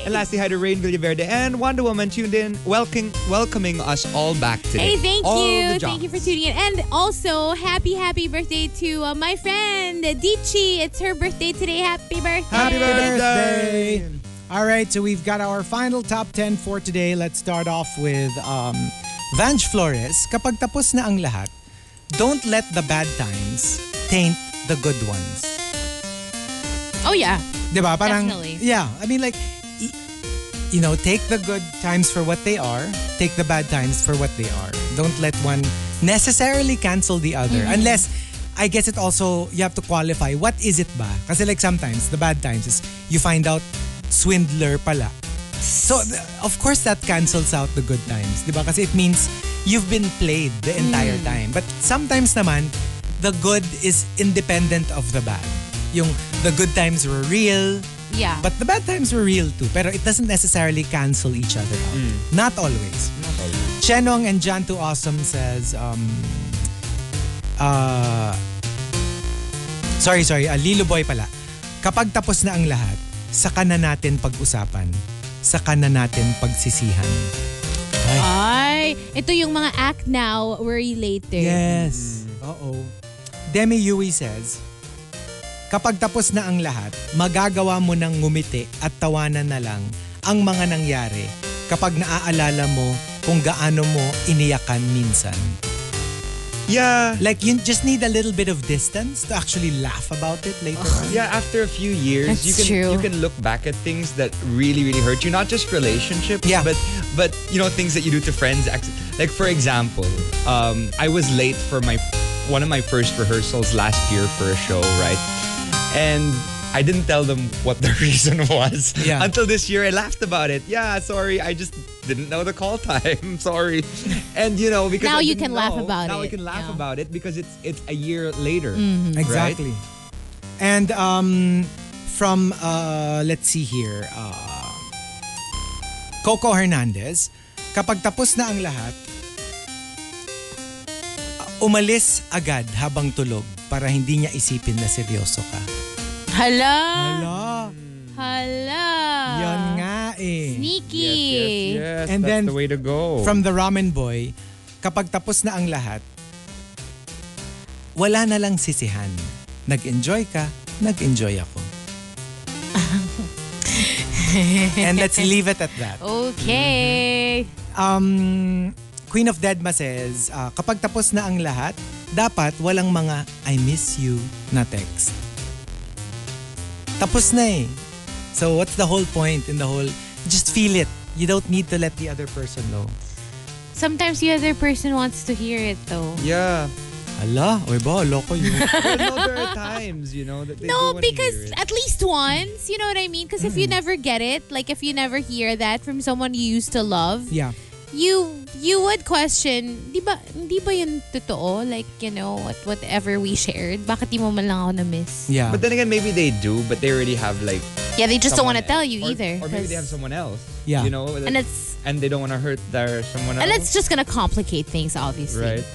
[SPEAKER 2] And lastly, hi to Rain Villaverde and Wonder Woman tuned in, welcoming, welcoming us all back today.
[SPEAKER 4] Hey, thank
[SPEAKER 2] All
[SPEAKER 4] you.
[SPEAKER 2] the
[SPEAKER 4] Thank you for
[SPEAKER 2] jobs.
[SPEAKER 4] tuning in. And also, happy, happy birthday to uh, my friend, Dichi. It's her birthday today. Happy birthday.
[SPEAKER 2] Happy birthday!
[SPEAKER 1] All right, so we've got our final top 10 for today. Let's start off with um, Vange Flores. Kapag tapos na ang lahat, don't let the bad times taint the good ones.
[SPEAKER 4] Oh, yeah.
[SPEAKER 1] Diba? Parang,
[SPEAKER 4] Definitely.
[SPEAKER 1] Yeah, I mean like, y- you know, take the good times for what they are, take the bad times for what they are. Don't let one necessarily cancel the other. Unless, I guess it also, you have to qualify, what is it ba? Kasi like sometimes, the bad times is, you find out swindler pala. So, th- of course, that cancels out the good times. Diba? Kasi it means you've been played the entire time. But sometimes naman, the good is independent of the bad. Yung the good times were real,
[SPEAKER 4] Yeah.
[SPEAKER 1] but the bad times were real too. Pero it doesn't necessarily cancel each other out. Hmm. Not always. Chenong and Janto Awesome says, um, uh, sorry, sorry, uh, Lilo Boy pala. Kapag tapos na ang lahat, saka na natin pag-usapan. Saka na natin pagsisihan.
[SPEAKER 4] Ay, ito yung mga act now, worry later.
[SPEAKER 1] Yes. Oo. Demi Yui says, Kapag tapos na ang lahat, magagawa mo ng ngumiti at tawanan na lang ang mga nangyari kapag naaalala mo kung gaano mo iniyakan minsan.
[SPEAKER 2] Yeah.
[SPEAKER 1] Like, you just need a little bit of distance to actually laugh about it later on.
[SPEAKER 2] Yeah, after a few years,
[SPEAKER 4] That's
[SPEAKER 2] you can
[SPEAKER 4] true.
[SPEAKER 2] you can look back at things that really really hurt you, not just relationships,
[SPEAKER 1] Yeah.
[SPEAKER 2] but but you know things that you do to friends. ex- Like for example, um, I was late for my one of my first rehearsals last year for a show, right? And I didn't tell them what the reason was
[SPEAKER 1] Yeah.
[SPEAKER 2] until this year. I laughed about it. Yeah, sorry, I just didn't know the call time. sorry, and you know because
[SPEAKER 4] Now
[SPEAKER 2] I
[SPEAKER 4] you
[SPEAKER 2] didn't
[SPEAKER 4] can laugh
[SPEAKER 2] know,
[SPEAKER 4] about
[SPEAKER 2] Now I
[SPEAKER 4] it,
[SPEAKER 2] can laugh
[SPEAKER 4] yeah. Mm.
[SPEAKER 2] about it because it's it's a year later.
[SPEAKER 1] Exactly. And um, from, uh, let's see here, uh, Coco Hernandez, kapag tapos na ang lahat, uh, umalis agad habang tulog para hindi niya isipin na seryoso ka.
[SPEAKER 4] Hala.
[SPEAKER 1] Hala,
[SPEAKER 4] Hala.
[SPEAKER 1] yan nga eh.
[SPEAKER 4] Sneaky.
[SPEAKER 2] Yes,
[SPEAKER 1] And
[SPEAKER 2] that's
[SPEAKER 1] then
[SPEAKER 2] the way to go.
[SPEAKER 1] From the Ramen Boy, kapag tapos na ang lahat, wala na lang sisihan. Nag-enjoy ka, nag-enjoy ako. And let's leave it at that.
[SPEAKER 4] Oh. Okay.
[SPEAKER 1] Um, Queen of Deadma says, ah, kapag tapos na ang lahat, dapat walang mga I miss you na text. Tapos na eh. So what's the whole point in the whole, just feel it. You don't need to let the other person know.
[SPEAKER 4] Sometimes the other person wants to hear it though.
[SPEAKER 2] yeah.
[SPEAKER 1] Hala, oy ba, loko yun.
[SPEAKER 2] But no, there are times, you know, that they do
[SPEAKER 4] No,
[SPEAKER 2] wanna hear
[SPEAKER 4] because
[SPEAKER 2] it. Mm.
[SPEAKER 4] at least once, you know what I mean? Because if you never get it, like if you never hear that from someone you used to love,
[SPEAKER 1] yeah.
[SPEAKER 4] you you would question, di ba, hindi ba yun totoo? Like, you know, what, whatever we shared, bakit di mo man lang ako na-miss?
[SPEAKER 1] Yeah.
[SPEAKER 2] But then again, maybe they do, but they already have like.
[SPEAKER 4] Yeah, they just don't
[SPEAKER 2] someone
[SPEAKER 4] want to tell you
[SPEAKER 2] or-
[SPEAKER 4] either.
[SPEAKER 2] Or maybe they have
[SPEAKER 4] 'cause-
[SPEAKER 2] someone else.
[SPEAKER 1] Yeah.
[SPEAKER 2] You know,
[SPEAKER 4] and it's
[SPEAKER 2] and they don't want to hurt their someone
[SPEAKER 4] and
[SPEAKER 2] else.
[SPEAKER 4] it's just gonna complicate things, obviously.
[SPEAKER 2] right.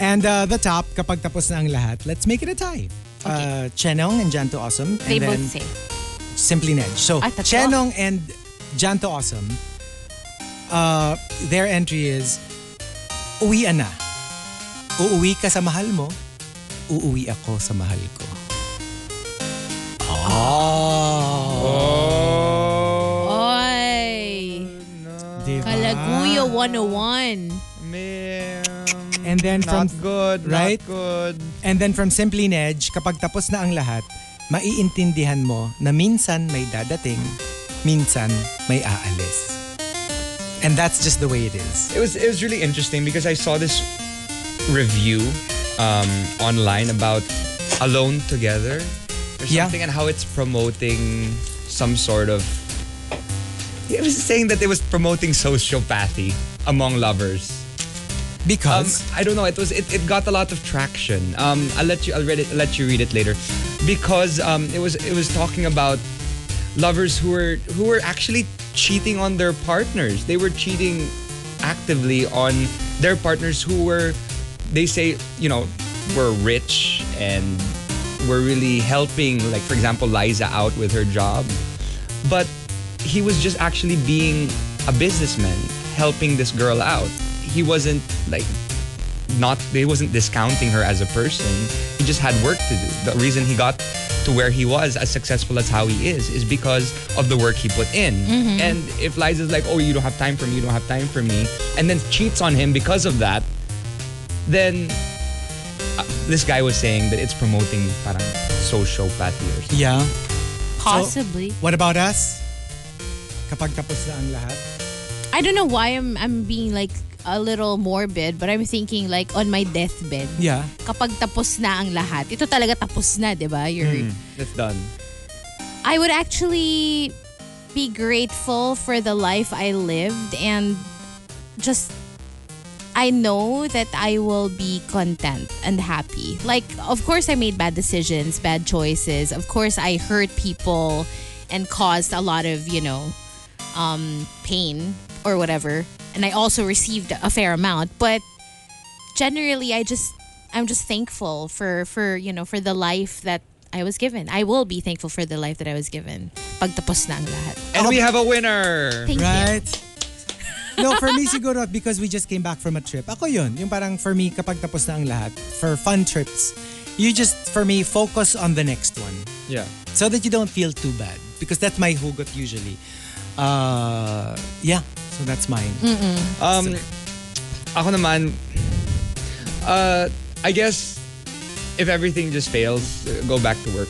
[SPEAKER 1] and uh, the top, kapag tapos na ang lahat, let's make it a tie. Uh, Chenong and Janto Awesome.
[SPEAKER 4] They
[SPEAKER 1] and
[SPEAKER 4] both
[SPEAKER 1] then
[SPEAKER 4] say.
[SPEAKER 1] Simply Ned. So,
[SPEAKER 4] Ay, tatlo.
[SPEAKER 1] Chenong and Janto Awesome, uh, their entry is, uwi na. Uuwi ka sa mahal mo, uuwi ako sa mahal ko.
[SPEAKER 4] Oh,
[SPEAKER 2] Oh.
[SPEAKER 4] Oy.
[SPEAKER 1] Diba?
[SPEAKER 2] Ah.
[SPEAKER 4] Kalaguyo 101.
[SPEAKER 1] And then from-
[SPEAKER 2] not good,
[SPEAKER 1] right?
[SPEAKER 2] Not good.
[SPEAKER 1] And then from Simply Nedge, kapag tapos na ang lahat, maiintindihan mo na minsan may dadating, minsan may aalis. And that's just the way it is.
[SPEAKER 2] It was it was really interesting because I saw this review um, online about Alone Together or
[SPEAKER 1] Yeah.
[SPEAKER 2] something and how it's promoting some sort of it was saying that it was promoting sociopathy among lovers. Um,
[SPEAKER 1] Because
[SPEAKER 2] I don't know. It was it, it got a lot of traction. Um, I'll let you I'll read it I'll let you read it later, because um, it was it was talking about lovers who were who were actually cheating on their partners. They were cheating actively on their partners who were they say you know were rich and were really helping. Like for example, Liza out with her job, but he was just actually being a businessman helping this girl out. He wasn't like not he wasn't discounting her as a person. He just had work to do. The reason he got to where he was as successful as how he is is because of the work he put in. And if Liza's like, "Oh, you don't have time for me. You don't have time for me." And then cheats on him because of that, then uh, this guy was saying that it's promoting parang sociopathy or something.
[SPEAKER 1] yeah.
[SPEAKER 4] Possibly.
[SPEAKER 1] What about us? Kapag tapos na ang lahat,
[SPEAKER 4] I don't know why I'm I'm being like a little morbid, but I'm thinking like on my deathbed.
[SPEAKER 1] yeah.
[SPEAKER 4] Kapag tapos na ang lahat, ito talaga tapos na, 'di ba? You're
[SPEAKER 2] That's done.
[SPEAKER 4] I would actually be grateful for the life I lived and just I know that I will be content and happy. Like of course I made bad decisions, bad choices. Of course I hurt people and caused a lot of, you know, um pain or whatever. And I also received a fair amount, but generally I just I'm just thankful for for you know for the life that I was given. I will be thankful for the life that I was given. Pagtapos na ang lahat.
[SPEAKER 2] And we have a winner.
[SPEAKER 4] Thank you.
[SPEAKER 1] Right? no, for me siguro because we just came back from a trip. Ako yun, yung parang for me kapag tapos na ang lahat, for fun trips, you just, for me, focus on the next one.
[SPEAKER 2] Yeah.
[SPEAKER 1] So that you don't feel too bad. Because that's my hugot usually. Uh, yeah, so that's mine.
[SPEAKER 2] Um, ako naman, uh, I guess if everything just fails, uh, go back to work.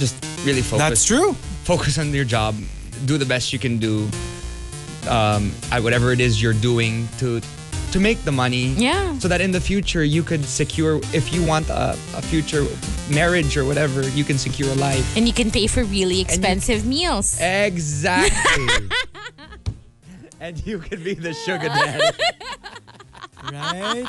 [SPEAKER 2] Just really focus.
[SPEAKER 1] That's true.
[SPEAKER 2] Focus on your job. Do the best you can do. Um, at whatever it is you're doing to to make the money.
[SPEAKER 4] Yeah.
[SPEAKER 2] So that in the future you could secure, if you want a, a future marriage or whatever, you can secure a life.
[SPEAKER 4] And you can pay for really expensive meals.
[SPEAKER 2] Exactly. and you could be the sugar daddy.
[SPEAKER 1] Right?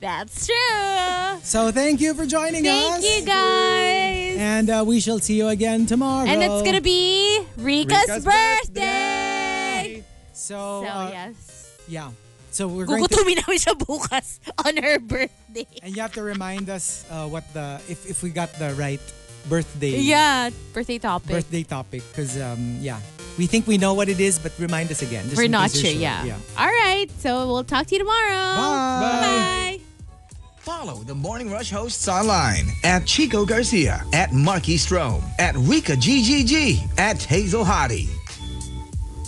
[SPEAKER 4] That's true.
[SPEAKER 1] so thank you for joining us.
[SPEAKER 4] Thank you guys.
[SPEAKER 1] And uh, we shall see you again tomorrow.
[SPEAKER 4] And it's gonna be Rika's,
[SPEAKER 2] Rika's
[SPEAKER 4] birthday.
[SPEAKER 1] So,
[SPEAKER 4] So
[SPEAKER 1] uh,
[SPEAKER 4] yes.
[SPEAKER 1] yeah. So we're going to...
[SPEAKER 4] Gugutumin namin siya bukas on her birthday.
[SPEAKER 1] And you have to remind us uh, what the... If, if we got the right birthday...
[SPEAKER 4] Yeah, birthday topic.
[SPEAKER 1] birthday topic because um, yeah, we think we know what it is, but remind us again. just
[SPEAKER 4] We're
[SPEAKER 1] in
[SPEAKER 4] not
[SPEAKER 1] case
[SPEAKER 4] sure,
[SPEAKER 1] you're
[SPEAKER 4] yeah. All right, so we'll talk to you tomorrow.
[SPEAKER 1] Bye.
[SPEAKER 4] Bye.
[SPEAKER 8] Follow the Morning Rush hosts online at Chico Garcia, at Marky Strome, at Rika GGG, at Hazel Hottie.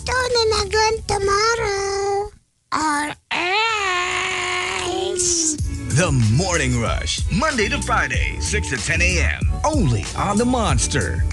[SPEAKER 6] Tune in again tomorrow. Or else.
[SPEAKER 8] The Morning Rush, Monday to Friday, 6 to 10 a.m. Only on the Monster.